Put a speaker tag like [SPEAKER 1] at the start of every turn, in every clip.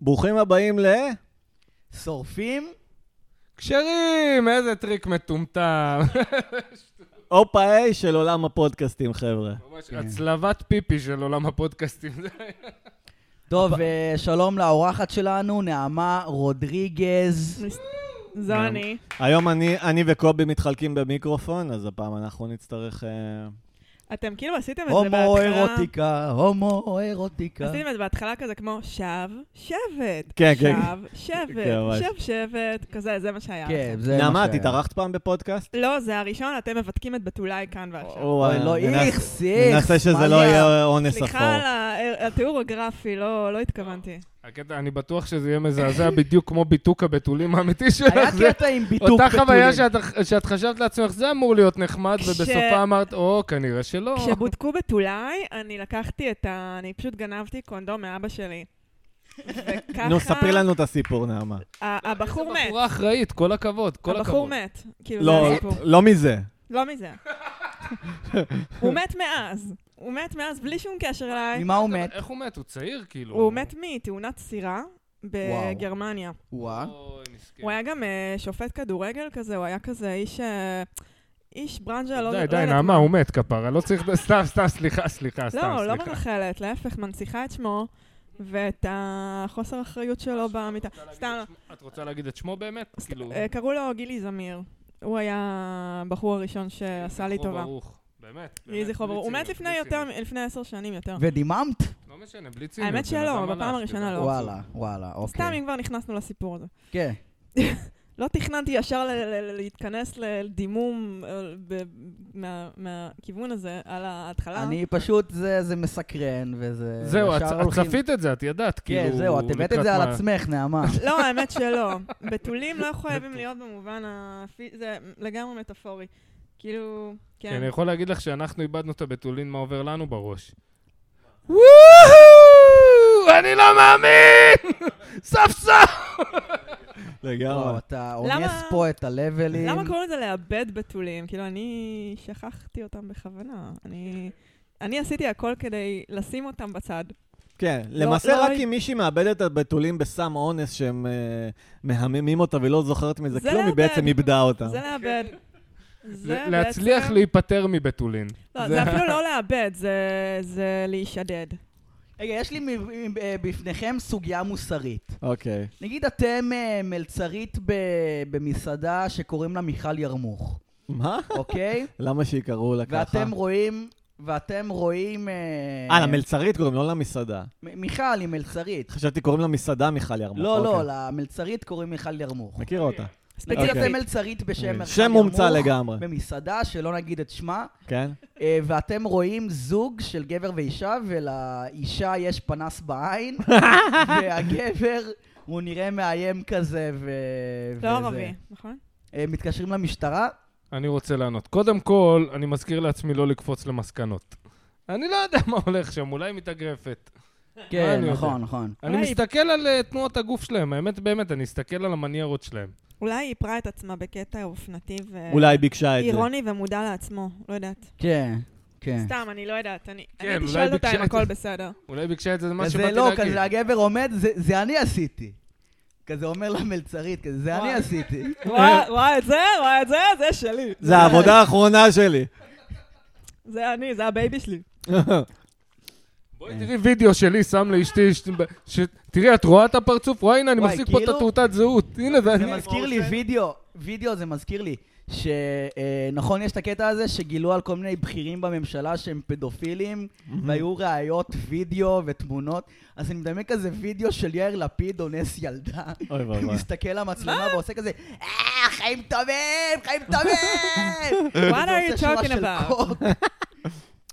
[SPEAKER 1] ברוכים הבאים ל...
[SPEAKER 2] שורפים?
[SPEAKER 3] כשרים, איזה טריק מטומטם.
[SPEAKER 1] הופה איי של עולם הפודקאסטים, חבר'ה.
[SPEAKER 4] כן.
[SPEAKER 3] ממש הצלבת פיפי של עולם הפודקאסטים.
[SPEAKER 2] טוב, אה, שלום לאורחת שלנו, נעמה רודריגז.
[SPEAKER 4] זו
[SPEAKER 1] גם.
[SPEAKER 4] אני.
[SPEAKER 1] היום אני, אני וקובי מתחלקים במיקרופון, אז הפעם אנחנו נצטרך... אה,
[SPEAKER 4] אתם כאילו עשיתם את זה בהתחלה.
[SPEAKER 2] הומו-אירוטיקה, הומו-אירוטיקה.
[SPEAKER 4] עשיתם את זה בהתחלה כזה כמו שב, שבט.
[SPEAKER 1] כן, כן.
[SPEAKER 4] שב, שבט,
[SPEAKER 1] כן, ממש.
[SPEAKER 4] שב, שבט. כזה, זה מה שהיה.
[SPEAKER 2] כן,
[SPEAKER 4] לכם.
[SPEAKER 2] זה מה
[SPEAKER 1] נעמה, את
[SPEAKER 2] שהיה.
[SPEAKER 1] התארחת פעם בפודקאסט?
[SPEAKER 4] לא, זה הראשון, אתם מבטקים את בתולי כאן ועכשיו.
[SPEAKER 2] אוי,
[SPEAKER 1] אה,
[SPEAKER 2] לא,
[SPEAKER 1] ננס-
[SPEAKER 2] איכס, איכס.
[SPEAKER 1] ננסה שזה
[SPEAKER 2] מה
[SPEAKER 1] לא
[SPEAKER 2] זה?
[SPEAKER 1] יהיה אונס
[SPEAKER 4] סליחה
[SPEAKER 1] אפור.
[SPEAKER 4] על ה- אה, התיאור הגרפי, לא לא התכוונתי.
[SPEAKER 3] הקטע, אני בטוח שזה יהיה מזעזע בדיוק כמו ביטוק הבתולים האמיתי
[SPEAKER 2] היה
[SPEAKER 3] שלך. זה
[SPEAKER 2] קטע עם ביטוק
[SPEAKER 3] אותה
[SPEAKER 2] בתולים.
[SPEAKER 3] חוויה שאת- שאת חשבת לעצמך, זה אמור להיות נחמד,
[SPEAKER 4] כש-
[SPEAKER 3] ובסופה אמרת, או, כנראה שלא.
[SPEAKER 4] כשבודקו בתולי, אני לקחתי את ה... אני פשוט גנבתי קונדום מאבא שלי. וככה...
[SPEAKER 1] נו, ספרי לנו את הסיפור, נעמה.
[SPEAKER 4] ה- הבחור מת.
[SPEAKER 3] בחורה אחראית, כל הכבוד, כל הכבוד.
[SPEAKER 4] הבחור מת. כאילו, זה
[SPEAKER 1] לא,
[SPEAKER 4] הסיפור.
[SPEAKER 1] לא מזה.
[SPEAKER 4] לא מזה. הוא מת מאז. הוא מת מאז בלי שום קשר אליי.
[SPEAKER 2] ממה הוא מת?
[SPEAKER 3] איך הוא מת? הוא צעיר, כאילו.
[SPEAKER 4] הוא מת מתאונת סירה בגרמניה.
[SPEAKER 2] וואה.
[SPEAKER 3] אוי, מסכן.
[SPEAKER 4] הוא היה גם אה, שופט כדורגל כזה, הוא היה כזה איש... אה, איש ברנז'ה, לא לא
[SPEAKER 3] די,
[SPEAKER 4] יודעת
[SPEAKER 3] די,
[SPEAKER 4] מה.
[SPEAKER 3] נעמה, הוא מת, כפרה. לא צריך... סתם, סתם, סליחה, סליחה, סתם,
[SPEAKER 4] לא, לא
[SPEAKER 3] סליחה.
[SPEAKER 4] מרחלת, להפך, מנציחה את שמו ואת החוסר אחריות שלו במיטה. סתם, לא.
[SPEAKER 3] אה, את רוצה להגיד את שמו באמת? כאילו...
[SPEAKER 4] אה, קראו לו גילי זמיר. הוא היה הבחור הראשון שעשה לי
[SPEAKER 3] כן, זכרו
[SPEAKER 4] טובה.
[SPEAKER 3] ברוך. באמת.
[SPEAKER 4] יהי
[SPEAKER 3] באמת,
[SPEAKER 4] זכרו
[SPEAKER 3] בלי
[SPEAKER 4] ברוך. הוא מת
[SPEAKER 3] ציניות,
[SPEAKER 4] לפני
[SPEAKER 3] בלי
[SPEAKER 4] יותר,
[SPEAKER 3] ציניות.
[SPEAKER 4] לפני עשר שנים יותר.
[SPEAKER 2] ודיממת?
[SPEAKER 3] לא משנה, בלי ציניות.
[SPEAKER 4] האמת
[SPEAKER 3] בן
[SPEAKER 4] שלא,
[SPEAKER 3] אדם
[SPEAKER 4] בפעם
[SPEAKER 3] הלך,
[SPEAKER 4] הראשונה
[SPEAKER 3] תדע.
[SPEAKER 4] לא.
[SPEAKER 2] וואלה, וואלה,
[SPEAKER 4] סתם,
[SPEAKER 2] אוקיי.
[SPEAKER 4] אם כבר נכנסנו לסיפור הזה.
[SPEAKER 2] כן.
[SPEAKER 4] לא תכננתי ישר ל- ל- ל- להתכנס לדימום אה, ב- מה- מהכיוון הזה על ההתחלה.
[SPEAKER 2] אני פשוט, זה זה מסקרן, וזה...
[SPEAKER 3] זהו, את
[SPEAKER 2] אה, ישר
[SPEAKER 3] את
[SPEAKER 2] הולכים-
[SPEAKER 3] צפית את זה, את ידעת, כאילו...
[SPEAKER 2] כן, זהו, את הבאת את
[SPEAKER 3] לקראת
[SPEAKER 2] זה על
[SPEAKER 3] מה-
[SPEAKER 2] עצמך, נעמה.
[SPEAKER 4] לא, האמת שלא. בתולים לא חייבים להיות במובן הפי... זה לגמרי מטאפורי. כאילו,
[SPEAKER 3] כן,
[SPEAKER 4] כן.
[SPEAKER 3] אני יכול להגיד לך שאנחנו איבדנו את הבתולין, מה עובר לנו בראש. וואו! אני לא מאמין! סוף סוף!
[SPEAKER 4] לא.
[SPEAKER 1] לגמרי.
[SPEAKER 2] וואו, אתה אונס
[SPEAKER 4] למה-
[SPEAKER 2] פה את הלבלים.
[SPEAKER 4] למה קוראים לזה לאבד בתולים? כאילו, אני שכחתי אותם בכוונה. אני... אני עשיתי הכל כדי לשים אותם בצד.
[SPEAKER 1] כן,
[SPEAKER 4] לא-
[SPEAKER 1] למעשה
[SPEAKER 4] לא
[SPEAKER 1] רק
[SPEAKER 4] ראי-
[SPEAKER 1] אם מישהי מאבדת את הבתולים בסם אונס שהם אה, מהממים אותה ולא זוכרת מזה
[SPEAKER 4] זה
[SPEAKER 1] כלום, היא
[SPEAKER 4] לאבד.
[SPEAKER 1] בעצם איבדה אותה.
[SPEAKER 4] זה לאבד. זה
[SPEAKER 3] להצליח
[SPEAKER 4] בעצם-
[SPEAKER 3] להיפטר מבתולין.
[SPEAKER 4] לא,
[SPEAKER 3] זה-
[SPEAKER 4] זה אפילו לא לאבד, זה- זה להישדד.
[SPEAKER 2] אוקיי. רגע, יש לי מ- מ- אה, בפניכם סוגיה מוסרית.
[SPEAKER 1] אוקיי.
[SPEAKER 2] נגיד אתם אה, מלצרית ב- במסעדה שקוראים לה מיכל ירמוך,
[SPEAKER 1] מה?
[SPEAKER 2] אוקיי?
[SPEAKER 1] למה שיקראו לה ככה?
[SPEAKER 2] ואתם רואים... ואתם רואים... אה,
[SPEAKER 1] אה, למלצרית קוראים, לא למסעדה.
[SPEAKER 2] מ- מיכל היא מלצרית.
[SPEAKER 1] חשבתי קוראים למסעדה מיכל ירמוך.
[SPEAKER 2] לא, לא,
[SPEAKER 1] אוקיי.
[SPEAKER 2] למלצרית קוראים מיכל ירמוך.
[SPEAKER 1] מכיר אותה.
[SPEAKER 2] נגיד
[SPEAKER 1] אוקיי.
[SPEAKER 2] אתם מלצרית בשם מיכל
[SPEAKER 1] שם
[SPEAKER 2] ירמוך,
[SPEAKER 1] מומצא לגמרי.
[SPEAKER 2] במסעדה, שלא נגיד את שמה,
[SPEAKER 1] כן?
[SPEAKER 2] אה, ואתם רואים זוג של גבר ואישה, ולאישה יש פנס בעין, והגבר, הוא נראה מאיים כזה, ו... וזה.
[SPEAKER 4] לא ערבי, נכון?
[SPEAKER 2] אה, מתקשרים למשטרה?
[SPEAKER 3] אני רוצה לענות. קודם כל, אני מזכיר לעצמי לא לקפוץ למסקנות. אני לא יודע מה הולך שם, אולי היא מתאגרפת.
[SPEAKER 2] כן,
[SPEAKER 3] אני
[SPEAKER 2] נכון,
[SPEAKER 3] יודע?
[SPEAKER 2] נכון.
[SPEAKER 3] אני
[SPEAKER 4] אולי-
[SPEAKER 3] מסתכל על אה, תנועות הגוף שלהם, האמת באמת, אני אסתכל על המניירות שלהם.
[SPEAKER 4] אולי היא איפרה את עצמה בקטע אופנתי ו...
[SPEAKER 1] אולי היא ביקשה את זה.
[SPEAKER 4] אה, אירוני ומודע לעצמו, לא יודעת.
[SPEAKER 2] כן, כן.
[SPEAKER 4] סתם, אני לא יודעת. אני
[SPEAKER 3] כן,
[SPEAKER 4] אני הייתי
[SPEAKER 3] אולי
[SPEAKER 4] שואלת אותה
[SPEAKER 3] ביקשה
[SPEAKER 4] אם
[SPEAKER 3] את
[SPEAKER 4] הכל
[SPEAKER 3] זה.
[SPEAKER 4] בסדר.
[SPEAKER 3] אולי ביקשה את זה, זה מה
[SPEAKER 2] כזה
[SPEAKER 3] שבאתי
[SPEAKER 2] לא,
[SPEAKER 3] להגיד.
[SPEAKER 2] כזה הגבר עומד, "זה- זה אני עשיתי. כזה אומר למלצרית, כזה, זה אני
[SPEAKER 4] וואי.
[SPEAKER 2] עשיתי.
[SPEAKER 4] רואה את זה, רואה את זה, זה שלי.
[SPEAKER 1] זה העבודה האחרונה שלי.
[SPEAKER 4] זה אני, זה הבייבי שלי.
[SPEAKER 3] בואי תראי וידאו שלי, שם לאשתי, ש- ש- תראי, את רואה את הפרצוף? וואי, הנה, אני
[SPEAKER 2] וואי,
[SPEAKER 3] מחזיק פה את
[SPEAKER 2] כאילו-
[SPEAKER 3] התעודת זהות. הנה, זה
[SPEAKER 2] זה
[SPEAKER 3] אני.
[SPEAKER 2] מזכיר לי וידאו, וידאו זה מזכיר לי, שנכון יש את הקטע הזה שגילו על כל מיני בכירים בממשלה שהם פדופילים, והיו ראיות וידאו ותמונות, אז אני מדמיין כזה וידאו של יאיר לפיד אונס ילדה,
[SPEAKER 1] אוי ואבוי.
[SPEAKER 2] מסתכל למצלמה ועושה כזה, אה, חיים טובים, חיים טובים!
[SPEAKER 4] What
[SPEAKER 2] וזה
[SPEAKER 4] are you
[SPEAKER 2] עושה שורה
[SPEAKER 4] talking
[SPEAKER 2] של
[SPEAKER 4] about?
[SPEAKER 2] קוק.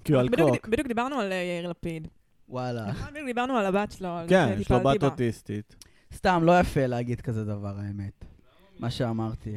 [SPEAKER 1] כי הוא על
[SPEAKER 4] בדיוק-
[SPEAKER 1] קוק.
[SPEAKER 4] בדיוק דיברנו על אה, יאיר לפיד.
[SPEAKER 2] וואלה,
[SPEAKER 4] נכון, בדיוק דיברנו על הבת שלו. על זה
[SPEAKER 1] אה. כן, יש לו
[SPEAKER 4] שטיפלתי
[SPEAKER 1] בת
[SPEAKER 4] בה.
[SPEAKER 1] אוטיסטית.
[SPEAKER 2] סתם, לא יפה להגיד כזה דבר, האמת. מה שאמרתי.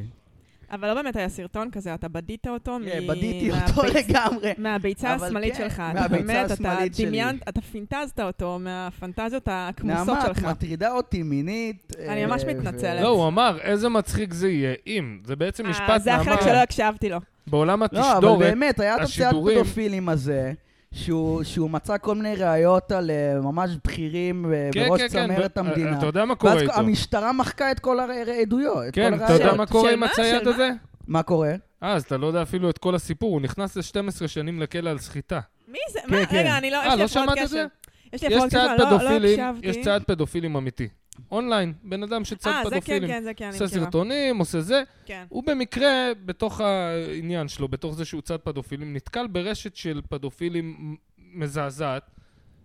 [SPEAKER 4] אבל לא באמת היה סרטון כזה, אתה בדית אותו מ-
[SPEAKER 2] כן, בדיתי אותו
[SPEAKER 4] מהביצ-
[SPEAKER 2] לגמרי.
[SPEAKER 4] מהביצה
[SPEAKER 2] אבל
[SPEAKER 4] השמאלית
[SPEAKER 2] כן,
[SPEAKER 4] שלך. אתה
[SPEAKER 2] מהביצה
[SPEAKER 4] באמת, אתה
[SPEAKER 2] השמאלית שלי.
[SPEAKER 4] דמיינת, אתה פינטזת אותו מהפנטזיות הכמוסות
[SPEAKER 2] נעמה, את
[SPEAKER 4] שלך.
[SPEAKER 2] מטרידה אותי מינית.
[SPEAKER 4] אני
[SPEAKER 2] אה,
[SPEAKER 4] ממש
[SPEAKER 2] ו-
[SPEAKER 4] מתנצלת.
[SPEAKER 3] לא, הוא אמר, איזה מצחיק זה יהיה, אם. זה בעצם
[SPEAKER 4] אה,
[SPEAKER 3] משפט
[SPEAKER 4] זה החלק שלא
[SPEAKER 3] נאמר,
[SPEAKER 4] הקשבתי לו.
[SPEAKER 3] בעולם
[SPEAKER 2] לא, אבל
[SPEAKER 3] התשדורת.
[SPEAKER 2] באמת, היה את הצעת
[SPEAKER 3] השידורים-
[SPEAKER 2] פדופילים הזה, שהוא שהוא מצא כל מיני ראיות על אה, ממש בכירים אה,
[SPEAKER 3] כן,
[SPEAKER 2] בראש
[SPEAKER 3] כן, כן,
[SPEAKER 2] צמרת
[SPEAKER 3] ב-
[SPEAKER 2] המדינה.
[SPEAKER 3] אתה יודע מה קורה
[SPEAKER 2] ואז
[SPEAKER 3] איתו.
[SPEAKER 2] המשטרה מחקה את כל העדויות. את
[SPEAKER 3] כן,
[SPEAKER 2] כל
[SPEAKER 3] אתה יודע
[SPEAKER 2] הראיות.
[SPEAKER 3] מה קורה
[SPEAKER 4] של
[SPEAKER 3] עם
[SPEAKER 4] מה?
[SPEAKER 3] הצייד
[SPEAKER 4] של מה?
[SPEAKER 3] הזה?
[SPEAKER 2] מה קורה?
[SPEAKER 3] אה, אז אתה לא יודע אפילו את כל הסיפור, הוא נכנס ל-12 שנים לכלא על סחיטה.
[SPEAKER 4] מי זה? מה?
[SPEAKER 2] כן.
[SPEAKER 4] רגע, אני לא...
[SPEAKER 3] אה,
[SPEAKER 4] יש לי
[SPEAKER 3] לא
[SPEAKER 4] הפרעות
[SPEAKER 3] שמעת את
[SPEAKER 4] קשב.
[SPEAKER 3] זה?
[SPEAKER 4] יש לי
[SPEAKER 3] יש
[SPEAKER 4] הפרעות קשב,
[SPEAKER 3] צעד
[SPEAKER 4] לא לא
[SPEAKER 3] פדופילים,
[SPEAKER 4] הקשבתי.
[SPEAKER 3] יש צעד פדופילים אמיתי. אונליין, בן אדם שצעד
[SPEAKER 4] אה, זה כן,
[SPEAKER 3] פדופילים.
[SPEAKER 4] כן, זה כן, אני
[SPEAKER 3] עושה
[SPEAKER 4] מכירה.
[SPEAKER 3] סרטונים, עושה זה.
[SPEAKER 4] כן.
[SPEAKER 3] הוא במקרה, בתוך העניין שלו, בתוך זה שהוא צד פדופילים, נתקל ברשת של פדופילים מזעזעת,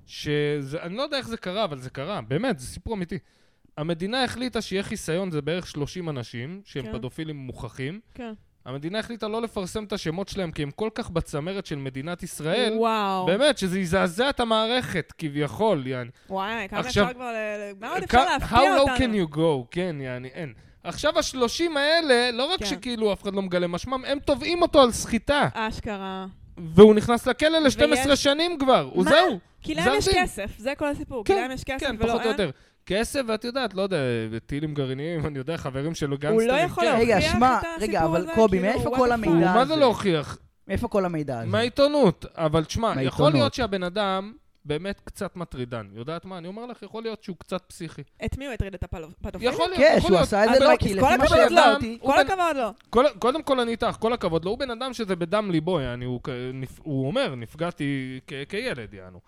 [SPEAKER 3] שאני לא יודע איך זה קרה, אבל זה קרה, באמת, זה סיפור אמיתי. המדינה החליטה שיהיה חיסיון, זה בערך 30 אנשים, שהם
[SPEAKER 4] כן.
[SPEAKER 3] פדופילים מוכחים.
[SPEAKER 4] כן.
[SPEAKER 3] המדינה החליטה לא לפרסם את השמות שלהם, כי הם כל כך בצמרת של מדינת ישראל,
[SPEAKER 4] וואו.
[SPEAKER 3] באמת, שזה יזעזע את המערכת, כביכול, יעני.
[SPEAKER 4] וואי, כמה
[SPEAKER 3] עכשיו-
[SPEAKER 4] אפשר כבר ל... מה עוד
[SPEAKER 3] כ-
[SPEAKER 4] אפשר להפתיע אותנו?
[SPEAKER 3] How low can you go, כן, יעני, אין. עכשיו השלושים האלה, לא רק
[SPEAKER 4] כן.
[SPEAKER 3] שכאילו אף אחד לא מגלה משמם, הם תובעים אותו על סחיטה.
[SPEAKER 4] אשכרה.
[SPEAKER 3] והוא נכנס לכלא ל-12
[SPEAKER 4] ויש-
[SPEAKER 3] שנים כבר, הוא
[SPEAKER 4] מה?
[SPEAKER 3] זהו.
[SPEAKER 4] כי להם יש
[SPEAKER 3] זרזים.
[SPEAKER 4] כסף, זה כל הסיפור. כי
[SPEAKER 3] כן,
[SPEAKER 4] להם יש כסף
[SPEAKER 3] כן,
[SPEAKER 4] ולא אה?
[SPEAKER 3] פחות או
[SPEAKER 4] אין.
[SPEAKER 3] יותר. כסף, ואת יודעת, לא יודע, טילים גרעיניים, אני יודע, חברים שלו גנגסטרים.
[SPEAKER 4] הוא לא יכול
[SPEAKER 3] כן.
[SPEAKER 4] להוכיח
[SPEAKER 2] רגע, שמע,
[SPEAKER 4] את הסיפור הזה.
[SPEAKER 2] רגע, אבל קובי,
[SPEAKER 4] כאילו,
[SPEAKER 2] מאיפה
[SPEAKER 4] what
[SPEAKER 2] כל
[SPEAKER 4] the fuck?
[SPEAKER 2] המידע?
[SPEAKER 3] הוא
[SPEAKER 2] מידע
[SPEAKER 3] מה
[SPEAKER 2] הזה.
[SPEAKER 3] זה להוכיח?
[SPEAKER 2] מאיפה כל המידע הזה?
[SPEAKER 3] מהעיתונות. אבל תשמע, יכול
[SPEAKER 2] מהעיתונות.
[SPEAKER 3] להיות שהבן אדם באמת קצת מטרידן. יודעת מה? אני אומר לך, יכול להיות שהוא קצת פסיכי.
[SPEAKER 4] את מי הוא הטריד את הפדופיל?
[SPEAKER 3] יכול להיות,
[SPEAKER 2] כן,
[SPEAKER 3] יכול
[SPEAKER 2] שהוא
[SPEAKER 3] להיות.
[SPEAKER 2] עשה את זה
[SPEAKER 4] אבל
[SPEAKER 2] לא, כי
[SPEAKER 4] כל
[SPEAKER 2] לפי מה
[SPEAKER 4] הכבוד
[SPEAKER 3] לא.
[SPEAKER 2] שידעתי...
[SPEAKER 3] הוא
[SPEAKER 4] כל
[SPEAKER 3] בן-
[SPEAKER 4] הכבוד לו.
[SPEAKER 3] כל, קודם כל אני איתך, כל הכבוד לו, הוא בן אדם שזה בדם ליבו, יעני, הוא, כ- נפ, הוא אומר, נפגעתי כ, כילד, יענו.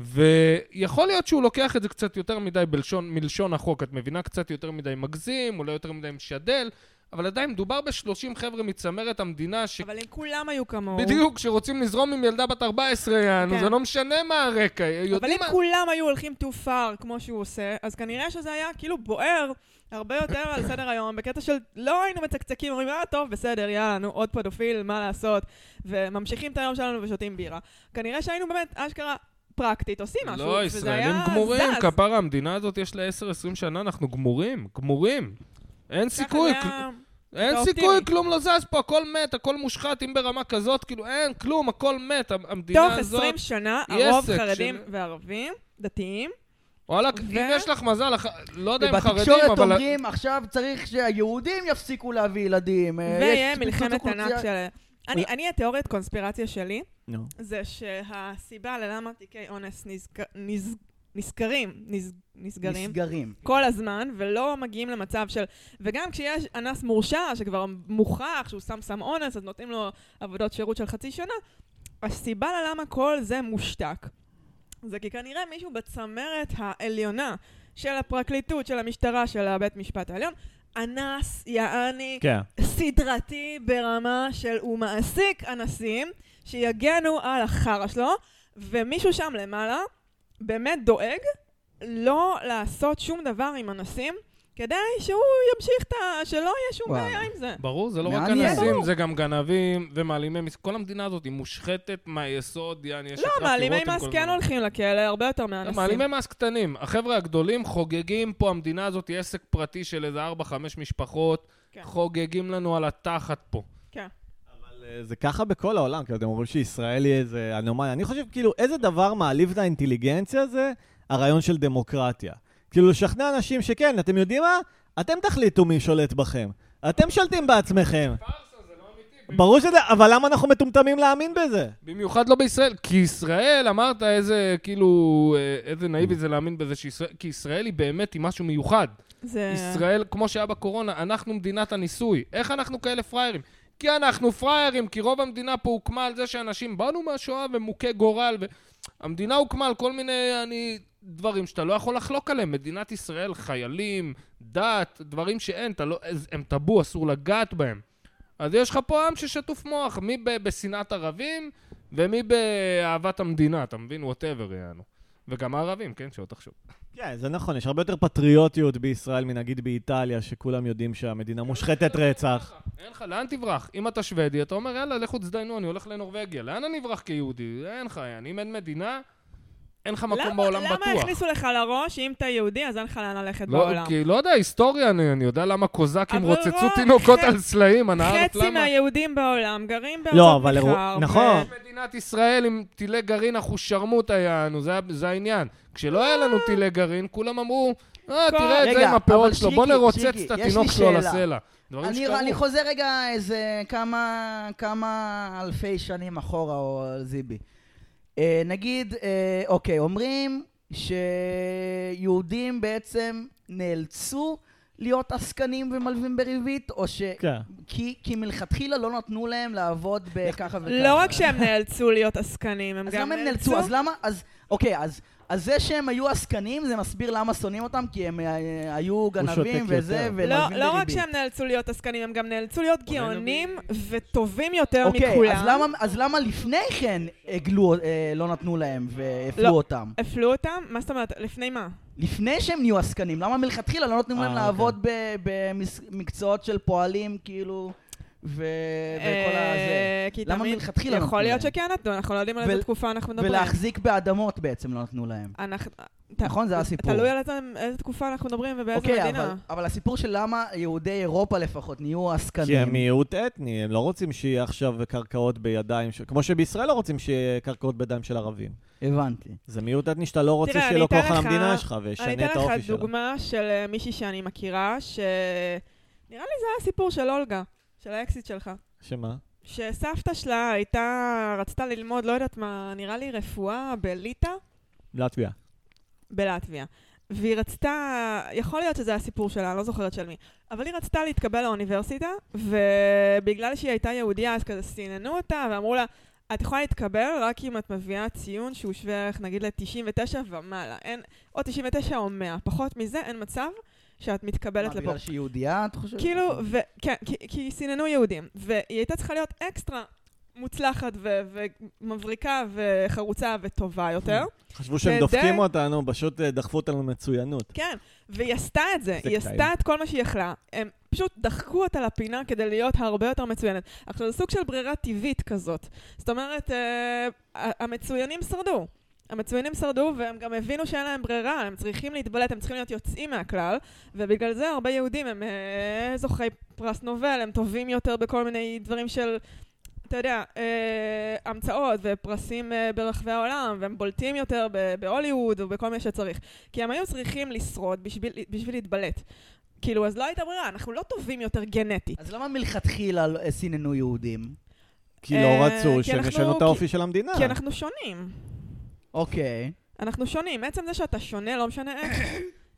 [SPEAKER 3] ויכול להיות שהוא לוקח את זה קצת יותר מדי בלשון, מלשון החוק, את מבינה? קצת יותר מדי מגזים, אולי יותר מדי משדל, אבל עדיין מדובר ב-30 חבר'ה מצמרת המדינה, ש...
[SPEAKER 4] אבל אם כולם היו כמוהו.
[SPEAKER 3] בדיוק, שרוצים לזרום עם ילדה בת 14, יענו,
[SPEAKER 4] כן.
[SPEAKER 3] זה לא משנה מה הרקע,
[SPEAKER 4] אבל אם
[SPEAKER 3] יודעים מה...
[SPEAKER 4] כולם היו הולכים too far, כמו שהוא עושה, אז כנראה שזה היה כאילו בוער הרבה יותר על סדר היום, בקטע של לא היינו מצקצקים, אומרים, אה, טוב, בסדר, יאללה, נו, עוד פדופיל, מה לעשות? וממשיכים את היום שלנו ושותים בירה. כנראה שהיינו באמת, אשכרה, פרקטית, עושים משהו.
[SPEAKER 3] לא,
[SPEAKER 4] וזה
[SPEAKER 3] ישראלים
[SPEAKER 4] היה
[SPEAKER 3] גמורים,
[SPEAKER 4] זז.
[SPEAKER 3] כפרה, המדינה הזאת יש לה 10-20 שנה, אנחנו גמורים, גמורים. אין
[SPEAKER 4] ככה
[SPEAKER 3] סיכוי,
[SPEAKER 4] זה היה-
[SPEAKER 3] אין
[SPEAKER 4] אתה
[SPEAKER 3] סיכוי,
[SPEAKER 4] אופטימי.
[SPEAKER 3] כלום לא זז פה, הכל מת, הכל מושחת, אם ברמה כזאת, כאילו אין, כלום, הכל מת, המ- המדינה
[SPEAKER 4] תוך
[SPEAKER 3] הזאת,
[SPEAKER 4] 20 שנה,
[SPEAKER 3] היא
[SPEAKER 4] הרוב
[SPEAKER 3] עסק
[SPEAKER 4] חרדים
[SPEAKER 3] של-
[SPEAKER 4] וערבים, דתיים.
[SPEAKER 3] וואלכ,
[SPEAKER 4] ו-
[SPEAKER 3] אם יש לך מזל, הח- לא יודע אם חרדים,
[SPEAKER 2] בתקשורת
[SPEAKER 3] אבל...
[SPEAKER 2] אומרים, עכשיו צריך שהיהודים יפסיקו להביא ילדים. אה, יש
[SPEAKER 4] ויהיה
[SPEAKER 2] פיצוץ
[SPEAKER 4] מלחמת
[SPEAKER 2] אוכלוסייה.
[SPEAKER 4] ענק של... אני, אני, התיאוריית קונספירציה שלי,
[SPEAKER 1] נו.
[SPEAKER 4] זה שהסיבה ללמה תיקי אונס נזכ... נז... נזכרים, נז... נסגרים,
[SPEAKER 2] נסגרים.
[SPEAKER 4] כל הזמן, ולא מגיעים למצב של... וגם כשיש אנס מורשע, שכבר מוכח שהוא שם סם אונס, אז נותנים לו עבודות שירות של חצי שנה, הסיבה ללמה כל זה מושתק, זה כי כנראה מישהו בצמרת העליונה של הפרקליטות, של המשטרה, של הבית משפט העליון, אנס, יעני,
[SPEAKER 1] כן.
[SPEAKER 4] סדרתי ברמה של הוא מעסיק אנסים שיגנו על החרא שלו, ומישהו שם למעלה באמת דואג לא לעשות שום דבר עם אנסים, כדי שהוא ימשיך את ה... שלא יהיה שום
[SPEAKER 2] וואלה.
[SPEAKER 4] בעיה עם זה.
[SPEAKER 3] ברור, זה לא רק
[SPEAKER 2] מעניין.
[SPEAKER 3] אנסים, זה גם גנבים ומעלימי מס... כל המדינה הזאת היא מושחתת מהיסוד, יעני, יש
[SPEAKER 4] לא,
[SPEAKER 3] חקירות
[SPEAKER 4] מעלימי
[SPEAKER 3] עם כל
[SPEAKER 4] מס
[SPEAKER 3] הזמן.
[SPEAKER 4] כן הולכים לכלא, הרבה יותר
[SPEAKER 3] לא,
[SPEAKER 4] מאנסים.
[SPEAKER 3] מעלימי מס קטנים. החבר'ה הגדולים חוגגים פה, המדינה הזאת היא עסק פרטי של איזה 4-5 משפחות,
[SPEAKER 4] כן.
[SPEAKER 3] חוגגים לנו על התחת פה.
[SPEAKER 4] כן.
[SPEAKER 1] אבל אה, זה ככה בכל העולם, כאילו, אתם אומרים שישראל היא איזה אנומליה. אני חושב, כאילו, איזה דבר מעליב את האינטליגנציה זה הרעיון של דמוקרטיה. כאילו, לשכנע אנשים שכן, אתם יודעים מה? אתם תחליטו מי שולט בכם. אתם שולטים בעצמכם.
[SPEAKER 3] אה.
[SPEAKER 1] ברור שזה, אבל למה אנחנו מטומטמים להאמין בזה?
[SPEAKER 3] במיוחד לא בישראל, כי ישראל, אמרת איזה, כאילו, אה, איזה נאיבי זה להאמין בזה שישראל, כי ישראל היא באמת היא משהו מיוחד.
[SPEAKER 4] זה...
[SPEAKER 3] ישראל, כמו שהיה בקורונה, אנחנו מדינת הניסוי. איך אנחנו כאלה פראיירים? כי אנחנו פראיירים, כי רוב המדינה פה הוקמה על זה שאנשים באנו מהשואה ומוכי גורל, ו... המדינה הוקמה על כל מיני, אני... דברים שאתה לא יכול לחלוק עליהם. מדינת ישראל, חיילים, דת, דברים שאין, אתה לא... אז הם טאבו, אסור לגעת בהם. אז יש לך פה עם ששטוף מוח, מי ב- בשנאת ערבים ומי באהבת המדינה, אתה מבין? ווטאבר יענו. וגם הערבים, כן? שלא תחשוב.
[SPEAKER 1] כן, זה נכון, יש הרבה יותר פטריוטיות בישראל מנגיד באיטליה, שכולם יודעים שהמדינה מושחתת רצח.
[SPEAKER 3] אין לך, לאן תברח? אם אתה שוודי, אתה אומר, יאללה, לכו תזדיינו, אני הולך לנורבגיה. לאן אני אברח כיהודי? אין לך, יעני, אם אין מדינה, אין לך מקום
[SPEAKER 4] למה-
[SPEAKER 3] בעולם
[SPEAKER 4] למה
[SPEAKER 3] בטוח.
[SPEAKER 4] הכניסו לך לראש שאם אתה יהודי אז אין לך לאן ללכת
[SPEAKER 3] לא,
[SPEAKER 4] בעולם?
[SPEAKER 3] כי לא יודע, היסטוריה, אני, אני יודע למה קוזאקים
[SPEAKER 4] אבל
[SPEAKER 3] רוצצו
[SPEAKER 4] רוב-
[SPEAKER 3] תינוקות
[SPEAKER 4] חצי-
[SPEAKER 3] על סלעים, הנהרת,
[SPEAKER 4] חצי
[SPEAKER 3] למה?
[SPEAKER 4] מהיהודים בעולם גרים בארצות
[SPEAKER 1] לא, אבל
[SPEAKER 4] נכר,
[SPEAKER 1] אירו-
[SPEAKER 4] ו-
[SPEAKER 1] נכון.
[SPEAKER 3] יש מדינת ישראל עם טילי גרעין אחושרמוט היה לנו, זה, ה- זה העניין. כשלא היה לנו טילי גרעין, כולם אמרו, אה,
[SPEAKER 4] אה. כל-
[SPEAKER 3] תראה את
[SPEAKER 2] רגע,
[SPEAKER 3] זה עם
[SPEAKER 2] אבל
[SPEAKER 3] הפאות שלו, בוא
[SPEAKER 2] שיקי,
[SPEAKER 3] נרוצץ
[SPEAKER 2] שיקי, יש
[SPEAKER 3] את
[SPEAKER 2] לי
[SPEAKER 3] התינוק שלו על
[SPEAKER 2] שאלה.
[SPEAKER 3] הסלע. דברים
[SPEAKER 2] אני-
[SPEAKER 3] שקרו.
[SPEAKER 2] אני חוזר רגע איזה כמה, כמה אלפי שנים אחורה, או זיבי. אה, נגיד, אה, אוקיי, אומרים שיהודים בעצם נאלצו להיות עסקנים ומלווים בריבית, או ש...
[SPEAKER 1] כן.
[SPEAKER 2] כי, כי מלכתחילה לא נתנו להם לעבוד בככה וככה.
[SPEAKER 4] לא רק שהם נאלצו להיות עסקנים, הם
[SPEAKER 2] אז
[SPEAKER 4] גם
[SPEAKER 2] למה הם
[SPEAKER 4] נאלצו...
[SPEAKER 2] נאלצו? אז למה? אז... אוקיי, אז... אז זה שהם היו עסקנים, זה מסביר למה שונאים אותם, כי הם אה, היו גנבים
[SPEAKER 1] שותק
[SPEAKER 2] וזה,
[SPEAKER 1] יותר.
[SPEAKER 2] ומלווים
[SPEAKER 4] לא,
[SPEAKER 2] בריבית.
[SPEAKER 4] לא רק שהם נאלצו להיות עסקנים, הם גם נאלצו להיות גאונים וטובים יותר
[SPEAKER 2] אוקיי,
[SPEAKER 4] מכולם.
[SPEAKER 2] אז למה, אז למה לפני כן הגלו, אה, לא נתנו להם והפלו
[SPEAKER 4] לא.
[SPEAKER 2] אותם?
[SPEAKER 4] הפלו אותם? מה זאת אומרת? לפני מה?
[SPEAKER 2] לפני שהם נהיו עסקנים, למה מלכתחילה לא נותנים
[SPEAKER 1] אה,
[SPEAKER 2] להם
[SPEAKER 1] אוקיי.
[SPEAKER 2] לעבוד ב- במקצועות של פועלים, כאילו, ו, אה, וכל הזה?
[SPEAKER 4] אה, כי
[SPEAKER 2] למה
[SPEAKER 4] תמיד-
[SPEAKER 2] מלכתחילה נתנו
[SPEAKER 4] יכול להיות
[SPEAKER 2] להם?
[SPEAKER 4] שכן נתנו, אנחנו לא יודעים על
[SPEAKER 2] ול-
[SPEAKER 4] איזה תקופה אנחנו מדברים.
[SPEAKER 2] ולהחזיק באדמות בעצם לא נתנו להם.
[SPEAKER 4] אנחנו-
[SPEAKER 2] נכון, זה הסיפור.
[SPEAKER 4] תלוי על איזה- איזה תקופה אנחנו מדברים ובאיזה
[SPEAKER 2] אוקיי,
[SPEAKER 4] מדינה.
[SPEAKER 2] אבל, אבל הסיפור של למה יהודי אירופה לפחות נהיו
[SPEAKER 1] כי
[SPEAKER 2] עסקנים.
[SPEAKER 1] הם מיעוט אתני, הם לא רוצים שיהיה עכשיו קרקעות בידיים, של- כמו שבישראל לא רוצים שיהיה קרקעות בידיים של ערבים.
[SPEAKER 2] הבנתי.
[SPEAKER 1] זה מיעוט אתני שאתה לא רוצה
[SPEAKER 4] תראה,
[SPEAKER 1] שיהיה
[SPEAKER 4] אני
[SPEAKER 1] לו
[SPEAKER 4] אתן
[SPEAKER 1] כוח על
[SPEAKER 4] לך-
[SPEAKER 1] המדינה שלך
[SPEAKER 4] אני
[SPEAKER 1] וישנה
[SPEAKER 4] אתן
[SPEAKER 1] את האופי
[SPEAKER 4] לך
[SPEAKER 1] שלה.
[SPEAKER 4] דוגמה של אה, מישהי שאני מכירה, ש... נראה לי זה היה הסיפור של אולגה, של האקסיט שלך.
[SPEAKER 1] שמה?
[SPEAKER 4] שסבתא שלה הייתה, רצתה ללמוד, לא יודעת מה, נראה לי רפואה בליטא,
[SPEAKER 1] לטביה.
[SPEAKER 4] בלטביה. והיא רצתה, יכול להיות שזה הסיפור שלה, אני לא זוכרת של מי, אבל היא רצתה להתקבל לאוניברסיטה, ובגלל שהיא הייתה יהודייה, אז כזה סיננו אותה, ואמרו לה, את יכולה להתקבל רק אם את מביאה ציון שהוא שווה ערך נגיד ל-99 ומעלה. אין, או 99 או 100, פחות מזה אין מצב שאת מתקבלת
[SPEAKER 2] מה,
[SPEAKER 4] לפה.
[SPEAKER 2] בגלל שהיא יהודייה, את חושבת?
[SPEAKER 4] כאילו, ו... כן, כי, כי סיננו יהודים, והיא הייתה צריכה להיות אקסטרה מוצלחת ו... ומבריקה וחרוצה וטובה יותר.
[SPEAKER 1] חשבו שהם
[SPEAKER 4] כדי-
[SPEAKER 1] דופקים אותנו, פשוט אה, דחפו אותנו מצוינות.
[SPEAKER 4] כן, והיא עשתה את זה,
[SPEAKER 1] זה
[SPEAKER 4] היא
[SPEAKER 1] קטעים.
[SPEAKER 4] עשתה את כל מה שהיא יכלה. הם פשוט דחקו אותה לפינה כדי להיות הרבה יותר מצוינת. עכשיו, זה סוג של ברירה טבעית כזאת. זאת אומרת, אה, ה- המצוינים שרדו. המצוינים שרדו, והם גם הבינו שאין להם ברירה, הם צריכים להתבלט, הם צריכים להיות יוצאים מהכלל, ובגלל זה הרבה יהודים הם אה, זוכי פרס נובל, הם טובים יותר בכל מיני דברים של, אתה יודע, אה, המצאות ופרסים אה, ברחבי העולם, והם בולטים יותר ב- בהוליווד ובכל מיני שצריך. כי הם היו צריכים לשרוד בשביל, בשביל להתבלט. כאילו, אז לא הייתה ברירה, אנחנו לא טובים יותר גנטית.
[SPEAKER 2] אז למה מלכתחילה לא- אה, סיננו יהודים?
[SPEAKER 1] כי
[SPEAKER 4] אה,
[SPEAKER 1] לא
[SPEAKER 4] כי
[SPEAKER 1] רצו שהם
[SPEAKER 4] אנחנו-
[SPEAKER 1] ישנו את
[SPEAKER 4] כי-
[SPEAKER 1] האופי של
[SPEAKER 2] אה.
[SPEAKER 1] המדינה.
[SPEAKER 4] כי אנחנו שונים.
[SPEAKER 2] אוקיי.
[SPEAKER 4] אנחנו שונים. עצם זה שאתה שונה, לא משנה איך.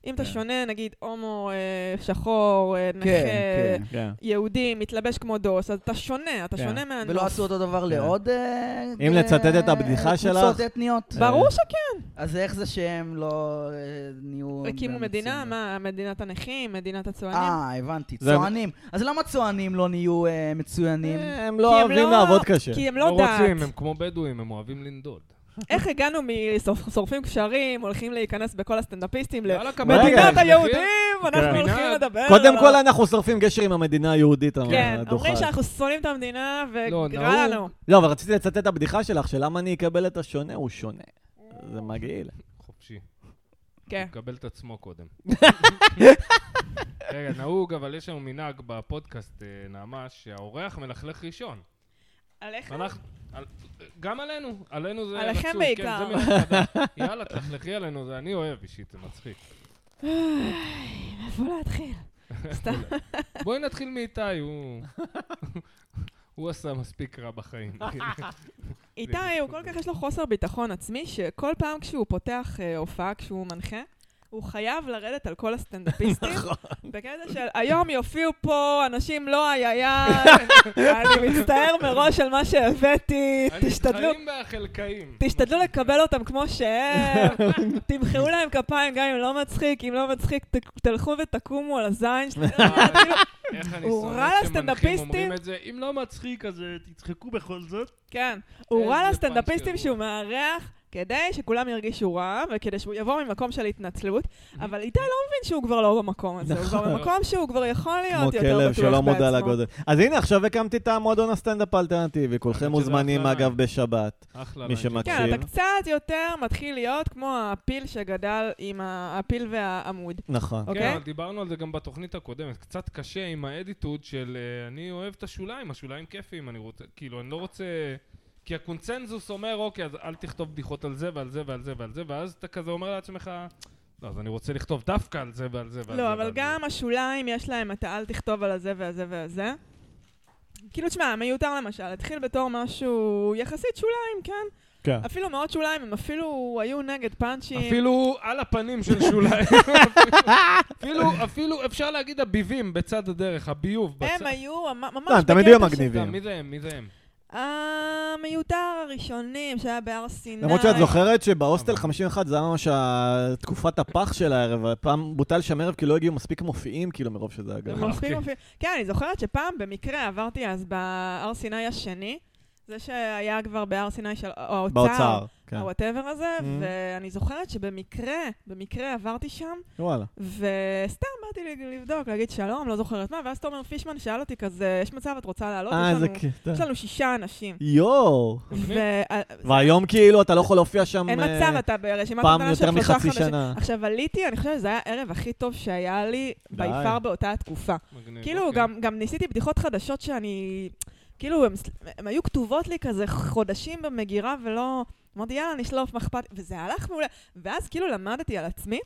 [SPEAKER 4] אם אתה שונה, נגיד, הומו, אה, שחור, אה, נכה,
[SPEAKER 2] כן, כן.
[SPEAKER 1] כן.
[SPEAKER 4] יהודי, מתלבש כמו דוס, אז אתה שונה, אתה
[SPEAKER 1] כן.
[SPEAKER 4] שונה מהנוף.
[SPEAKER 2] ולא עשו אותו דבר לעוד... אה,
[SPEAKER 1] אם
[SPEAKER 2] אה,
[SPEAKER 1] לצטט את הבדיחה
[SPEAKER 2] אה, קבוצות
[SPEAKER 1] שלך-
[SPEAKER 2] אתניות?
[SPEAKER 4] ברור שכן.
[SPEAKER 2] אז איך זה שהם לא אה, נהיו...
[SPEAKER 4] הקימו
[SPEAKER 2] באמת
[SPEAKER 4] מדינה,
[SPEAKER 2] סיננו?
[SPEAKER 4] מה, מדינת הנכים, מדינת הצוענים.
[SPEAKER 2] אה, הבנתי,
[SPEAKER 1] זה-
[SPEAKER 2] צוענים. אז למה צוענים לא נהיו אה, מצוינים?
[SPEAKER 1] אה, הם
[SPEAKER 4] כי
[SPEAKER 1] לא
[SPEAKER 4] הם
[SPEAKER 1] אוהבים
[SPEAKER 4] לא-
[SPEAKER 1] לעבוד קשה.
[SPEAKER 4] כי הם
[SPEAKER 3] לא
[SPEAKER 4] לא דעת.
[SPEAKER 3] רוצים, הם כמו בדואים, הם אוהבים לנדוד.
[SPEAKER 4] איך הגענו משורפים קשרים, הולכים להיכנס בכל הסטנדאפיסטים ל...
[SPEAKER 3] יאללה, קבל
[SPEAKER 1] רגע,
[SPEAKER 4] מדינת
[SPEAKER 3] מדינת
[SPEAKER 4] היהודים, אנחנו
[SPEAKER 1] כן.
[SPEAKER 4] הולכים
[SPEAKER 3] מדינת-
[SPEAKER 4] לדבר.
[SPEAKER 1] קודם
[SPEAKER 4] על
[SPEAKER 1] כל אנחנו שורפים גשר עם המדינה היהודית,
[SPEAKER 4] כן,
[SPEAKER 1] הדוחה.
[SPEAKER 4] אומרים שאנחנו שונאים את המדינה,
[SPEAKER 3] לא,
[SPEAKER 4] וגרע
[SPEAKER 3] נהוג.
[SPEAKER 4] לנו.
[SPEAKER 1] לא, אבל רציתי לצטט את הבדיחה שלך, שלמה אני אקבל את השונה, הוא שונה. זה
[SPEAKER 4] אה,
[SPEAKER 1] מגעיל.
[SPEAKER 3] חופשי.
[SPEAKER 4] כן.
[SPEAKER 3] קבל את עצמו קודם. רגע, נהוג, אבל יש לנו מנהג בפודקאסט, אה, נעמה, שהאורח מלכלך ראשון.
[SPEAKER 4] עליך?
[SPEAKER 3] אנחנו- על- גם עלינו, עלינו זה
[SPEAKER 4] כן. עליכם
[SPEAKER 3] רצוי,
[SPEAKER 4] בעיקר.
[SPEAKER 3] כן, זה מנהג חדש. יאללה, תלכלכי עלינו, זה אני אוהב אישית, זה מצחיק.
[SPEAKER 4] איפה להתחיל? סתם.
[SPEAKER 3] בואי נתחיל מאיתי, הוא... הוא עשה מספיק רע בחיים.
[SPEAKER 4] איתי, הוא כל כך יש לו חוסר ביטחון עצמי, שכל פעם כשהוא פותח אה, הופעה, כשהוא מנחה, הוא חייב לרדת על כל הסטנדאפיסטים. בקטע של היום יופיעו פה אנשים לא איי איי איי, אני מצטער מראש על מה שהבאתי, תשתדלו.
[SPEAKER 3] הנדחיים והחלקאים.
[SPEAKER 4] תשתדלו לקבל אותם כמו שהם, תמחאו להם כפיים גם אם לא מצחיק, אם לא מצחיק ת- תלכו ותקומו על הזין שלכם. כאילו,
[SPEAKER 3] איך אה, אני
[SPEAKER 4] הוא רע
[SPEAKER 3] שונא שמנחים
[SPEAKER 4] לסטנדאפיסטים.
[SPEAKER 3] אומרים את זה, אם לא מצחיק אז אה, תצחקו בכל זאת.
[SPEAKER 4] כן, הוא רע
[SPEAKER 3] איזה
[SPEAKER 4] לסטנדאפיסטים
[SPEAKER 3] פאנץ'
[SPEAKER 4] שהוא מארח כדי שכולם ירגישו רע וכדי שהוא יבוא ממקום של התנצלות,
[SPEAKER 1] Mm-hmm.
[SPEAKER 4] אבל איתי לא מבין שהוא כבר לא במקום הזה, הוא כבר במקום שהוא כבר יכול
[SPEAKER 1] נכון. כמו
[SPEAKER 4] להיות יותר
[SPEAKER 1] כלב
[SPEAKER 4] בטוח בעצמו.
[SPEAKER 1] שלא מודע לגודל. אז הנה, עכשיו הקמתי את המועדון הסטנדאפ האלטרנטיבי. כולכם
[SPEAKER 3] האמת שזה
[SPEAKER 1] מוזמנים,
[SPEAKER 3] אחלה
[SPEAKER 1] אגב, בשבת.
[SPEAKER 3] אחלה.
[SPEAKER 1] מי
[SPEAKER 3] לייק.
[SPEAKER 1] שמקשיב.
[SPEAKER 4] כן, אתה קצת יותר מתחיל להיות כמו הפיל שגדל עם ה- הפיל והעמוד,
[SPEAKER 1] נכון.
[SPEAKER 3] כן,
[SPEAKER 4] אוקיי?
[SPEAKER 3] אבל דיברנו על זה גם בתוכנית הקודמת. קצת קשה עם האדיטוד של אה, אני אוהב את השוליים, השוליים כיפיים, אני רוצה, כאילו, אני לא רוצה... כי הקונצנזוס אומר, אוקיי, אז אל תכתוב בדיחות על זה ועל זה ועל זה ועל זה, ואז אתה כזה אומר לעצמך, לא, אז אני רוצה לכתוב דווקא על זה ועל זה ועל זה.
[SPEAKER 4] לא, אבל
[SPEAKER 3] ועל זה."
[SPEAKER 4] גם השוליים יש להם את האל תכתוב על הזה ועל זה ועל זה. כאילו, תשמע, מיותר למשל, התחיל בתור משהו יחסית שוליים, כן?
[SPEAKER 1] כן.
[SPEAKER 4] אפילו מאוד שוליים, הם אפילו היו נגד פאנצ'ים.
[SPEAKER 3] אפילו על הפנים של שוליים. אפילו, אפילו, אפשר להגיד הביבים בצד הדרך, הביוב בצד.
[SPEAKER 4] הם היו המ- ממש
[SPEAKER 1] לא, הם תמיד
[SPEAKER 4] בקטע
[SPEAKER 1] היו
[SPEAKER 4] של-
[SPEAKER 1] מגניבים.
[SPEAKER 3] גם, מי זה הם? מי זה הם?
[SPEAKER 4] המיותר הראשונים שהיה בהר סיני.
[SPEAKER 1] למרות שאת זוכרת שבהוסטל 51 זה היה ממש ה- תקופת הפח של הערב, פעם בוטל שם ערב כי לא הגיעו מספיק מופיעים, כאילו מרוב שזה היה
[SPEAKER 4] זה
[SPEAKER 1] גרוע.
[SPEAKER 3] אוקיי.
[SPEAKER 4] מופיע, מופיע. כן, אני זוכרת שפעם במקרה עברתי אז בהר סיני השני, זה שהיה כבר בהר סיני של האוצר.
[SPEAKER 1] באוצר. כן.
[SPEAKER 4] הוואטאבר הזה,
[SPEAKER 1] Mhm.
[SPEAKER 4] ואני זוכרת שבמקרה, במקרה עברתי שם,
[SPEAKER 1] וואלה.
[SPEAKER 4] וסתם באתי ל- לבדוק, להגיד שלום, לא זוכרת מה, ואז תומר פישמן שאל אותי כזה, יש מצב, את רוצה לעלות?
[SPEAKER 1] אה,
[SPEAKER 4] יש
[SPEAKER 1] איזה
[SPEAKER 4] לנו-
[SPEAKER 1] קטע.
[SPEAKER 4] יש לנו שישה אנשים.
[SPEAKER 1] יואו.
[SPEAKER 3] מגניב.
[SPEAKER 4] ו-
[SPEAKER 1] והיום כאילו אתה לא יכול להופיע שם...
[SPEAKER 4] אין
[SPEAKER 1] אה,
[SPEAKER 4] מצב, אתה ברשימת
[SPEAKER 1] פעם
[SPEAKER 4] המתנה של
[SPEAKER 1] יותר
[SPEAKER 4] שלושה
[SPEAKER 1] מחצי
[SPEAKER 4] חודשים.
[SPEAKER 1] שנה.
[SPEAKER 4] עכשיו עליתי, אני חושבת שזה היה הערב הכי טוב שהיה לי
[SPEAKER 1] די.
[SPEAKER 4] ביפר באותה התקופה.
[SPEAKER 3] מגניב,
[SPEAKER 4] כאילו,
[SPEAKER 3] אוקיי.
[SPEAKER 4] גם גם ניסיתי בדיחות חדשות שאני... כאילו, הם ס- הם היו כתובות לי כזה חודשים במגירה, ולא... אמרתי, יאללה, נשלוף, מה אכפת? וזה הלך מעולה. ואז כאילו למדתי על עצמי,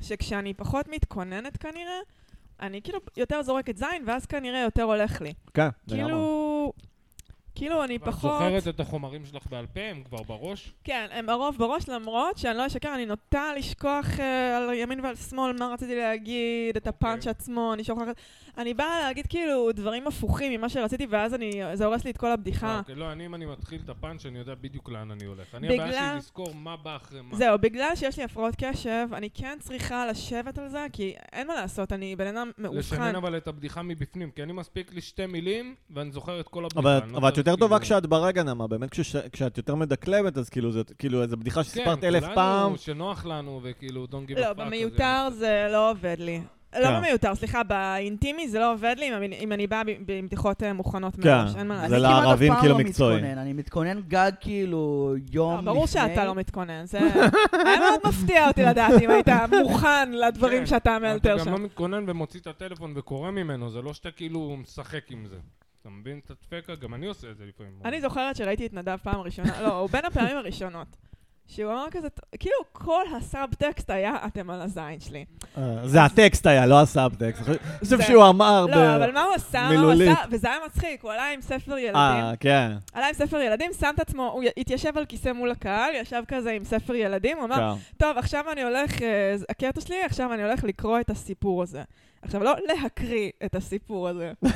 [SPEAKER 4] שכשאני פחות מתכוננת כנראה, אני כאילו יותר זורקת זין, ואז כנראה יותר הולך לי.
[SPEAKER 1] כן, לגמרי.
[SPEAKER 4] כאילו... כאילו, אני
[SPEAKER 3] את
[SPEAKER 4] פחות...
[SPEAKER 3] זוכרת את החומרים שלך בעל פה? הם כבר בראש?
[SPEAKER 4] כן, הם הרוב בראש, למרות שאני לא אשקר, אני נוטה לשכוח uh, על ימין ועל שמאל מה רציתי להגיד, את
[SPEAKER 3] אוקיי.
[SPEAKER 4] הפאנץ' עצמו, אני שוכחת. אני באה להגיד כאילו דברים הפוכים ממה שרציתי, ואז אני, זה הורס לי את כל
[SPEAKER 3] אה,
[SPEAKER 4] הבדיחה.
[SPEAKER 3] אוקיי, לא, אני, אם אני מתחיל את הפאנץ', אני יודע בדיוק לאן אני הולך. אני,
[SPEAKER 4] בגלל-
[SPEAKER 3] הבעיה שלי לזכור מה בא אחרי מה.
[SPEAKER 4] זהו, בגלל שיש לי הפרעות קשב, אני כן צריכה לשבת על זה, כי אין מה לעשות, אני בן אדם מאובחן.
[SPEAKER 3] לשנן אבל את הבדיחה מבפנים, כי אני מספיק לי שתי מילים, ואני זוכר את כל הבדיחה.
[SPEAKER 1] אבל,
[SPEAKER 3] אני לא
[SPEAKER 1] אבל את
[SPEAKER 3] צריך
[SPEAKER 1] יותר טובה
[SPEAKER 3] כאילו-
[SPEAKER 1] כשאת ברגע נמה, באמת כשש, כשאת יותר מדקלמת, אז כאילו זאת כאילו איזו בדיחה שסיפרת אלף
[SPEAKER 3] כן,
[SPEAKER 1] פעם.
[SPEAKER 3] כולנו, שנוח לנו, וכאילו, don't give a fuck.
[SPEAKER 4] לא,
[SPEAKER 3] אז
[SPEAKER 4] במיותר זה לא עובד לי.
[SPEAKER 1] כן.
[SPEAKER 4] לא במיותר, סליחה, באינטימי זה לא עובד לי אם אני- אם אני באה ב- עם בדיחות אה, מוכנות
[SPEAKER 1] כן.
[SPEAKER 4] מראש, אין מה
[SPEAKER 1] זה
[SPEAKER 4] לעשות.
[SPEAKER 2] אני כמעט אף
[SPEAKER 1] לערבים
[SPEAKER 2] פעם
[SPEAKER 1] כאילו
[SPEAKER 2] לא
[SPEAKER 1] מקצועי.
[SPEAKER 2] מתכונן, אני מתכונן גג כאילו יום
[SPEAKER 4] לא,
[SPEAKER 2] לפני.
[SPEAKER 4] ברור שאתה לא מתכונן, זה היה מאוד מפתיע אותי לדעת אם היית מוכן לדברים
[SPEAKER 3] כן,
[SPEAKER 4] שאתה מאלתר
[SPEAKER 3] אתה
[SPEAKER 4] שם.
[SPEAKER 3] גם לא מתכונן ומוציא את הטלפון וקורא ממנו, זה לא שאתה כאילו משחק עם זה. אתה מבין את הדפקה? גם אני עושה את זה לפעמים.
[SPEAKER 4] אני זוכרת שראיתי את נדב פעם ראשונה, לא, הוא בין הפעמים הראשונות. שהוא אמר כזה, כאילו כל הסאב-טקסט היה אתם על הזין שלי.
[SPEAKER 1] אה, זה הטקסט היה, לא הסאבטקסט. אני חושב- אני חושב
[SPEAKER 4] זה-
[SPEAKER 1] שהוא אמר ב...
[SPEAKER 4] לא, אבל לא מה הוא עשה? מה הוא
[SPEAKER 1] מילולית.
[SPEAKER 4] עשה? וזה היה מצחיק, הוא עלה עם ספר ילדים.
[SPEAKER 1] אה, כן.
[SPEAKER 4] עלה עם ספר ילדים, שם את עצמו, הוא התיישב על כיסא מול הקהל, ישב כזה עם ספר ילדים, הוא אמר,
[SPEAKER 1] כן.
[SPEAKER 4] טוב, עכשיו אני הולך, אה, זה- הקטע שלי, עכשיו אני הולך לקרוא את הסיפור הזה. עכשיו, לא להקריא את הסיפור הזה. אני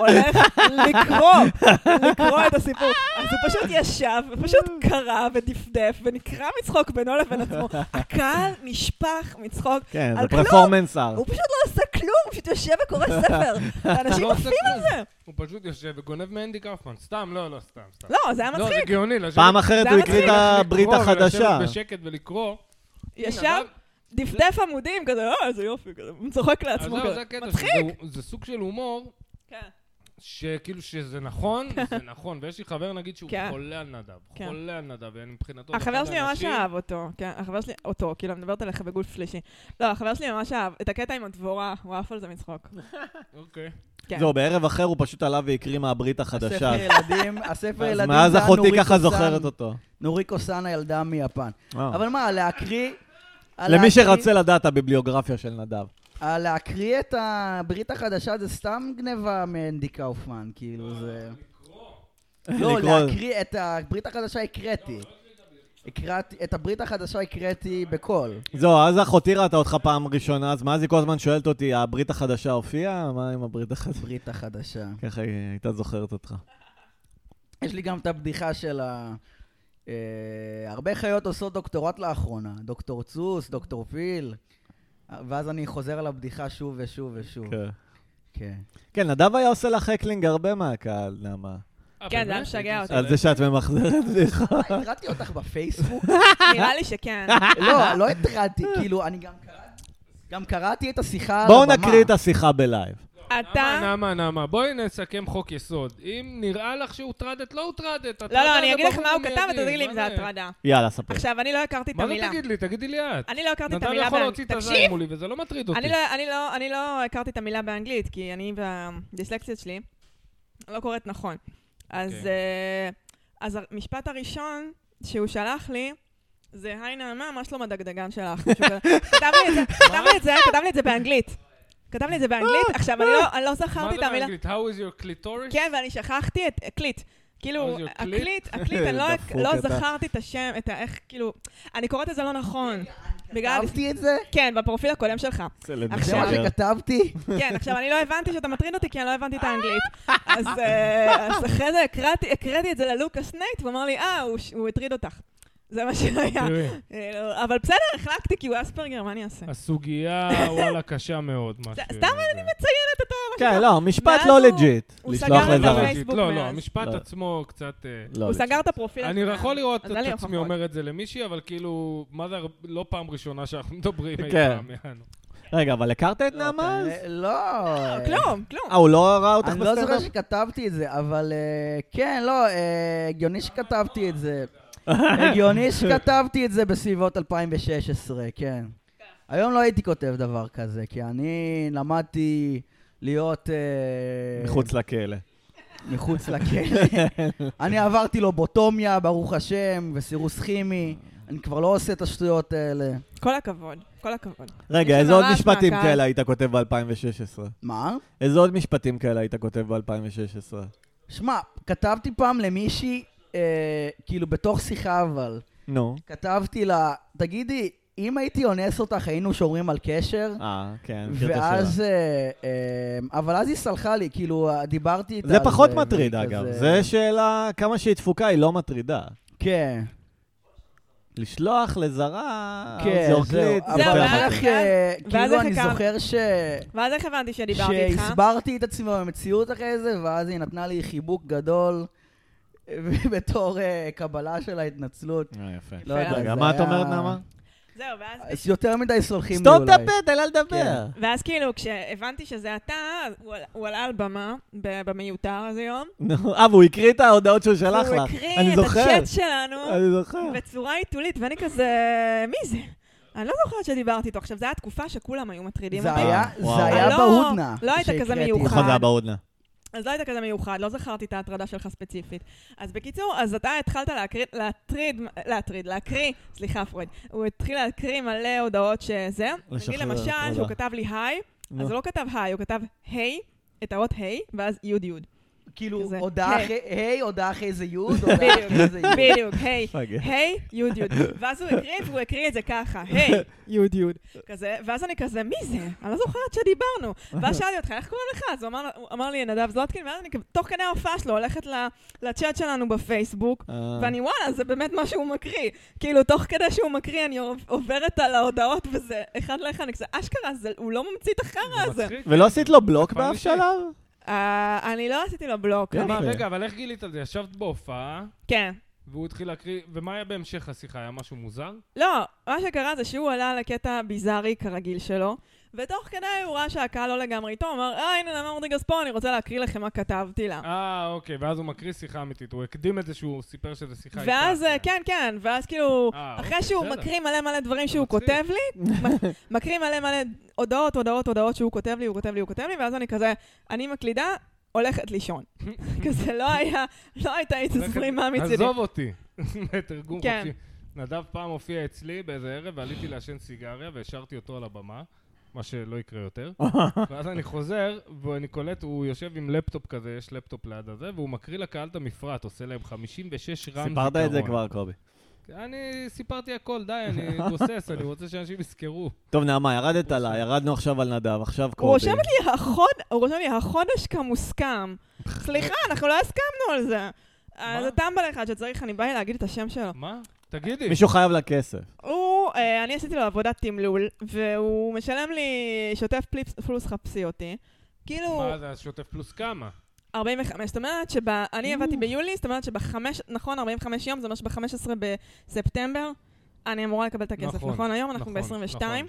[SPEAKER 4] הולך לקרוא, לקרוא את הסיפור. אז הוא פשוט ישב, ופשוט קרא ודפדף, ונקרע מצחוק בינו לבין עצמו. הקהל נשפך מצחוק.
[SPEAKER 1] כן,
[SPEAKER 4] על
[SPEAKER 1] זה
[SPEAKER 4] כלום.
[SPEAKER 1] פרפורמנס ארט.
[SPEAKER 4] הוא פשוט לא עושה כלום, הוא פשוט יושב וקורא ספר. ואנשים
[SPEAKER 3] אוקיי. לא עושה
[SPEAKER 4] עפים על זה.
[SPEAKER 3] הוא פשוט יושב וגונב מהנדי קאופמן. סתם, לא, לא, סתם, סתם.
[SPEAKER 4] לא, זה היה
[SPEAKER 3] לא, זה
[SPEAKER 4] מצחיק.
[SPEAKER 3] גאוני. לשבת-
[SPEAKER 1] פעם אחרת
[SPEAKER 4] זה
[SPEAKER 1] הוא
[SPEAKER 4] היה
[SPEAKER 1] הקריא את
[SPEAKER 3] לשבת
[SPEAKER 1] הברית
[SPEAKER 3] לקרוא
[SPEAKER 1] החדשה.
[SPEAKER 3] ולשבת בשקט ולקרוא.
[SPEAKER 4] ישב, דפדף עמודים, כזה, אה, איזה יופי, כזה, הוא צוחק
[SPEAKER 3] אז
[SPEAKER 4] לעצמו.
[SPEAKER 3] זהו,
[SPEAKER 4] כזה.
[SPEAKER 3] זה הקטע.
[SPEAKER 4] מצחיק.
[SPEAKER 3] שזה- זה סוג של הומור,
[SPEAKER 4] כן.
[SPEAKER 3] שכאילו שזה נכון, זה נכון. ויש לי חבר, נגיד, שהוא
[SPEAKER 4] כן.
[SPEAKER 3] חולה על נדב.
[SPEAKER 4] כן.
[SPEAKER 3] חולה על נדב, ומבחינתו... זה
[SPEAKER 4] החבר
[SPEAKER 3] אחד
[SPEAKER 4] שלי ממש
[SPEAKER 3] האנשים-
[SPEAKER 4] אהב אותו, כן, החבר שלי, אותו, כאילו, אני מדברת עליך בגוף שלישי. לא, החבר שלי ממש אהב, את הקטע עם הדבורה, הוא עף על זה מצחוק.
[SPEAKER 3] אוקיי.
[SPEAKER 4] כן.
[SPEAKER 1] זהו, בערב אחר הוא פשוט עלה והקריא מהברית החדשה.
[SPEAKER 2] הספר ילדים, הספר
[SPEAKER 1] אז
[SPEAKER 2] ילדים
[SPEAKER 1] מאז
[SPEAKER 2] זה
[SPEAKER 1] אחותי
[SPEAKER 2] הנוריקו
[SPEAKER 1] ככה
[SPEAKER 2] סאן-
[SPEAKER 1] זוכרת אותו.
[SPEAKER 2] נוריקו סאן הילדה מיפן.
[SPEAKER 1] אה.
[SPEAKER 2] אבל מה, להקריא...
[SPEAKER 1] למי
[SPEAKER 2] להקריא-
[SPEAKER 1] שרצה לדעת, הביבליוגרפיה של נדב.
[SPEAKER 2] אה, להקריא את הברית החדשה זה סתם גניבה מאנדי קאופמן, כאילו זה... לא,
[SPEAKER 1] לקרוא.
[SPEAKER 2] להקריא את הברית החדשה הקראתי. הקראתי, את הברית החדשה הקראתי בקול.
[SPEAKER 1] זהו, אז אחותי ראתה אותך פעם ראשונה, אז מאז היא כל הזמן שואלת אותי, הברית החדשה הופיעה? מה עם הברית החדשה?
[SPEAKER 2] הברית החדשה.
[SPEAKER 1] ככה היא הייתה זוכרת אותך.
[SPEAKER 2] יש לי גם את הבדיחה של ה... אה, הרבה חיות עושות דוקטורט לאחרונה. דוקטור צוס, דוקטור פיל. ואז אני חוזר על הבדיחה שוב ושוב ושוב.
[SPEAKER 1] כן.
[SPEAKER 2] כן.
[SPEAKER 1] כן, נדב היה עושה לך הקלינג הרבה מהקהל, נעמה.
[SPEAKER 3] אה,
[SPEAKER 4] כן, זה היה
[SPEAKER 3] באמת?
[SPEAKER 4] משגע
[SPEAKER 3] הייתי
[SPEAKER 4] אותי.
[SPEAKER 1] על זה שאת ממחזרת בדיחה.
[SPEAKER 2] אה, התרעתי אותך בפייסבוק?
[SPEAKER 4] נראה לי שכן.
[SPEAKER 2] לא, לא התרעתי. כאילו, אני גם קראתי... גם קראתי את השיחה על הבמה.
[SPEAKER 1] בואו נקריא את השיחה בלייב.
[SPEAKER 3] נעמה,
[SPEAKER 4] אתה...
[SPEAKER 3] נעמה, נעמה, בואי נסכם חוק יסוד. אם נראה לך שהוטרדת, לא הוטרדת.
[SPEAKER 4] לא,
[SPEAKER 3] הטרדה
[SPEAKER 4] לא,
[SPEAKER 3] זה
[SPEAKER 4] אני אגיד לך
[SPEAKER 3] ברור
[SPEAKER 4] מה הוא
[SPEAKER 3] ומיידי,
[SPEAKER 4] כתב ותגידי לי אם
[SPEAKER 3] מה
[SPEAKER 4] זה הטרדה.
[SPEAKER 1] יאללה, ספר.
[SPEAKER 4] עכשיו, אני לא הכרתי את
[SPEAKER 3] מה זה
[SPEAKER 4] המילה.
[SPEAKER 3] תגיד לי? תגידי לי את.
[SPEAKER 4] אני לא הכרתי את
[SPEAKER 3] נדב
[SPEAKER 4] המילה
[SPEAKER 3] יכול להוציא
[SPEAKER 4] באנגלית.
[SPEAKER 3] את הזין
[SPEAKER 4] תקשיב!
[SPEAKER 3] מולי, וזה לא מטריד אותי.
[SPEAKER 4] אני לא, אני, לא, אני לא הכרתי את המילה באנגלית, כי אני והדיסלקציות שלי לא קוראת נכון. אז,
[SPEAKER 3] אוקיי.
[SPEAKER 4] okay. אז המשפט הראשון שהוא שלח לי, זה היי נעמה, מה שלום הדגדגן שלך? משהו כזה. כתב לי את זה, כתב לי את זה, כתב לי את זה באנגלית. כתב לי את זה באנגלית, עכשיו אני לא, אני לא
[SPEAKER 3] אה, מה
[SPEAKER 4] זכרתי
[SPEAKER 3] זה
[SPEAKER 4] את המילה.
[SPEAKER 3] באנגלית? How is your clitoris?
[SPEAKER 4] כן, ואני שכחתי את קליט. כאילו,
[SPEAKER 3] אז יו, קליט?
[SPEAKER 4] הקליט, הקליט, אני לא-
[SPEAKER 1] דפוק
[SPEAKER 4] לא
[SPEAKER 1] אתה.
[SPEAKER 4] זכרתי את השם, את ה... איך, כאילו... אני קוראת את זה לא נכון. בגלל...
[SPEAKER 2] כתבתי את זה?
[SPEAKER 4] כן, בפרופיל הקודם שלך.
[SPEAKER 1] צלד
[SPEAKER 4] עכשיו-
[SPEAKER 2] זה מה
[SPEAKER 1] משדר.
[SPEAKER 2] שכתבתי?
[SPEAKER 4] כן, עכשיו, אני לא הבנתי שאתה מטריד אותי, כי אני לא הבנתי את האנגלית. אז אה, אז אחרי זה הקראתי- הקראתי את זה ללוקאס נייט, והוא אמר לי, אה, הוא ש- הוא הטריד אותך. זה מה שהיה.
[SPEAKER 3] תראי,
[SPEAKER 4] אה, אבל בסדר, החלקתי, כי הוא אספרגר, מה אני אעשה?
[SPEAKER 3] הסוגיה, וואלה, קשה מאוד, מה
[SPEAKER 4] סתם
[SPEAKER 3] ש-
[SPEAKER 4] אני מציינת את ה...
[SPEAKER 1] כן, לא, משפט
[SPEAKER 4] ואז
[SPEAKER 1] לא
[SPEAKER 4] הוא-
[SPEAKER 1] לג'יט.
[SPEAKER 4] הוא
[SPEAKER 1] לשלוח
[SPEAKER 4] סגר את
[SPEAKER 3] לא,
[SPEAKER 1] לזרה.
[SPEAKER 4] הפייסבוק. פייסבוק
[SPEAKER 3] לא, לא,
[SPEAKER 4] מאז.
[SPEAKER 3] המשפט
[SPEAKER 1] לא.
[SPEAKER 3] עצמו קצת... אה,
[SPEAKER 1] לא
[SPEAKER 4] הוא
[SPEAKER 1] legit.
[SPEAKER 4] סגר את הפרופיל.
[SPEAKER 3] אני
[SPEAKER 4] הזמן.
[SPEAKER 3] יכול לראות
[SPEAKER 4] אז לא
[SPEAKER 3] את
[SPEAKER 4] אין לי
[SPEAKER 3] עצמי
[SPEAKER 4] הוכחות.
[SPEAKER 3] אומר את זה למישהי, אבל כאילו, מה זה, הר- לא פעם ראשונה שאנחנו מדברים אי
[SPEAKER 1] כן.
[SPEAKER 3] פעם, יענו.
[SPEAKER 1] רגע, אבל הכרת את נעמה אז?
[SPEAKER 2] כנראה- לא.
[SPEAKER 4] כלום, כלום.
[SPEAKER 1] אה, הוא לא ראה אותך
[SPEAKER 2] אני לא זוכר
[SPEAKER 1] בסטנדאפ?
[SPEAKER 2] שכתבתי את זה, אבל אה, כן, לא, אה, הגיוני שכתבתי את זה. הגיוני שכתבתי את זה בסביבות 2016, כן. היום לא הייתי כותב דבר כזה, כי אני למדתי להיות... אה,
[SPEAKER 1] מחוץ לכלא.
[SPEAKER 2] מחוץ לכלא. אני עברתי לובוטומיה, ברוך השם, וסירוס כימי. אני כבר לא עושה את השטויות האלה.
[SPEAKER 4] כל הכבוד, כל הכבוד.
[SPEAKER 1] רגע,
[SPEAKER 4] יש
[SPEAKER 1] איזה
[SPEAKER 4] לנו
[SPEAKER 1] עוד
[SPEAKER 4] רעש
[SPEAKER 1] משפטים
[SPEAKER 4] מהקהל.
[SPEAKER 1] כאלה היית כותב ב-2016?
[SPEAKER 2] מה?
[SPEAKER 1] איזה עוד משפטים כאלה היית כותב ב-2016?
[SPEAKER 2] שמע, כתבתי פעם למישהי, אה, כאילו בתוך שיחה אבל,
[SPEAKER 1] נו.
[SPEAKER 2] כתבתי לה, תגידי, אם הייתי אונס אותך היינו שומרים על קשר?
[SPEAKER 1] אה, כן, מכיר את
[SPEAKER 2] ואז,
[SPEAKER 1] השאלה.
[SPEAKER 2] אה, אה, אבל אז היא סלחה לי, כאילו, אה, דיברתי איתה.
[SPEAKER 1] זה
[SPEAKER 2] על
[SPEAKER 1] פחות
[SPEAKER 2] והיא
[SPEAKER 1] מטריד, אגב.
[SPEAKER 2] כזה-
[SPEAKER 1] זה שאלה, כמה שהיא תפוקה היא לא מטרידה.
[SPEAKER 2] כן.
[SPEAKER 1] לשלוח לזרה,
[SPEAKER 2] כן,
[SPEAKER 1] אה, זה
[SPEAKER 2] זהו.
[SPEAKER 1] אורקליט,
[SPEAKER 2] אבל
[SPEAKER 4] זהו,
[SPEAKER 1] יותר
[SPEAKER 2] אחר
[SPEAKER 4] ואז-
[SPEAKER 1] חשוב.
[SPEAKER 2] כך, אה,
[SPEAKER 4] ואז
[SPEAKER 2] כאילו,
[SPEAKER 4] איך
[SPEAKER 2] אני
[SPEAKER 4] הכרת?
[SPEAKER 2] זוכר ש...
[SPEAKER 4] ואז איך הבנתי שדיברתי איתך?
[SPEAKER 2] שהסברתי את עצמי במציאות אחרי זה, ואז היא נתנה לי חיבוק גדול אה, בתור אה, קבלה של ההתנצלות.
[SPEAKER 1] אה, יפה.
[SPEAKER 2] לא יודע,
[SPEAKER 1] רגע,
[SPEAKER 2] זה
[SPEAKER 1] מה את
[SPEAKER 2] היה-
[SPEAKER 1] אומרת, נעמה?
[SPEAKER 4] זהו, ואז...
[SPEAKER 2] אז יותר מדי סולחים לי
[SPEAKER 1] סתום
[SPEAKER 2] אולי.
[SPEAKER 1] את הפה, תן לה לדבר.
[SPEAKER 2] כן.
[SPEAKER 4] ואז כאילו, כשהבנתי שזה אתה, אז הוא על- הוא עלה על במה, ב- במיותר הזה יום.
[SPEAKER 1] נו, אה, והוא הקריא את ההודעות שהוא שלח
[SPEAKER 4] הוא
[SPEAKER 1] לך.
[SPEAKER 4] הקריא
[SPEAKER 1] אני
[SPEAKER 4] את
[SPEAKER 1] זוכר.
[SPEAKER 4] הצ'אט שלנו
[SPEAKER 1] אני זוכר.
[SPEAKER 4] בצורה עיתולית, ואני כזה... מי זה? אני לא זוכרת שדיברתי איתו. עכשיו, זו הייתה תקופה שכולם היו מטרידים
[SPEAKER 2] זה
[SPEAKER 4] אותי.
[SPEAKER 2] היה,
[SPEAKER 1] וואו.
[SPEAKER 2] זה היה
[SPEAKER 4] לא,
[SPEAKER 2] בהודנה.
[SPEAKER 4] לא היית כזה
[SPEAKER 2] שהקראתי.
[SPEAKER 4] מיוחד.
[SPEAKER 1] נכון, זה היה בהודנה.
[SPEAKER 4] אז לא היית כזה מיוחד, לא זכרתי את ההטרדה שלך ספציפית. אז בקיצור, אז אתה התחלת להקריא, להטריד, להטריד, להקריא, סליחה פרויד, הוא התחיל להקריא מלא הודעות שזה.
[SPEAKER 1] לשחרר
[SPEAKER 4] נגיד למשל,
[SPEAKER 1] הטרדה.
[SPEAKER 4] שהוא כתב לי היי,
[SPEAKER 1] נו.
[SPEAKER 4] אז הוא לא כתב היי, הוא כתב היי, את האות היי, ואז יוד יוד.
[SPEAKER 2] כאילו,
[SPEAKER 4] כזה,
[SPEAKER 2] הודעה
[SPEAKER 4] היי.
[SPEAKER 2] אחרי, היי, הודעה אחרי זה יוד,
[SPEAKER 4] בדיוק,
[SPEAKER 2] הודעה אחרי זה יוד.
[SPEAKER 4] בדיוק, היי.
[SPEAKER 1] פאק.
[SPEAKER 4] היי, יוד יוד. ואז הוא הקריא, והוא הקריא את זה ככה, היי, יוד יוד. כזה, ואז אני כזה, מי זה? אני לא זוכרת שדיברנו. ואז שאלתי אותך, איך קוראים לך? אז הוא אמר- הוא אמר לי, נדב זלוטקין, ואז אני כ- תוך כדי ההופעה שלו הולכת ל- לצ'אט שלנו בפייסבוק,
[SPEAKER 1] אה.
[SPEAKER 4] ואני, וואלה, זה באמת מה שהוא מקריא. כאילו, תוך כדי שהוא מקריא, אני עוב- עוברת על ההודעות, וזה אחד לאחד, אני כזה, אשכרה, זה- הוא לא ממציא את החרא הזה.
[SPEAKER 3] מצחיק.
[SPEAKER 1] ולא עשית לו בלוק
[SPEAKER 3] פעם
[SPEAKER 1] באף
[SPEAKER 3] ראשונה.
[SPEAKER 1] שלב?
[SPEAKER 4] אה, אני לא עשיתי לו בלוק.
[SPEAKER 1] יפה.
[SPEAKER 3] מה, רגע, אבל איך גילית את זה? ישבת בהופעה,
[SPEAKER 4] כן.
[SPEAKER 3] והוא התחיל להקריא, ומה היה בהמשך השיחה? היה משהו מוזר?
[SPEAKER 4] לא, מה שקרה זה שהוא עלה על הקטע הביזארי כרגיל שלו, ותוך כדי הוא ראה שהקהל לא לגמרי איתו, הוא אמר, אה, הנה, למה מורדיגס פה, אני רוצה להקריא לכם מה כתבתי לה.
[SPEAKER 3] אה, אוקיי, ואז הוא מקריא שיחה אמיתית. הוא הקדים את זה שהוא סיפר שזה שיחה איתה.
[SPEAKER 4] ואז, אה, כן, כן, ואז כאילו,
[SPEAKER 3] אה,
[SPEAKER 4] אחרי
[SPEAKER 3] אוקיי,
[SPEAKER 4] שהוא
[SPEAKER 3] בסדר.
[SPEAKER 4] מקריא מלא מלא דברים שהוא
[SPEAKER 3] מצחיק.
[SPEAKER 4] כותב לי, מק- מקריא מלא מלא הודעות, הודעות, הודעות שהוא כותב לי, הוא כותב לי, הוא כותב לי, ואז אני כזה, אני מקלידה, הולכת לישון. כזה לא היה, לא הייתה התזרימה מצידי.
[SPEAKER 3] עזוב אותי. בתרגום
[SPEAKER 4] כן.
[SPEAKER 3] חופשי. נדב פעם הופיע אצלי באיזה ערב, ועליתי לעשן סיגריה, והשארתי אותו על הבמה, מה שלא יקרה יותר. ואז אני חוזר, ואני קולט, הוא יושב עם לפטופ כזה, יש לפטופ ליד הזה, והוא מקריא לקהל את המפרט, עושה להם 56 רם זיכרון.
[SPEAKER 1] סיפרת את זה כבר, קובי.
[SPEAKER 3] אני סיפרתי הכל, די, אני גוסס, אני רוצה שאנשים יזכרו.
[SPEAKER 1] טוב, נעמה, ירדת עליי, ירדנו עכשיו על נדב, עכשיו קובי.
[SPEAKER 4] הוא רושם לי החוד- הוא רושם לי החודש כמוסכם. סליחה, אנחנו לא הסכמנו על זה. אה, זה טמבל אחד שצריך, אני באה לי להגיד את השם שלו.
[SPEAKER 3] מה? תגידי.
[SPEAKER 1] מישהו חייב לה כסף.
[SPEAKER 4] הוא, אה, אני עשיתי לו עבודת תמלול, והוא משלם לי שוטף פליפס- פלוס חפשי אותי. כאילו,
[SPEAKER 3] מה זה, אז שוטף פלוס כמה?
[SPEAKER 4] 45, זאת אומרת שאני
[SPEAKER 3] Mm.
[SPEAKER 4] עבדתי ביולי, זאת אומרת שבחמש, נכון, 45 יום, זה אומר שב-15 בספטמבר אני אמורה לקבל את הכסף,
[SPEAKER 3] נכון,
[SPEAKER 4] נכון? היום אנחנו
[SPEAKER 3] נכון,
[SPEAKER 4] ב-22,
[SPEAKER 3] נכון.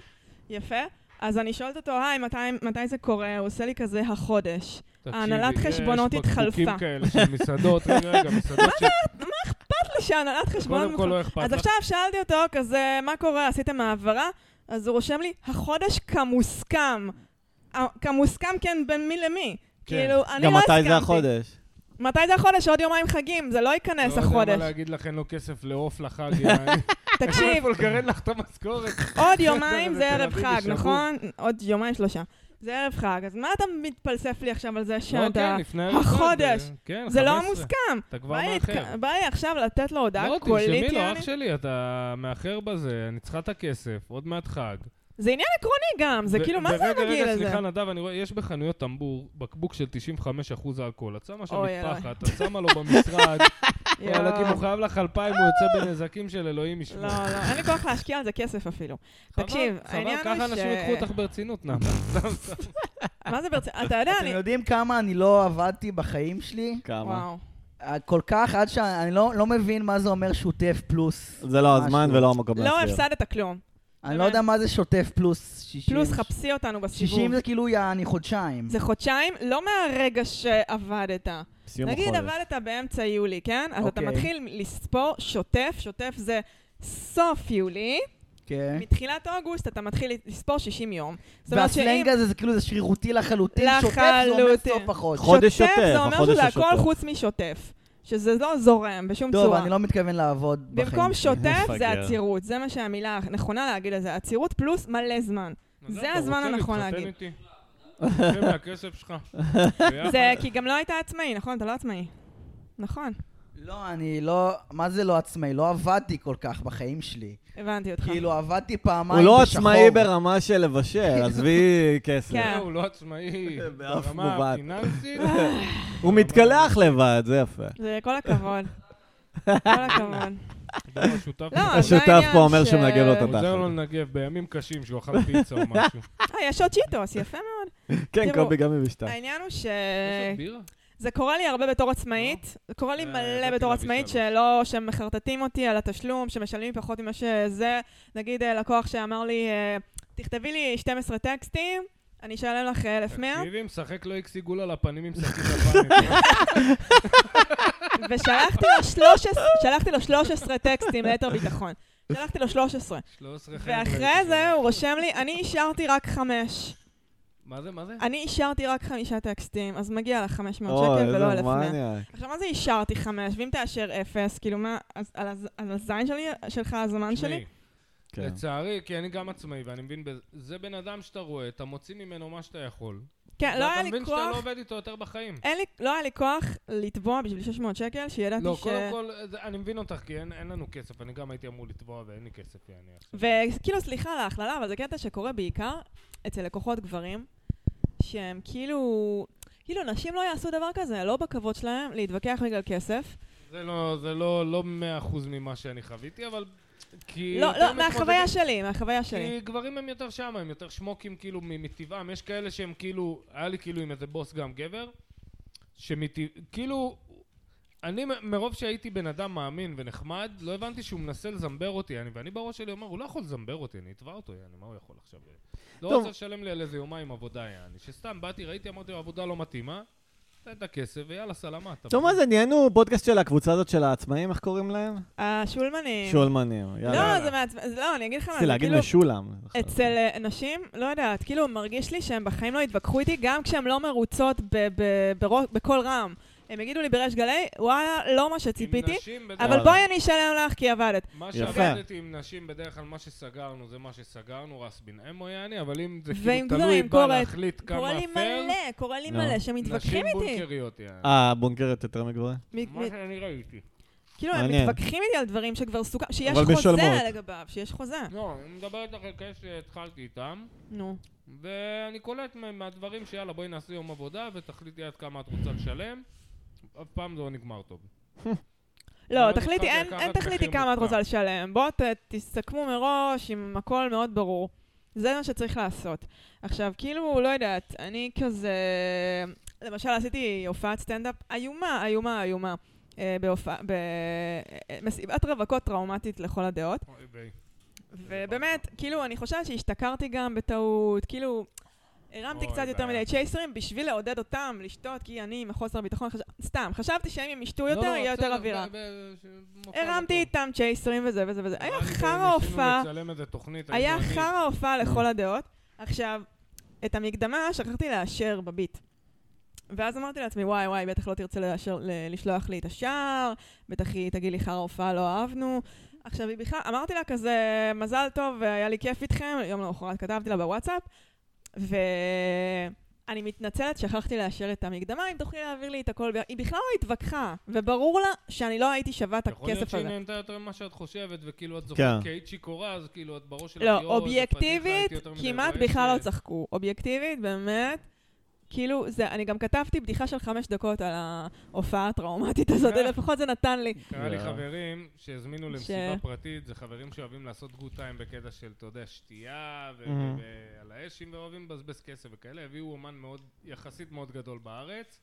[SPEAKER 4] יפה. אז אני שואלת אותו, היי, מתי, מתי זה קורה? הוא עושה לי כזה החודש.
[SPEAKER 3] תקשיבי,
[SPEAKER 4] ההנהלת
[SPEAKER 3] יש
[SPEAKER 4] חשבונות
[SPEAKER 3] בקבוקים
[SPEAKER 4] התחלפה.
[SPEAKER 3] כאלה של מסעדות, רגע, רגע, מסעדות
[SPEAKER 4] שהנהלת חשבון...
[SPEAKER 3] שקודם כל לא אכפת
[SPEAKER 4] אז
[SPEAKER 3] לך.
[SPEAKER 4] עכשיו שאלתי אותו כזה, מה קורה, עשיתם העברה? אז הוא רושם לי, החודש כמוסכם. אה, כמוסכם כן בין מי למי.
[SPEAKER 3] כן.
[SPEAKER 4] כאילו, אני
[SPEAKER 1] גם
[SPEAKER 4] לא הסכמתי.
[SPEAKER 1] מתי זה החודש?
[SPEAKER 4] מתי זה החודש? עוד יומיים חגים, זה לא ייכנס
[SPEAKER 3] לא יודע מה
[SPEAKER 4] החודש.
[SPEAKER 3] להגיד לך, אין לו כסף לעוף לחג. יעני.
[SPEAKER 4] תקשיב,
[SPEAKER 3] איפה לגרד לך את המשכורת?
[SPEAKER 4] עוד יומיים זה ערב
[SPEAKER 3] בתל אביב
[SPEAKER 4] חג,
[SPEAKER 3] ישבו.
[SPEAKER 4] נכון? עוד יומיים שלושה. זה ערב חג, אז מה אתה מתפלסף לי עכשיו על זה
[SPEAKER 3] לא,
[SPEAKER 4] שאתה...
[SPEAKER 3] כן, לפני הראשון,
[SPEAKER 4] החודש.
[SPEAKER 3] זה- כן,
[SPEAKER 4] זה לא
[SPEAKER 3] 15.
[SPEAKER 4] מוסכם.
[SPEAKER 3] אתה כבר
[SPEAKER 4] בא לי
[SPEAKER 3] מאחר.
[SPEAKER 4] התק- בא לי עכשיו לתת לו הודעה
[SPEAKER 3] לא,
[SPEAKER 4] קולית,
[SPEAKER 3] תרשמי לו, אח
[SPEAKER 4] יעני.
[SPEAKER 3] שלי, אתה מאחר בזה, אני צריכה את הכסף, עוד מעט חג.
[SPEAKER 4] זה עניין עקרוני גם, זה
[SPEAKER 3] ו-
[SPEAKER 4] כאילו, מה זה
[SPEAKER 3] ורגע,
[SPEAKER 4] הרגיל
[SPEAKER 3] רגע,
[SPEAKER 4] הזה?
[SPEAKER 3] סליחה, נדב, אני רואה, יש בחנויות טמבור בקבוק של 95% אלכוהול. את שמה שם
[SPEAKER 4] אוי, אלוהי.
[SPEAKER 3] מטפחת, את שמה לו במשרד,
[SPEAKER 4] יואו.
[SPEAKER 3] וואלכ, אם הוא חייב לך 2,000, הוא יוצא בנזקים של אלוהים ישמור.
[SPEAKER 4] לא, לא, אין לי כוח להשקיע על זה כסף אפילו.
[SPEAKER 3] חבל,
[SPEAKER 4] תקשיב,
[SPEAKER 3] חבל,
[SPEAKER 4] העניין הוא
[SPEAKER 3] ככה
[SPEAKER 4] ש-
[SPEAKER 3] אנשים ייקחו אותך ברצינות, נעמה.
[SPEAKER 4] מה זה ברצינות? אתה יודע,
[SPEAKER 2] אתם
[SPEAKER 4] אני...
[SPEAKER 2] יודעים כמה אני לא עבדתי בחיים שלי?
[SPEAKER 1] כמה?
[SPEAKER 4] וואו.
[SPEAKER 2] אה, כל כך, עד שאני לא לא מבין מה זה אומר שוטף פלוס.
[SPEAKER 1] זה לא
[SPEAKER 2] משהו.
[SPEAKER 1] הזמן ולא המקום
[SPEAKER 4] לא
[SPEAKER 1] להפריע.
[SPEAKER 4] הפסדת כלום.
[SPEAKER 2] אני לא יודע מה זה שוטף פלוס 60.
[SPEAKER 4] כן. פלוס חפשי אותנו בסיבוב.
[SPEAKER 2] 60 זה כאילו יעני חודשיים.
[SPEAKER 4] זה חודשיים, לא מהרגע שעבדת.
[SPEAKER 1] סיום
[SPEAKER 4] נגיד
[SPEAKER 1] החודש.
[SPEAKER 4] עבדת באמצע יולי, כן? אז אתה
[SPEAKER 2] אוקיי.
[SPEAKER 4] מתחיל לספור שוטף, שוטף זה סוף יולי,
[SPEAKER 2] כן.
[SPEAKER 4] מתחילת אוגוסט אתה מתחיל לספור 60 יום. זאת אומרת שאם...
[SPEAKER 2] והסלנג הזה זה כאילו זה שרירותי לחלוטין, שוטף זה אומר
[SPEAKER 4] לחלוטין.
[SPEAKER 2] סוף החודש.
[SPEAKER 1] חודש שוטף,
[SPEAKER 4] זה אומר
[SPEAKER 1] החודש
[SPEAKER 4] שזה
[SPEAKER 1] השוטף.
[SPEAKER 4] הכל חוץ משוטף. שזה לא זורם בשום
[SPEAKER 2] טוב,
[SPEAKER 4] צורה.
[SPEAKER 2] אני לא מתכוון לעבוד בחיים.
[SPEAKER 4] במקום
[SPEAKER 2] שלי.
[SPEAKER 4] שוטף זה
[SPEAKER 1] מפגר.
[SPEAKER 4] עצירות, זה מה שהמילה הנכונה להגיד על זה, עצירות פלוס מלא זמן. זה הזמן הנכון
[SPEAKER 3] אתה
[SPEAKER 4] להגיד.
[SPEAKER 3] רוצה להתחתן איתי? זה מהכסף שלך. ביחד.
[SPEAKER 4] זה כי גם לא היית עצמאי, נכון? אתה לא עצמאי. נכון,
[SPEAKER 2] לא, אני לא... מה זה לא עצמאי? לא עבדתי כל כך בחיים שלי.
[SPEAKER 4] הבנתי אותך.
[SPEAKER 2] כאילו, עבדתי פעמיים
[SPEAKER 1] הוא
[SPEAKER 2] בשחור.
[SPEAKER 1] לא עצמאי ברמה של לבשל, עזבי כסף.
[SPEAKER 4] כן.
[SPEAKER 3] לא, הוא לא עצמאי.
[SPEAKER 1] באף
[SPEAKER 3] ברמה
[SPEAKER 1] מובן.
[SPEAKER 3] הפיננסית.
[SPEAKER 1] הוא מתקלח לבד, זה יפה.
[SPEAKER 4] זה כל הכבוד. כל הכבוד.
[SPEAKER 3] גם השותף
[SPEAKER 4] לא,
[SPEAKER 3] שלו.
[SPEAKER 4] אז-
[SPEAKER 1] השותף
[SPEAKER 4] העניין
[SPEAKER 1] פה אומר שהוא
[SPEAKER 4] ש-
[SPEAKER 1] מנגב לו את
[SPEAKER 4] עוזר
[SPEAKER 3] עוזר לו
[SPEAKER 1] התחת.
[SPEAKER 3] לנגב בימים קשים שהוא אכל פיצה או משהו.
[SPEAKER 4] אה, יש עוד צ'יטוס, יפה מאוד.
[SPEAKER 1] כן,
[SPEAKER 4] תראו,
[SPEAKER 1] קובי גם מבשתה.
[SPEAKER 4] העניין הוא ש... אה,
[SPEAKER 3] יש עוד בירה?
[SPEAKER 4] זה קורה לי הרבה בתור עצמאית, זה קורה לי
[SPEAKER 3] אה,
[SPEAKER 4] מלא
[SPEAKER 3] באתי
[SPEAKER 4] בתור
[SPEAKER 3] להביא
[SPEAKER 4] עצמאית
[SPEAKER 3] שלוש.
[SPEAKER 4] שלא, שמחרטטים אותי על התשלום, שמשלמים לי פחות ממה שזה. נגיד אה, לקוח שאמר לי, אה, תכתבי לי 12 טקסטים, אני אשלם לך אה, 1,100,
[SPEAKER 3] תקשיבי, משחק לו איקס עיגול על הפנים עם שקית הפנים. אה?
[SPEAKER 4] ושלחתי לו 13 שלחתי לו 13 טקסטים ליתר ביטחון. שלחתי לו 13,
[SPEAKER 3] 13 חבר'ה.
[SPEAKER 4] ואחרי זה הוא רושם לי, אני אישרתי רק חמש.
[SPEAKER 3] מה זה, מה זה?
[SPEAKER 4] אני אישרתי רק חמישה טקסטים, אז מגיע לך 500
[SPEAKER 1] אוי,
[SPEAKER 4] שקל
[SPEAKER 1] איזה
[SPEAKER 4] ולא 1,100.
[SPEAKER 1] מניאק.
[SPEAKER 4] עכשיו, מה זה אישרתי חמש? ואם תאשר אפס, כאילו מה, אז על הז- על הזין שלי, שלך, הזמן שלי?
[SPEAKER 3] תשמעי,
[SPEAKER 1] כן.
[SPEAKER 3] לצערי, כי אני גם עצמאי ואני מבין בזה, זה בן אדם שאתה רואה, אתה מוציא ממנו מה שאתה יכול.
[SPEAKER 4] כן, לא היה
[SPEAKER 3] ואתה
[SPEAKER 4] לי
[SPEAKER 3] מבין שאתה לא
[SPEAKER 4] כוח,
[SPEAKER 3] עובד איתו יותר בחיים.
[SPEAKER 4] אין לי, לא היה לי כוח לתבוע בשביל 600 שקל, שידעתי
[SPEAKER 3] לא,
[SPEAKER 4] ש...
[SPEAKER 3] קודם כל, זה- אני מבין אותך, כי אין אין לנו כסף, אני גם הייתי אמור לתבוע ואין לי כסף, יעני עכשיו.
[SPEAKER 4] וכאילו, סליחה על ההכללה, אבל זה קטע שקורה בעיקר אצל לקוחות גברים, שהם כאילו... כאילו, נשים לא יעשו דבר כזה, לא בכבוד שלהם להתווכח בגלל כסף.
[SPEAKER 3] זה לא, זה לא, לא מאה אחוז ממה שאני חוויתי, אבל... כי...
[SPEAKER 4] לא,
[SPEAKER 3] אתם
[SPEAKER 4] לא,
[SPEAKER 3] מתמודדים-
[SPEAKER 4] מהחוויה שלי, מהחוויה
[SPEAKER 1] כן.
[SPEAKER 4] שלי.
[SPEAKER 3] כי גברים הם יותר שם, הם יותר שמוקים כאילו מ- מטבעם, יש כאלה שהם כאילו, היה לי כאילו עם איזה בוס גם גבר, שמטבע, כאילו, אני מ- מרוב שהייתי בן אדם מאמין ונחמד, לא הבנתי שהוא מנסה לזמבר אותי, אני, ואני בראש שלי אומר, הוא לא יכול לזמבר אותי, אני אתבע אותו, יעני, מה הוא יכול עכשיו? לא
[SPEAKER 1] טוב.
[SPEAKER 3] רוצה לשלם לי על איזה יומיים עבודה, יעני, שסתם באתי, ראיתי, אמרתי לו, עבודה לא מתאימה, תן את הכסף ויאללה, סלמה. אתה
[SPEAKER 1] טוב, מה זה, נהיינו פודקאסט של הקבוצה הזאת של העצמאים, איך קוראים להם?
[SPEAKER 4] השולמנים.
[SPEAKER 1] שולמנים. יאללה.
[SPEAKER 4] כן. לא,
[SPEAKER 3] יאללה.
[SPEAKER 4] זה מעצבן, לא, אני אגיד לך מה,
[SPEAKER 1] רציתי
[SPEAKER 4] זה
[SPEAKER 1] להגיד
[SPEAKER 4] כאילו...
[SPEAKER 1] משולם.
[SPEAKER 4] אצל אה, נשים, לא יודעת, כאילו מרגיש לי שהם בחיים לא יתווכחו איתי, גם כשהן לא מרוצות ב- ב- ברו- בקול רם. הם יגידו לי בריש גלי, וואלה, לא מה
[SPEAKER 3] עם
[SPEAKER 4] שציפיתי,
[SPEAKER 3] נשים בדרך
[SPEAKER 4] אבל
[SPEAKER 1] וואלה.
[SPEAKER 4] בואי אני אשלם לך כי עבדת.
[SPEAKER 3] מה
[SPEAKER 1] יפה.
[SPEAKER 3] שעבדתי עם נשים, בדרך כלל מה שסגרנו זה מה שסגרנו, רס בן אמו יעני, אבל אם זה
[SPEAKER 4] ועם
[SPEAKER 3] כאילו
[SPEAKER 4] גברים,
[SPEAKER 3] תלוי בה
[SPEAKER 4] קורה-
[SPEAKER 3] להחליט כמה
[SPEAKER 4] קורה לי
[SPEAKER 3] פייר,
[SPEAKER 4] מלא, קורה לי
[SPEAKER 1] לא.
[SPEAKER 4] מלא, שמתווכחים
[SPEAKER 3] נשים
[SPEAKER 4] איתי.
[SPEAKER 3] בונקריות יעני.
[SPEAKER 1] אה, בונקרת יותר מגבוהה?
[SPEAKER 4] מ-
[SPEAKER 3] מה
[SPEAKER 4] מ-
[SPEAKER 3] שאני ראיתי.
[SPEAKER 4] כאילו, הם
[SPEAKER 1] מעניין.
[SPEAKER 4] מתווכחים איתי על דברים שכבר סוכם, שיש
[SPEAKER 1] אבל
[SPEAKER 4] חוזה
[SPEAKER 1] משלמות.
[SPEAKER 4] לגביו, שיש חוזה.
[SPEAKER 3] לא, אני מדבר איתך על כאלה שהתחלתי איתם,
[SPEAKER 4] נו.
[SPEAKER 3] ואני קולט מה- מהדברים שיאללה בואי נעשה יום עבודה ותחליטי עד כמה את רוצה לשלם. אף פעם זה לא נגמר טוב.
[SPEAKER 4] לא,
[SPEAKER 3] לא
[SPEAKER 4] תחליטי,
[SPEAKER 3] התחלתי
[SPEAKER 4] אין
[SPEAKER 3] לקחת
[SPEAKER 4] אין תחליטי
[SPEAKER 3] מחיר
[SPEAKER 4] כמה את
[SPEAKER 3] מופקע.
[SPEAKER 4] רוצה לשלם. בואו ת- תסכמו מראש עם הכל מאוד ברור. זה מה שצריך לעשות. עכשיו, כאילו, לא יודעת, אני כזה... למשל, עשיתי הופעת סטנדאפ איומה, איומה, איומה. אה, בהופעה, במסיבת רווקות טראומטית לכל הדעות.
[SPEAKER 3] אוי ביי.
[SPEAKER 4] ובאמת, כאילו, אני חושבת שהשתכרתי גם בטעות, כאילו, הרמתי
[SPEAKER 3] אוי,
[SPEAKER 4] קצת יותר
[SPEAKER 3] בעיה.
[SPEAKER 4] מדי צ'ייסרים בשביל לעודד אותם לשתות, כי אני עם החוסר ביטחון, חשב- סתם, חשבתי שאם הם
[SPEAKER 3] לא,
[SPEAKER 4] ישתו יותר, יהיה יותר אווירה.
[SPEAKER 3] אוקיי,
[SPEAKER 4] הרמתי איתם צ'ייסרים וזה וזה וזה. היה חרא הופעה,
[SPEAKER 3] לצלם איזה תוכנית.
[SPEAKER 4] היה
[SPEAKER 3] הייתי אני-
[SPEAKER 4] חרא הופעה לכל הדעות. עכשיו, את המקדמה שכחתי לאשר בביט. ואז אמרתי לעצמי, וואי וואי, בטח לא תרצה לאשר, ל- לשלוח לי את השער, בטח היא תגיד לי חרא הופעה, לא אהבנו. עכשיו היא בכלל, אמרתי לה כזה, מזל טוב, היה לי כיף איתכם, יום למחרת כתבתי לה בוואטסאפ. ואני מתנצלת, שכחתי לאשר את המקדמה, אם תוכלי להעביר לי את הכל. ב- היא בכלל לא התווכחה, וברור לה שאני לא הייתי שווה את הכסף הזה.
[SPEAKER 3] יכול להיות שהיא נהנתה יותר ממה שאת חושבת, וכאילו את זוכרת
[SPEAKER 1] כן.
[SPEAKER 3] כי היית שיכורה, אז כאילו את בראש שלך...
[SPEAKER 4] לא,
[SPEAKER 3] "יואו, איזה פדיחה,
[SPEAKER 4] אובייקטיבית,
[SPEAKER 3] הייתי יותר מדי
[SPEAKER 4] כמעט
[SPEAKER 3] בועטת".
[SPEAKER 4] בכלל לא צחקו. אובייקטיבית, באמת. כאילו, זה, אני גם כתבתי בדיחה של חמש דקות על ההופעה הטראומטית הזאת,
[SPEAKER 3] כן.
[SPEAKER 4] לפחות זה נתן לי.
[SPEAKER 3] קרה לי
[SPEAKER 1] לא.
[SPEAKER 3] חברים שהזמינו למסיבה
[SPEAKER 4] ש-
[SPEAKER 3] פרטית, זה חברים שאוהבים לעשות גוד טיים בקטע של, אתה יודע, שתייה, ו-
[SPEAKER 1] Mhm.
[SPEAKER 3] ו- ועל האשים, ואוהבים לבזבז כסף וכאלה, הביאו אומן מאוד, יחסית מאוד גדול בארץ,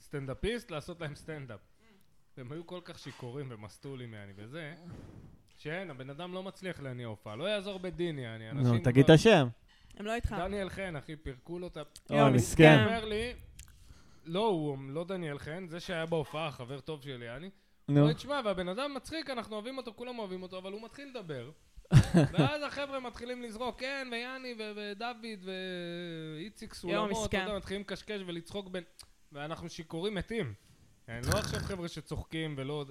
[SPEAKER 3] סטנדאפיסט, לעשות להם סטנדאפ. והם היו כל כך שיכורים ומסטולים, יעני, וזה, שאין, הבן אדם לא מצליח להניע הופעה, לא יעזור בדין, יעני, אנשים...
[SPEAKER 1] נו, תגיד את השם.
[SPEAKER 4] הם לא איתך.
[SPEAKER 3] דניאל חן, אחי, פירקו לו את ה...
[SPEAKER 1] אוי,
[SPEAKER 4] מסכן.
[SPEAKER 1] מסכן.
[SPEAKER 3] אומר לי, לא הוא, לא דניאל חן, זה שהיה בהופעה, חבר טוב שלי, אני.
[SPEAKER 1] נו.
[SPEAKER 3] נו. תשמע, והבן אדם מצחיק, אנחנו אוהבים אותו, כולם אוהבים אותו, אבל הוא מתחיל לדבר. ואז החבר'ה מתחילים לזרוק, כן, ויאני, ו- ודוד, ואיציק סולמות, אתה
[SPEAKER 4] מסכן.
[SPEAKER 3] יודע, מתחילים לקשקש ולצחוק בין... ואנחנו שיכורים מתים. אין, לא עכשיו חבר'ה שצוחקים ולא...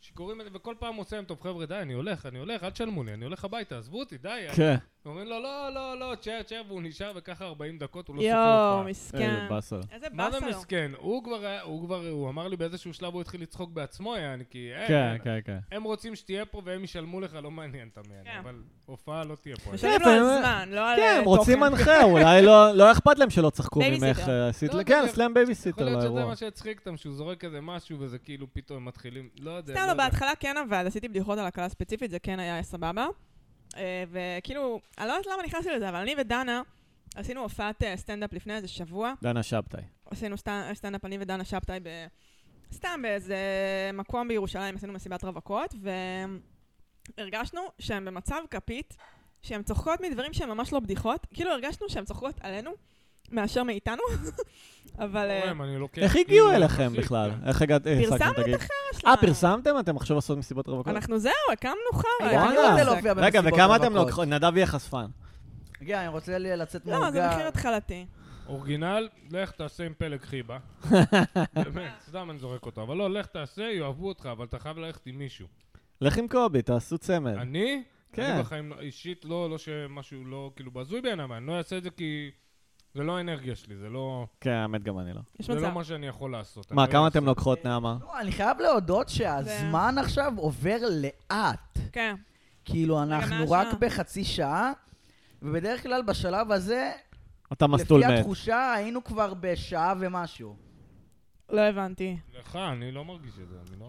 [SPEAKER 3] שיכורים, מתים, וכל פעם הוא עושה להם, טוב חבר'ה, די, אני הולך, אני הולך, אל תשלמו לי, אני הולך הביתה, עזבו אותי, די.
[SPEAKER 1] כן.
[SPEAKER 3] אומרים לו, לא, לא, לא, תשאר, תשאר, והוא נשאר, וככה 40 דקות הוא לא סופר
[SPEAKER 4] יואו,
[SPEAKER 3] הופעה.
[SPEAKER 4] מסכן.
[SPEAKER 1] באסה.
[SPEAKER 4] איזה
[SPEAKER 3] מה זה
[SPEAKER 4] באסה לו.
[SPEAKER 3] מסכן? הוא כבר, היה- הוא כבר, הוא אמר לי באיזשהו שלב הוא התחיל לצחוק בעצמו, יעני, כי... אין,
[SPEAKER 1] כן,
[SPEAKER 3] אין,
[SPEAKER 1] כן, כן.
[SPEAKER 3] הם רוצים שתהיה פה והם ישלמו לך, לא מעניין אותם יעני,
[SPEAKER 4] כן.
[SPEAKER 3] אבל הופעה לא תהיה פה.
[SPEAKER 4] משלם לו
[SPEAKER 1] כן,
[SPEAKER 4] על
[SPEAKER 1] אבל-
[SPEAKER 4] זמן, לא על אה,
[SPEAKER 1] כן,
[SPEAKER 4] תוכן.
[SPEAKER 1] הם רוצים מנחה, אולי לא- לא אכפת להם שלא צחקו
[SPEAKER 4] בייביסיטר.
[SPEAKER 1] ממך אה, עשית...
[SPEAKER 3] לא,
[SPEAKER 1] כן,
[SPEAKER 3] אבל-
[SPEAKER 1] סלאם
[SPEAKER 3] יכול
[SPEAKER 1] בייביסיטר
[SPEAKER 3] להיות שזה
[SPEAKER 1] לאירוע.
[SPEAKER 3] מה שהצחיק אותם, שהוא זורק איזה משהו וזה כאילו פתאום מתחילים, לא יודע.
[SPEAKER 4] סתם
[SPEAKER 3] לא
[SPEAKER 4] לא,
[SPEAKER 3] יודע.
[SPEAKER 4] בהתחלה כן עבד, עשיתי בדיחות על הקלה ספציפית, זה כן היה סבבה. אה, וכאילו, אני לא יודעת למה נכנסתי לזה, אבל אני ודנה עשינו הופעת אה, סטנדאפ לפני איזה שבוע.
[SPEAKER 1] דנה שבתאי.
[SPEAKER 4] עשינו סטנ- סטנדאפ, אני ודנה שבתאי, ב... סתם באיזה מקום בירושלים, עשינו מסיבת רווקות, והרגשנו שהן במצב כפית, שהן צוחקות מדברים שהן ממש לא בדיחות, כאילו הרגשנו שהן צוחקות עלינו, מאשר מאיתנו, אבל... אה,
[SPEAKER 3] אומרים, לא אני לוקח...
[SPEAKER 1] איך
[SPEAKER 3] כאילו,
[SPEAKER 1] הגיעו אליכם
[SPEAKER 3] מפסיק.
[SPEAKER 1] בכלל? איך הגעת... אה,
[SPEAKER 4] פרסמנו
[SPEAKER 1] הפסקתם, תגיד.
[SPEAKER 4] יש
[SPEAKER 1] אה,
[SPEAKER 4] לה-
[SPEAKER 1] פרסמתם? אתם עכשיו עושות מסיבות רווקות?
[SPEAKER 4] לא. אנחנו זהו, הקמנו
[SPEAKER 2] רגע,
[SPEAKER 4] חרא. לא
[SPEAKER 2] אני לא
[SPEAKER 1] וואלה.
[SPEAKER 2] רוצה להופיע במסיבות
[SPEAKER 1] רגע, וכמה אתם
[SPEAKER 2] רווקות.
[SPEAKER 1] לוקחות? נדב יהיה חשפן.
[SPEAKER 2] רגע, אני רוצה ל- לצאת
[SPEAKER 4] לא, זה מחיר
[SPEAKER 2] מהעוגה.
[SPEAKER 4] התחלתי.
[SPEAKER 3] אורגינל, לך תעשה עם פלג חיבה. באמת, סתם אני זורק אותו. אבל לא, לך תעשה, יאהבו אותך, אבל אתה חייב ללכת עם מישהו.
[SPEAKER 1] לך עם קובי, תעשו צמד.
[SPEAKER 3] אני?
[SPEAKER 1] כן.
[SPEAKER 3] אני בחיים לא- אישית לא, לא שמשהו לא, כאילו, בזוי בעיניי, אבל אני לא אעשה את זה כי... זה לא האנרגיה שלי, זה לא...
[SPEAKER 1] כן, האמת גם אני לא.
[SPEAKER 4] יש
[SPEAKER 3] זה לא
[SPEAKER 4] מצב.
[SPEAKER 3] מה שאני יכול לעשות.
[SPEAKER 1] מה,
[SPEAKER 3] אני לא
[SPEAKER 1] כמה
[SPEAKER 3] אעשה.
[SPEAKER 1] אתם לוקחות, נעמה?
[SPEAKER 2] לא, אני חייב להודות שהזמן עכשיו עובר לאט.
[SPEAKER 4] כן.
[SPEAKER 2] כאילו,
[SPEAKER 4] מה
[SPEAKER 2] אנחנו
[SPEAKER 4] השעה?
[SPEAKER 2] רק בחצי שעה, ובדרך כלל בשלב הזה,
[SPEAKER 1] אתה מסטול
[SPEAKER 2] לפי
[SPEAKER 1] מת.
[SPEAKER 2] התחושה, היינו כבר בשעה ומשהו.
[SPEAKER 4] לא הבנתי.
[SPEAKER 3] לך, אני לא מרגיש את זה, אני לא...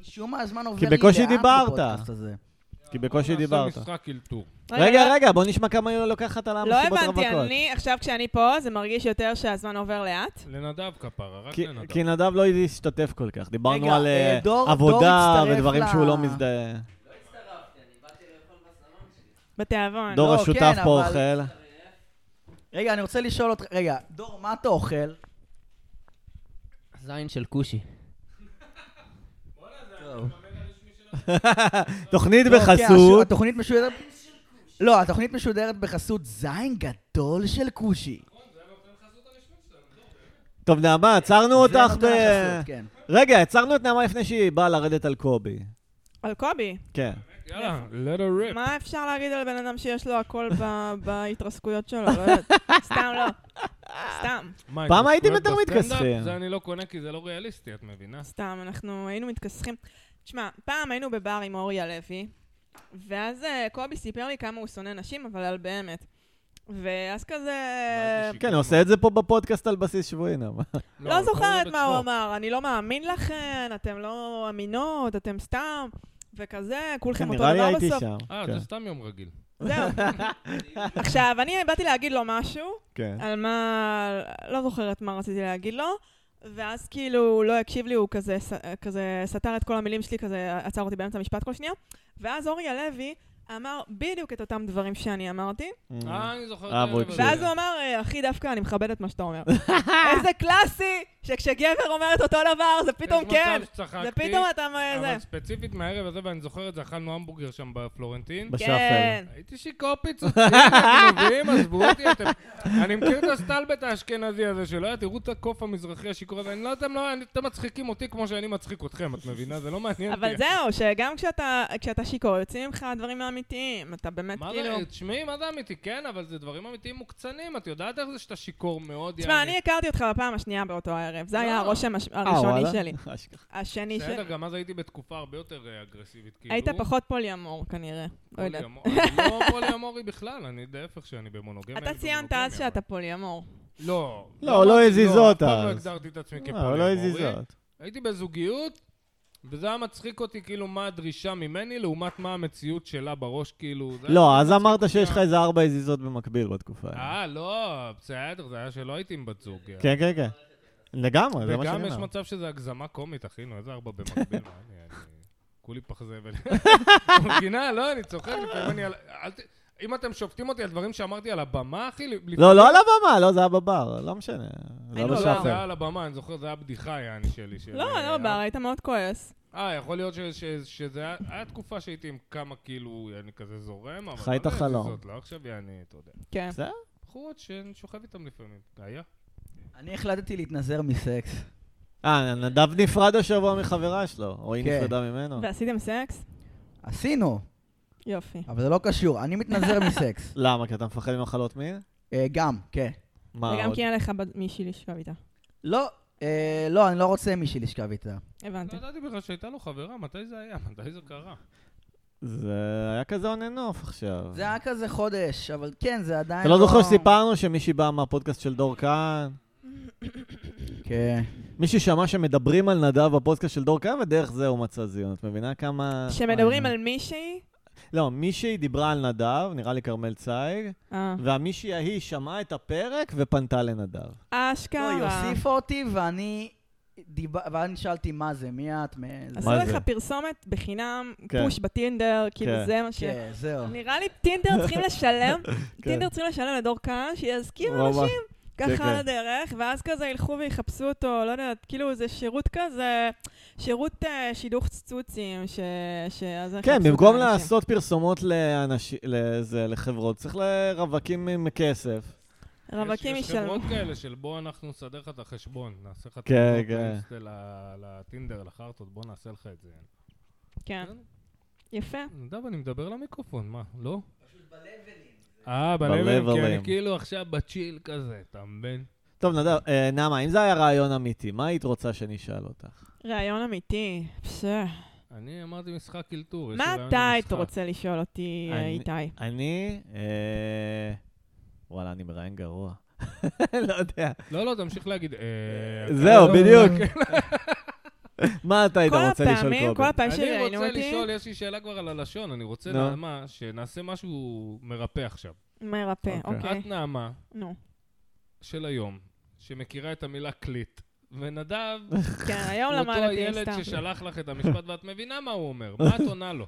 [SPEAKER 2] משום מה הזמן עובר
[SPEAKER 1] כי
[SPEAKER 2] לי לאט
[SPEAKER 1] בקושי דיברת.
[SPEAKER 2] בפודקאסט הזה.
[SPEAKER 1] כי בקושי דיברת.
[SPEAKER 3] נעשה משחק אלתור.
[SPEAKER 1] רגע, רגע, בוא נשמע כמה היא לוקחת על
[SPEAKER 4] לא
[SPEAKER 1] המסיבות רווקות.
[SPEAKER 4] הבנתי, אני, עכשיו כשאני פה, זה מרגיש יותר שהזמן עובר לאט.
[SPEAKER 3] לנדב כפרה, רק
[SPEAKER 1] כי-
[SPEAKER 3] לנדב.
[SPEAKER 1] כי נדב לא השתתף כל כך. דיברנו
[SPEAKER 2] רגע,
[SPEAKER 1] על
[SPEAKER 2] אה,
[SPEAKER 1] אה,
[SPEAKER 2] דור-
[SPEAKER 1] עבודה
[SPEAKER 2] דור הצטרף
[SPEAKER 1] ודברים
[SPEAKER 2] ל-
[SPEAKER 1] שהוא לא מזדהה.
[SPEAKER 3] אה,
[SPEAKER 4] בתיאבון.
[SPEAKER 1] דור
[SPEAKER 2] לא,
[SPEAKER 1] השותף
[SPEAKER 2] כן,
[SPEAKER 1] פה
[SPEAKER 2] אבל-
[SPEAKER 1] אוכל.
[SPEAKER 2] רגע, אני רוצה לשאול אותך, רגע, דור, מה אתה אוכל?
[SPEAKER 5] זין של כושי.
[SPEAKER 2] טוב.
[SPEAKER 1] תוכנית
[SPEAKER 2] לא, כן, הש-
[SPEAKER 1] בחסות.
[SPEAKER 2] התוכנית משודרת... לא, התוכנית משודרת בחסות זין גדול של כושי.
[SPEAKER 1] טוב, נעמה, עצרנו
[SPEAKER 2] זה
[SPEAKER 1] אותך ב...
[SPEAKER 2] נותן החסות, כן.
[SPEAKER 1] רגע, עצרנו את נעמה לפני שהיא באה לרדת על קובי.
[SPEAKER 4] על קובי.
[SPEAKER 1] כן.
[SPEAKER 3] יאללה, let her rip.
[SPEAKER 4] מה אפשר להגיד על בן אדם שיש לו הכל ב- בהתרסקויות שלו? לא יודעת. סתם לא. סתם,
[SPEAKER 3] מה,
[SPEAKER 1] פעם
[SPEAKER 3] התרסקויות
[SPEAKER 1] הייתם יותר
[SPEAKER 3] בסטנדאפ?
[SPEAKER 1] מתכסחים.
[SPEAKER 3] זה אני לא קונה כי זה לא ריאליסטי, את מבינה?
[SPEAKER 4] סתם, אנחנו היינו מתכסחים. תשמע, פעם היינו בבר עם אורי הלוי, ואז אה, קובי סיפר לי כמה הוא שונא נשים, אבל על באמת. ואז כזה...
[SPEAKER 3] שיקום,
[SPEAKER 1] כן, הוא עושה את זה פה בפודקאסט על בסיס שבועי, נעמה.
[SPEAKER 4] לא
[SPEAKER 3] הוא
[SPEAKER 4] זוכרת
[SPEAKER 3] קורא
[SPEAKER 4] מה הוא
[SPEAKER 3] בעצמו.
[SPEAKER 4] אמר, אני לא מאמין לכן, אתם לא אמינות, אתם סתם, וכזה,
[SPEAKER 1] כן,
[SPEAKER 4] כולכם אותו
[SPEAKER 1] נראה לי
[SPEAKER 4] דבר
[SPEAKER 1] הייתי
[SPEAKER 4] בסוף.
[SPEAKER 1] שם.
[SPEAKER 3] אה,
[SPEAKER 1] כן,
[SPEAKER 3] זה סתם יום רגיל.
[SPEAKER 4] זהו. עכשיו, אני באתי להגיד לו משהו,
[SPEAKER 1] כן.
[SPEAKER 4] על מה, לא זוכרת מה רציתי להגיד לו, ואז כאילו הוא לא הקשיב לי, הוא כזה, ס- כזה סתר את כל המילים שלי, כזה עצר אותי באמצע המשפט כל שנייה, ואז אורי הלוי אמר בדיוק את אותם דברים שאני אמרתי,
[SPEAKER 1] Mm.
[SPEAKER 3] אה, אני זוכר. את
[SPEAKER 1] אה, והוא
[SPEAKER 3] הערב
[SPEAKER 1] הקשיב.
[SPEAKER 3] הזה.
[SPEAKER 4] ואז הוא אמר, "אה, אחי, דווקא אני מכבד את מה שאתה אומר. איזה קלאסי! שכשגבר אומר את אותו דבר, זה פתאום
[SPEAKER 3] יש מצב
[SPEAKER 4] כן. זה
[SPEAKER 3] שצחקתי,
[SPEAKER 4] פתאום אתה... מ-
[SPEAKER 3] אבל
[SPEAKER 4] זה.
[SPEAKER 3] ספציפית מהערב הזה, ואני זוכר את זה, אכלנו המבורגר שם בפלורנטין.
[SPEAKER 1] בש-
[SPEAKER 4] כן.
[SPEAKER 3] הייתי שיכור פיצוצים, אתם מבינים? עזבו אותי, אתם... אני מכיר את הסטלבט האשכנזי הזה שלא היה, תראו את הקוף המזרחי השיכור הזה, אני לא, אתם לא, אתם מצחיקים אותי כמו שאני מצחיק אתכם, את מבינה? זה לא מעניין אותי.
[SPEAKER 4] אבל זהו, שגם כשאתה- כשאתה שיכור, יוצאים ממך הדברים האמיתיים. אתה באמת
[SPEAKER 3] מה
[SPEAKER 4] כאילו...
[SPEAKER 3] זה, תשמעי, מה זה אמיתי? כן, אבל זה דברים אמיתיים מוקצנים, את יודעת איך זה שאתה שיכור מאוד,
[SPEAKER 4] תשמע, אני הכרתי אותך בפעם השנייה באותו הערב. זה היה
[SPEAKER 3] לא.
[SPEAKER 4] הרושם הש-
[SPEAKER 1] אה,
[SPEAKER 4] הראשוני
[SPEAKER 1] וואלה?
[SPEAKER 4] שלי.
[SPEAKER 1] אשכרה.
[SPEAKER 4] השני
[SPEAKER 3] בסדר,
[SPEAKER 4] שלי.
[SPEAKER 3] גם אז הייתי בתקופה הרבה יותר אה, אגרסיבית, כאילו.
[SPEAKER 4] היית פחות פוליאמור כנראה. לא יודעת.
[SPEAKER 3] פוליאמור- אני לא פוליאמורי בכלל, אני להפך שאני במונוגמיה.
[SPEAKER 4] אתה
[SPEAKER 3] אני
[SPEAKER 4] ציינת
[SPEAKER 3] במונוגמיה,
[SPEAKER 4] אז שאתה פוליאמור.
[SPEAKER 3] אבל- לא.
[SPEAKER 1] לא, הוא לא
[SPEAKER 3] אמרתי-
[SPEAKER 1] הזיז
[SPEAKER 3] לא, אף פעם
[SPEAKER 1] אותה,
[SPEAKER 3] לא
[SPEAKER 1] אז.
[SPEAKER 3] הגדרתי את עצמי
[SPEAKER 1] לא, לא הזיז
[SPEAKER 3] כפוליאמורי.
[SPEAKER 1] זאת.
[SPEAKER 3] הייתי בזוגיות, וזה היה מצחיק אותי, כאילו, מה הדרישה ממני, לעומת מה המציאות שלה בראש, כאילו. זה היה
[SPEAKER 1] לא, אז
[SPEAKER 3] מצחיק
[SPEAKER 1] אמרת
[SPEAKER 3] אותי.
[SPEAKER 1] שיש לך איזה ארבע הזיזות במקביל בתקופה. הזאת.
[SPEAKER 3] אה, לא, בסדר, זה היה שלא הייתי עם בת זוג.
[SPEAKER 1] כן, כן, כן. לגמרי, זה מה
[SPEAKER 3] וגם יש
[SPEAKER 1] שאני אומר.
[SPEAKER 3] מצב שזה הגזמה קומית, אחי, נו, איזה ארבע במקביל, מה אני, אני... כולי פח זבל. מבינה, לא, אני צוחק, לפעמים אני על... אל ת- אם אתם שופטים אותי על דברים שאמרתי על הבמה, אחי, לפ-
[SPEAKER 1] לא, לא על הבמה, לא, זה היה בבר, לא משנה. זה היה
[SPEAKER 4] היינו
[SPEAKER 3] לא,
[SPEAKER 1] בשאפל.
[SPEAKER 3] לא, זה היה על הבמה, אני זוכר, זה היה בדיחה, יעני, שלי. של-
[SPEAKER 4] לא, לא בר, היית מאוד כועס.
[SPEAKER 3] אה, יכול להיות ש- ש- שזה היה- היה תקופה שהייתי עם כמה, כאילו, אני כזה זורם, אבל...
[SPEAKER 1] חי את
[SPEAKER 3] לא יודע,
[SPEAKER 1] החלום.
[SPEAKER 3] זאת, לא עכשיו, יעני, אתה יודע.
[SPEAKER 4] כן.
[SPEAKER 1] בסדר?
[SPEAKER 3] בחורות שאני שוכב איתם לפעמים. היה?
[SPEAKER 2] אני החלטתי להתנזר מסקס.
[SPEAKER 1] אה, נדב נפרד השבוע מחברה שלו, או היא
[SPEAKER 2] כן.
[SPEAKER 1] נפרדה ממנו.
[SPEAKER 4] ועשיתם סקס?
[SPEAKER 2] עשינו,
[SPEAKER 4] יופי.
[SPEAKER 2] אבל זה לא קשור. אני מתנזר מסקס.
[SPEAKER 1] למה? כי אתה מפחד ממחלות מין?
[SPEAKER 2] אה, גם, כן.
[SPEAKER 1] מה
[SPEAKER 4] וגם
[SPEAKER 1] עוד?
[SPEAKER 4] כי אין לך בד- מישהי לשכב איתה.
[SPEAKER 2] לא, אה, לא, אני לא רוצה מישהי לשכב איתה.
[SPEAKER 4] הבנתי.
[SPEAKER 3] לא ידעתי בכלל שהייתה לו חברה, מתי זה היה? מתי זה קרה?
[SPEAKER 1] זה היה כזה און אוף עכשיו.
[SPEAKER 2] זה היה כזה חודש, אבל כן, זה עדיין
[SPEAKER 1] אתה לא זוכר שסיפרנו שמישהי באה מהפודקאסט של דור כהן?
[SPEAKER 2] כן.
[SPEAKER 1] מישהי שמע שמדברים על נדב בפודקאסט של דור כהן, ודרך זה הוא מצא זיון. את מבינה כמה...
[SPEAKER 4] כשמדברים
[SPEAKER 1] אה.
[SPEAKER 4] על מישהי...
[SPEAKER 1] לא, מישהי דיברה על נדב, נראה לי כרמל צייג,
[SPEAKER 4] אה,
[SPEAKER 1] והמישהי ההיא שמעה את הפרק ופנתה לנדב.
[SPEAKER 2] לא,
[SPEAKER 4] אשכרה.
[SPEAKER 2] היא הוסיפה אותי, ואני... דיב- ואני שאלתי, מה זה? מי כן, את? מה זה?"
[SPEAKER 4] עשו
[SPEAKER 1] מה
[SPEAKER 4] לך
[SPEAKER 1] זה?
[SPEAKER 4] פרסומת בחינם,
[SPEAKER 1] כן.
[SPEAKER 4] פוש בטינדר, כאילו
[SPEAKER 1] כן. כן.
[SPEAKER 4] זה מה ש...
[SPEAKER 2] כן, זהו.
[SPEAKER 4] נראה לי טינדר צריכים לשלם, טינדר צריכים לשלם לדור כהן, שיזכיר
[SPEAKER 1] ממש.
[SPEAKER 4] אנשים
[SPEAKER 1] כן.
[SPEAKER 4] ככה על הדרך, ואז כזה ילכו ויחפשו אותו, לא יודעת, כאילו זה שירות כזה, שירות אה, שידוך צצוצים, ש... שאז יחפשו
[SPEAKER 1] כן,
[SPEAKER 4] את
[SPEAKER 1] במקום
[SPEAKER 4] האנשים.
[SPEAKER 1] לעשות פרסומות לאנשי- לזה, לחברות, צריך לרווקים עם כסף.
[SPEAKER 4] רווקים
[SPEAKER 3] יש חברות
[SPEAKER 4] ישלמו.
[SPEAKER 3] כאלה של בוא אנחנו נסדר לך את החשבון, נעשה לך את
[SPEAKER 1] כן,
[SPEAKER 3] החשבון
[SPEAKER 1] כן.
[SPEAKER 3] לאינסטה, ל- לטינדר, לחרטות, בוא נעשה לך את זה.
[SPEAKER 4] כן, יפה.
[SPEAKER 3] נדב, אני מדבר למיקרופון, מה, לא? אה, בלבלים, כי
[SPEAKER 1] בלבלים.
[SPEAKER 3] אני כאילו עכשיו בצ'יל כזה, אתה מבין?
[SPEAKER 1] טוב, נדב, אה, נעמה, אם זה היה רעיון אמיתי, מה היית רוצה שאני אשאל אותך?
[SPEAKER 4] ראיון אמיתי. בסדר.
[SPEAKER 3] אני אמרתי משחק אלתור. יש לי
[SPEAKER 4] מה
[SPEAKER 3] רעיון
[SPEAKER 4] אתה היית
[SPEAKER 3] למשחק.
[SPEAKER 4] רוצה לשאול אותי, אה,
[SPEAKER 1] אני-
[SPEAKER 4] איתי?
[SPEAKER 1] אני... אה, וואלה, אני מראיין גרוע. לא יודע.
[SPEAKER 3] לא, לא, תמשיך להגיד. אה,
[SPEAKER 1] זהו,
[SPEAKER 3] לא,
[SPEAKER 1] בדיוק. מה אתה היית
[SPEAKER 4] כל
[SPEAKER 1] רוצה לשאול,
[SPEAKER 4] הפעמים, כל
[SPEAKER 1] קובי?
[SPEAKER 4] הפעמים
[SPEAKER 3] אני
[SPEAKER 4] שראיינו
[SPEAKER 3] רוצה
[SPEAKER 4] אותי,
[SPEAKER 3] לשאול, יש לי שאלה כבר על הלשון, אני רוצה,
[SPEAKER 1] נו.
[SPEAKER 3] נעמה, שנעשה משהו מרפא עכשיו.
[SPEAKER 4] מרפא,
[SPEAKER 1] אוקיי.
[SPEAKER 4] אוקיי.
[SPEAKER 3] את, נעמה,
[SPEAKER 4] נו.
[SPEAKER 3] של היום, שמכירה את המילה קליט, ונדב,
[SPEAKER 4] כן, היום
[SPEAKER 3] הוא אותו
[SPEAKER 4] למדתי
[SPEAKER 3] הילד
[SPEAKER 4] סתם.
[SPEAKER 3] ששלח לך את המשפט ואת מבינה מה הוא אומר, מה את עונה לו.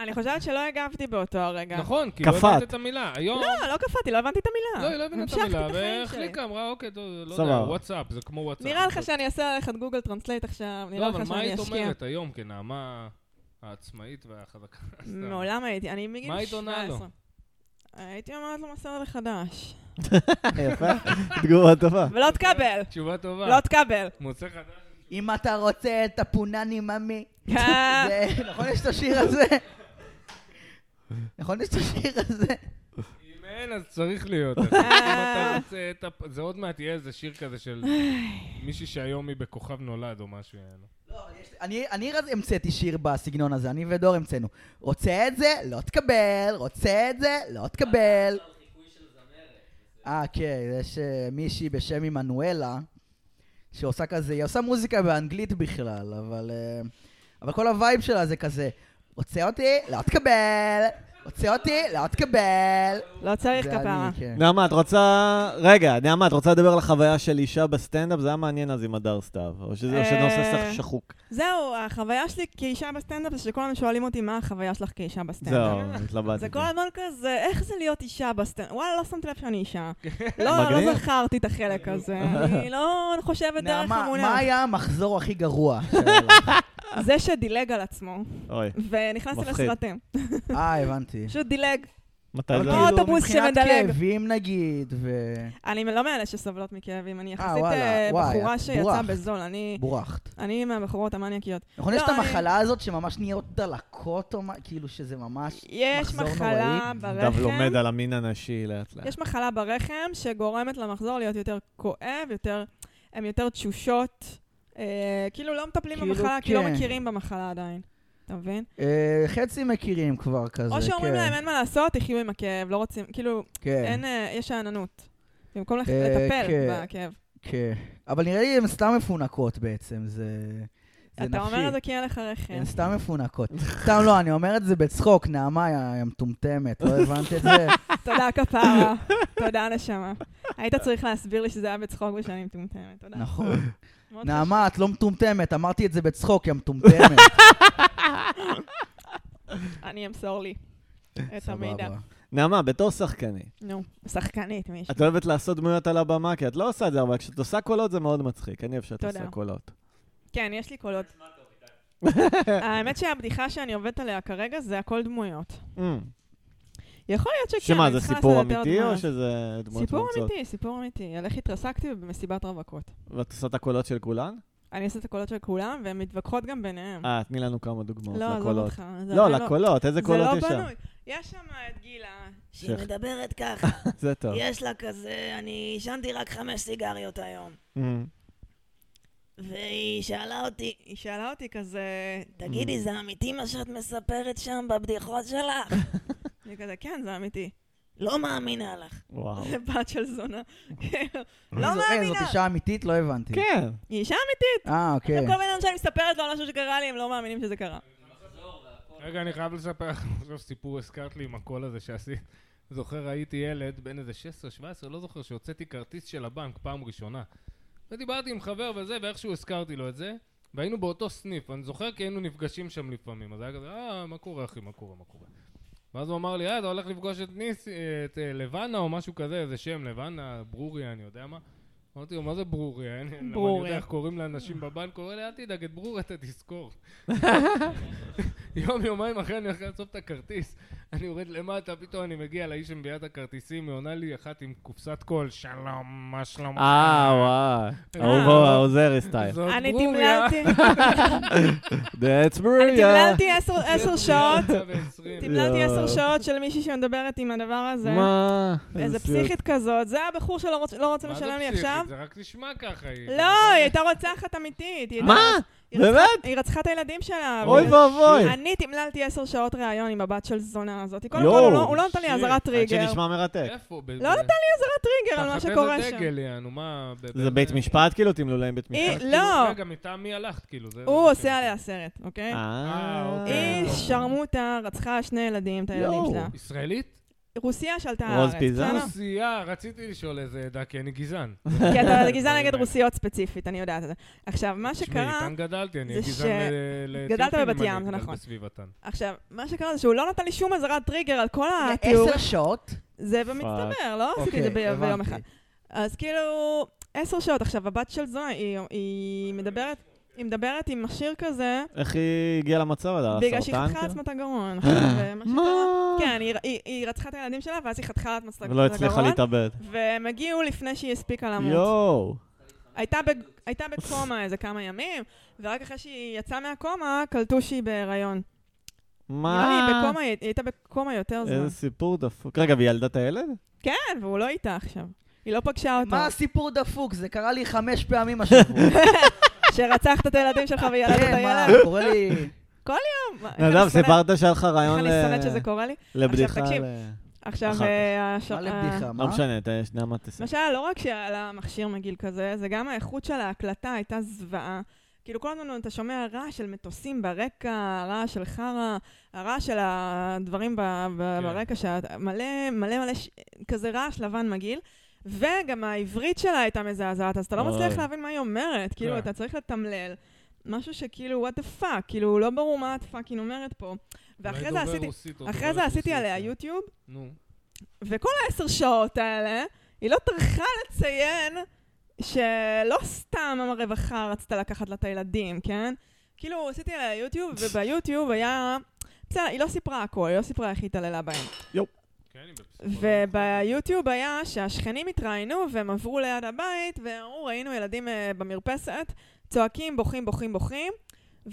[SPEAKER 4] אני חושבת שלא הגבתי באותו הרגע.
[SPEAKER 3] נכון, כי לא
[SPEAKER 1] קפאת.
[SPEAKER 3] הבנת את המילה. היום...
[SPEAKER 4] לא, לא קפאתי, לא הבנתי את המילה.
[SPEAKER 3] לא, היא לא הבינה את
[SPEAKER 4] המשכתי
[SPEAKER 3] המילה,
[SPEAKER 4] החיים שלי.
[SPEAKER 3] והחליקה, אמרה, אוקיי, טוב, לא יודע,
[SPEAKER 1] סבבה.
[SPEAKER 3] וואטסאפ, זה כמו וואטסאפ.
[SPEAKER 4] נראה לך שאני אעשה עליך את גוגל טרנסלייט עכשיו,
[SPEAKER 3] לא,
[SPEAKER 4] נראה
[SPEAKER 3] אבל
[SPEAKER 4] לך
[SPEAKER 3] מה
[SPEAKER 4] שאני
[SPEAKER 3] היית
[SPEAKER 4] אשקיע.
[SPEAKER 3] אומרת היום כנעמה העצמאית והחזקה? סתם.
[SPEAKER 4] מעולם הייתי, אני מגיל 17.
[SPEAKER 3] מה היית עונה לו? אה,
[SPEAKER 4] הייתי אומרת לו מסע לחדש.
[SPEAKER 1] יפה, תגובה טובה.
[SPEAKER 4] ולא
[SPEAKER 3] אוקיי.
[SPEAKER 4] תקבל,
[SPEAKER 3] תשובה טובה.
[SPEAKER 4] לא תקבל.
[SPEAKER 3] מוצא חדש.
[SPEAKER 2] אם אתה רוצה את הפונני ממי.
[SPEAKER 4] כן.
[SPEAKER 2] זה- נכון יש את השיר הזה? נכון יש את השיר הזה?
[SPEAKER 3] אם אין, אז צריך להיות. אחי. אם
[SPEAKER 4] אה,
[SPEAKER 3] אתה רוצה את הפ- זה עוד מעט יהיה איזה שיר כזה של מישהי שהיום היא בכוכב נולד או משהו. יענו.
[SPEAKER 2] לא, אבל יש לי- אני, אני רז- המצאתי שיר בסגנון הזה, אני ודור המצאנו. רוצה את זה? לא תקבל. רוצה את זה? לא תקבל. אה, כן, יש אה, מישהי בשם עמנואלה, שעושה כזה, היא עושה מוזיקה באנגלית בכלל, אבל... אה, אבל כל הווייב שלה זה כזה, רוצה אותי? לא תקבל. הוציא אותי, לא תקבל.
[SPEAKER 4] לא צריך
[SPEAKER 2] זה אני,
[SPEAKER 4] כפרה.
[SPEAKER 2] כן.
[SPEAKER 1] נעמה, את רוצה... רגע, נעמה, את רוצה לדבר על החוויה של אישה בסטנדאפ? זה היה מעניין אז עם הדר סתיו, או שזה או שזה נושא
[SPEAKER 4] אה,
[SPEAKER 1] סך שחוק.
[SPEAKER 4] זהו, החוויה שלי כאישה בסטנדאפ זה שכל הזמן שואלים אותי מה החוויה שלך כאישה
[SPEAKER 1] זהו,
[SPEAKER 4] בסטנדאפ.
[SPEAKER 1] התלבטתי.
[SPEAKER 4] זה כל הזמן כזה, איך זה להיות אישה בסטנדאפ? וואלה, לא שמתי לב שאני אישה. לא,
[SPEAKER 1] מגניב.
[SPEAKER 4] לא זכרתי את החלק הזה. אני לא חושבת דרך
[SPEAKER 2] נעמה, מה
[SPEAKER 4] המונח.
[SPEAKER 2] היה המחזור הכי גרוע? שהיה לך?
[SPEAKER 4] זה שדילג על עצמו,
[SPEAKER 1] אוי,
[SPEAKER 4] ונכנסתי
[SPEAKER 1] מפחיד.
[SPEAKER 4] לסרטים.
[SPEAKER 2] אה, הבנתי.
[SPEAKER 4] פשוט דילג.
[SPEAKER 1] מתי
[SPEAKER 2] אבל
[SPEAKER 1] זה...
[SPEAKER 4] אוקיי.
[SPEAKER 2] כאילו,
[SPEAKER 4] אוטובוס שמדלג.
[SPEAKER 2] מבחינת כאבים נגיד, ו...
[SPEAKER 4] אני לא מאלה שסובלות מכאבים, אני יחסית
[SPEAKER 2] וואלה,
[SPEAKER 4] אה,
[SPEAKER 2] וואי,
[SPEAKER 4] בחורה
[SPEAKER 2] את
[SPEAKER 4] שיצאה
[SPEAKER 2] בורחת.
[SPEAKER 4] בזול. אני-
[SPEAKER 2] בורחת.
[SPEAKER 4] אני מהבחורות המניאקיות.
[SPEAKER 2] נכון,
[SPEAKER 4] לא,
[SPEAKER 2] יש את
[SPEAKER 4] אני-
[SPEAKER 2] המחלה הזאת שממש נהיות דלקות או מה, כאילו שזה ממש...
[SPEAKER 4] יש
[SPEAKER 2] מחזור
[SPEAKER 4] מחלה
[SPEAKER 1] דב
[SPEAKER 4] ברחם.
[SPEAKER 1] לומד על המין הנשי לאט לאט.
[SPEAKER 4] כן? יש מחלה ברחם שגורמת למחזור להיות יותר כואב, יותר... הן יותר תשושות. אה, כאילו לא מטפלים
[SPEAKER 2] כאילו,
[SPEAKER 4] במחלה, כי לא
[SPEAKER 2] כן.
[SPEAKER 4] מכירים במחלה עדיין. אתה מבין?
[SPEAKER 2] אה, חצי מכירים כבר כזה,
[SPEAKER 4] או שאומרים
[SPEAKER 2] כן,
[SPEAKER 4] להם, אין מה לעשות, תחיו עם הכאב, לא רוצים, כאילו,
[SPEAKER 2] כן,
[SPEAKER 4] אין, אה, יש שאננות. במקום לח-
[SPEAKER 2] אה,
[SPEAKER 4] לטפל
[SPEAKER 2] כן.
[SPEAKER 4] בכאב.
[SPEAKER 2] כן. אבל נראה לי הן סתם מפונקות בעצם, זה... זה
[SPEAKER 4] אתה
[SPEAKER 2] נפשי.
[SPEAKER 4] אומר את זה כן. כי אין לך רחם.
[SPEAKER 2] הן סתם מפונקות. סתם לא, אני אומר את זה בצחוק, נעמה היא היא המטומטמת, לא הבנת את זה?
[SPEAKER 4] תודה, כפרה. תודה, נשמה. היית צריך להסביר לי שזה היה בצחוק ושאני מטומטמת. תודה.
[SPEAKER 2] נכון.
[SPEAKER 4] מאוד
[SPEAKER 2] נעמה, את לא מטומטמת, אמרתי את זה בצחוק, היא המטומטמת.
[SPEAKER 4] חשוב. אני אמסור לי את המידע.
[SPEAKER 2] סבבה.
[SPEAKER 1] נעמה, בתור שחקנית,
[SPEAKER 4] נו, שחקנית מישהי.
[SPEAKER 1] את אוהבת לעשות דמויות על הבמה, כי את לא עושה את זה הרבה, כשאת עושה קולות זה מאוד מצחיק. אני אוהב שאת
[SPEAKER 4] תודה.
[SPEAKER 1] עושה קולות.
[SPEAKER 4] כן, יש לי קולות. האמת שהבדיחה שאני עובדת עליה כרגע זה הכל דמויות.
[SPEAKER 1] Mm.
[SPEAKER 4] יכול להיות שכן,
[SPEAKER 1] שמה,
[SPEAKER 4] אני
[SPEAKER 1] זה
[SPEAKER 4] צריכה
[SPEAKER 1] סיפור
[SPEAKER 4] לעשות כן, יותר
[SPEAKER 1] אמיתי או
[SPEAKER 4] דמויות.
[SPEAKER 1] שזה דמויות
[SPEAKER 4] סיפור
[SPEAKER 1] מומצאות?
[SPEAKER 4] אמיתי, סיפור אמיתי. על איך התרסקתי במסיבת רווקות.
[SPEAKER 1] ואת עושה את הקולות של כולן?
[SPEAKER 4] אני עושה את הקולות של כולם, והן מתווכחות גם ביניהן.
[SPEAKER 1] אה, תני לנו כמה דוגמאות
[SPEAKER 4] לא, עזוב
[SPEAKER 1] לקולות.
[SPEAKER 4] אותך. זה
[SPEAKER 1] לא,
[SPEAKER 4] עדיין
[SPEAKER 1] לקולות, איזה קולות יש
[SPEAKER 4] זה לא
[SPEAKER 1] שם?
[SPEAKER 4] בנוי. יש שם את גילה.
[SPEAKER 1] שח-
[SPEAKER 5] שהיא מדברת ככה,
[SPEAKER 1] זה טוב.
[SPEAKER 5] יש לה כזה, אני עישנתי רק חמש סיגריות היום.
[SPEAKER 1] Mm.
[SPEAKER 5] והיא שאלה אותי,
[SPEAKER 4] היא שאלה אותי כזה...
[SPEAKER 5] תגידי, זה אמיתי מה שאת מספרת שם בבדיחות שלך?
[SPEAKER 4] אני כזה, כן, זה אמיתי.
[SPEAKER 5] לא מאמינה לך.
[SPEAKER 1] וואו.
[SPEAKER 4] זה בת של זונה.
[SPEAKER 1] אה.
[SPEAKER 4] לא
[SPEAKER 2] זאת- אה, זאת
[SPEAKER 4] מאמינה.
[SPEAKER 2] אישה אמיתית? לא הבנתי.
[SPEAKER 1] כן.
[SPEAKER 4] היא אישה אמיתית.
[SPEAKER 2] אה,
[SPEAKER 4] עכשיו
[SPEAKER 2] אוקיי.
[SPEAKER 4] כל בן אדם שאני מספרת לו על משהו שקרה לי, הם לא מאמינים שזה קרה.
[SPEAKER 3] רגע, אני חייב לספר לך עכשיו סיפור, הזכרת לי עם הקול הזה שעשית. זוכר, הייתי ילד, בן איזה 16-17, לא זוכר, שהוצאתי כרטיס של הבנק פעם ראשונה. ודיברתי עם חבר וזה, ואיכשהו הזכרתי לו את זה, והיינו באותו סניף, אני זוכר כי היינו נפגשים שם לפעמים, אז היה כזה, אה, מה קורה אחי, מה קורה, מה קורה. ואז הוא אמר לי, אה, אתה הולך לפגוש את ניס, את אה, לבנה או משהו כזה, איזה שם, לבנה, ברוריה, אני יודע מה. אמרתי לו, מה זה ברוריה? אין- למה אני
[SPEAKER 4] ברוריה.
[SPEAKER 3] יודע איך קוראים לאנשים בבנק, קורא לי, אל תדאג, את ברוריה אתה תזכור. יום, יומיים אחרי אני הולך לאסוף את הכרטיס. אני יורד למטה, פתאום אני מגיע לאיש שמביאה את הכרטיסים, היא עונה לי אחת עם קופסת קול, שלום, מה שלומך?
[SPEAKER 1] אה, וואי. אהוב
[SPEAKER 4] אה.
[SPEAKER 1] העוזרי סטייל.
[SPEAKER 3] זאת
[SPEAKER 4] אני
[SPEAKER 3] ברוריה.
[SPEAKER 4] תמללתי,
[SPEAKER 1] That's
[SPEAKER 4] אני
[SPEAKER 1] ברוריה.
[SPEAKER 4] תמללתי עשר- עשר שעות, תמללתי
[SPEAKER 1] יואו.
[SPEAKER 4] עשר שעות של מישהי שמדברת עם הדבר הזה.
[SPEAKER 1] מה?
[SPEAKER 4] איזה פסיכית כזאת, זה הבחור שלא רוצ- לא רוצה
[SPEAKER 3] מה זה
[SPEAKER 4] לשלם לי
[SPEAKER 3] פסיכית?
[SPEAKER 4] עכשיו?
[SPEAKER 3] זה רק נשמע ככה. היא-
[SPEAKER 4] לא, היא הייתה רוצחת אמיתית. היא הייתה-
[SPEAKER 1] מה?
[SPEAKER 4] היא רצחה-
[SPEAKER 1] באמת?
[SPEAKER 4] היא רצחה את הילדים שלה.
[SPEAKER 1] אוי
[SPEAKER 4] אבל-
[SPEAKER 1] ואבוי.
[SPEAKER 4] אני תמללתי עשר שעות ראיון עם הבת של זונה הזאת. קודם כל,
[SPEAKER 1] יואו,
[SPEAKER 4] הוא לא- הוא לא נתן לי
[SPEAKER 3] שיט.
[SPEAKER 4] אזהרת
[SPEAKER 1] עד
[SPEAKER 4] טריגר.
[SPEAKER 1] שנשמע מרתק.
[SPEAKER 3] איפה? ב-
[SPEAKER 4] לא
[SPEAKER 3] ב-
[SPEAKER 4] נתן לי אזהרת טריגר על מה
[SPEAKER 3] תחת
[SPEAKER 4] שקורה
[SPEAKER 3] איזה
[SPEAKER 4] שם.
[SPEAKER 3] דגל, יענו, מה... ב-
[SPEAKER 1] זה בית משפט כאילו? תמלולי בית
[SPEAKER 4] היא-
[SPEAKER 1] משפט?
[SPEAKER 3] כאילו,
[SPEAKER 4] לא.
[SPEAKER 3] רגע, מטעם מי הלכת, כאילו? זה-
[SPEAKER 4] הוא עושה עליה סרט, אוקיי?
[SPEAKER 1] אה,
[SPEAKER 3] אוקיי.
[SPEAKER 4] היא שרמוטה, רצחה שני ילדים, את הילדים
[SPEAKER 1] יואו.
[SPEAKER 4] שלה.
[SPEAKER 3] ישראלית?
[SPEAKER 4] רוסיה שלטה
[SPEAKER 1] רוז
[SPEAKER 4] הארץ.
[SPEAKER 1] פיזם?
[SPEAKER 4] בסדר?
[SPEAKER 3] רוסיה, רציתי לשאול איזה עדה, כי אני גזען.
[SPEAKER 4] כן, לא? כי אתה גזען נגד רוסיות ספציפית, אני יודעת את זה. עכשיו, מה
[SPEAKER 3] תשמעי,
[SPEAKER 4] שקרה,
[SPEAKER 3] איתן גדלתי, אני
[SPEAKER 4] זה
[SPEAKER 3] גזען
[SPEAKER 4] ש-
[SPEAKER 3] ל- לאתיופים.
[SPEAKER 4] גדלת
[SPEAKER 3] אם
[SPEAKER 4] בבת
[SPEAKER 3] אני
[SPEAKER 4] ים, זה
[SPEAKER 3] גדל
[SPEAKER 4] נכון.
[SPEAKER 3] בסביבתן.
[SPEAKER 4] עכשיו, מה שקרה זה שהוא לא נתן לי שום אזהרת טריגר על כל התיאור.
[SPEAKER 2] עשר שעות?
[SPEAKER 4] זה במצטבר, לא עשיתי
[SPEAKER 2] אוקיי,
[SPEAKER 4] את זה ב- ביום
[SPEAKER 2] הבנתי.
[SPEAKER 4] אחד. אז כאילו, עשר שעות. עכשיו, הבת של זונה, היא- היא מדברת... היא מדברת עם מכשיר כזה,
[SPEAKER 1] איך היא הגיעה למצב הזה? על
[SPEAKER 4] בגלל שהיא
[SPEAKER 1] הסרטן,
[SPEAKER 4] חתכה
[SPEAKER 1] כאילו?
[SPEAKER 4] לעצמה את הגרון. עכשיו, ומה
[SPEAKER 1] מה?
[SPEAKER 4] שקרה- כן, היא- היא- היא רצחה את הילדים שלה, ואז היא חתכה לעצמה את הגרון.
[SPEAKER 1] ולא הצליחה להתאבד.
[SPEAKER 4] והם הגיעו לפני שהיא הספיקה למות.
[SPEAKER 1] יואו.
[SPEAKER 4] הייתה, ב... הייתה בקומה איזה כמה ימים, ורק אחרי שהיא יצאה מהקומה, קלטו שהיא בהיריון. נראה לי,
[SPEAKER 1] מה?
[SPEAKER 4] היא בקומה, היא הייתה בקומה יותר זמן.
[SPEAKER 1] איזה סיפור דפוק. רגע, והיא ילדה את הילד?
[SPEAKER 4] כן, והוא לא איתה עכשיו. היא לא פגשה אותו.
[SPEAKER 2] מה הסיפור דפוק? זה קרה לי חמש פעמים השבוע.
[SPEAKER 4] שרצחת את הילדים שלך וילדת את
[SPEAKER 2] כן, מה,
[SPEAKER 4] הילד.
[SPEAKER 2] קורה לי...
[SPEAKER 4] מה, איך אני
[SPEAKER 1] נדב,
[SPEAKER 4] שונאת-
[SPEAKER 1] סיפרת שהיה לך
[SPEAKER 4] איך
[SPEAKER 1] רעיון אה,
[SPEAKER 4] אני
[SPEAKER 1] ל-
[SPEAKER 4] שונאת שזה קורה לי.
[SPEAKER 1] לבדיחה.
[SPEAKER 4] תקשיב.
[SPEAKER 1] ל-
[SPEAKER 4] עכשיו,
[SPEAKER 1] אחר כך.
[SPEAKER 4] אה, הש-
[SPEAKER 2] מה לבדיחה,
[SPEAKER 1] לא
[SPEAKER 2] מה?
[SPEAKER 1] משנה, ת- יש- נעמה תסיים.
[SPEAKER 4] מה שהיה לא רק שעלה מכשיר מגעיל כזה, זה גם האיכות של ההקלטה הייתה זוועה. כאילו כל הזמן אתה שומע רעש של מטוסים ברקע, רעש של חרא, הרעש של הדברים ב- ב-
[SPEAKER 3] כן.
[SPEAKER 4] ברקע, שאת- מלא מלא מלא ש- כזה רעש לבן מגעיל. וגם העברית שלה הייתה מזעזעת, אז אתה לא
[SPEAKER 1] אוי.
[SPEAKER 4] מצליח להבין מה היא אומרת. כאילו,
[SPEAKER 3] כן.
[SPEAKER 4] אתה צריך לתמלל משהו שכאילו, what the fuck, כאילו, לא ברור מה את פאקינג אומרת פה. ואחרי זה עשיתי, אחרי זה עשיתי עליה
[SPEAKER 3] כן.
[SPEAKER 4] יוטיוב,
[SPEAKER 3] נו.
[SPEAKER 4] וכל העשר שעות האלה, היא לא טרחה לציין שלא סתם הרווחה רצתה לקחת לה את הילדים, כן? כאילו, עשיתי עליה יוטיוב, וביוטיוב היה... בסדר, היא לא סיפרה הכל, היא לא סיפרה איך היא התעללה בהם.
[SPEAKER 3] כן, היא בפסיכולוגיה.
[SPEAKER 4] וביוטיוב היה שהשכנים התראיינו והם עברו ליד הבית ואמרו, ראינו ילדים אה, במרפסת, צועקים, בוכים, בוכים, בוכים,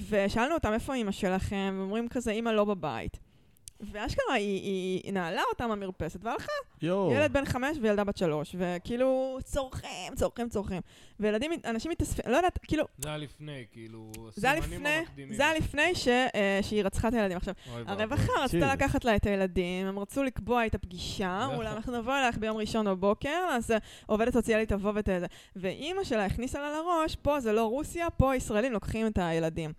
[SPEAKER 4] ושאלנו אותם איפה אימא שלכם, ואומרים כזה, אימא לא בבית. ואשכרה היא, היא, היא נעלה אותם במרפסת והלכה,
[SPEAKER 1] יואו.
[SPEAKER 4] ילד בן חמש וילדה בת שלוש, וכאילו צורכים, צורכים, צורכים. וילדים, אנשים מתאספים, לא יודעת, כאילו,
[SPEAKER 3] זה היה לפני, כאילו,
[SPEAKER 4] זה היה
[SPEAKER 3] הסימנים
[SPEAKER 4] לפני,
[SPEAKER 3] המקדימים.
[SPEAKER 4] זה היה לפני ש, אה, שהיא רצחה את הילדים. עכשיו,
[SPEAKER 3] אוי ואבוי.
[SPEAKER 4] הרווחה רצתה
[SPEAKER 1] Jesus.
[SPEAKER 4] לקחת לה את הילדים, הם רצו לקבוע איתה פגישה, אמרו לה,
[SPEAKER 3] נכון.
[SPEAKER 4] אנחנו נבוא אלייך ביום ראשון בבוקר, אז אה, עובדת סוציאלית תבוא ות... ואימא שלה הכניסה לה לראש, פה זה לא רוסיה, פה ישראלים לוקחים את הילדים.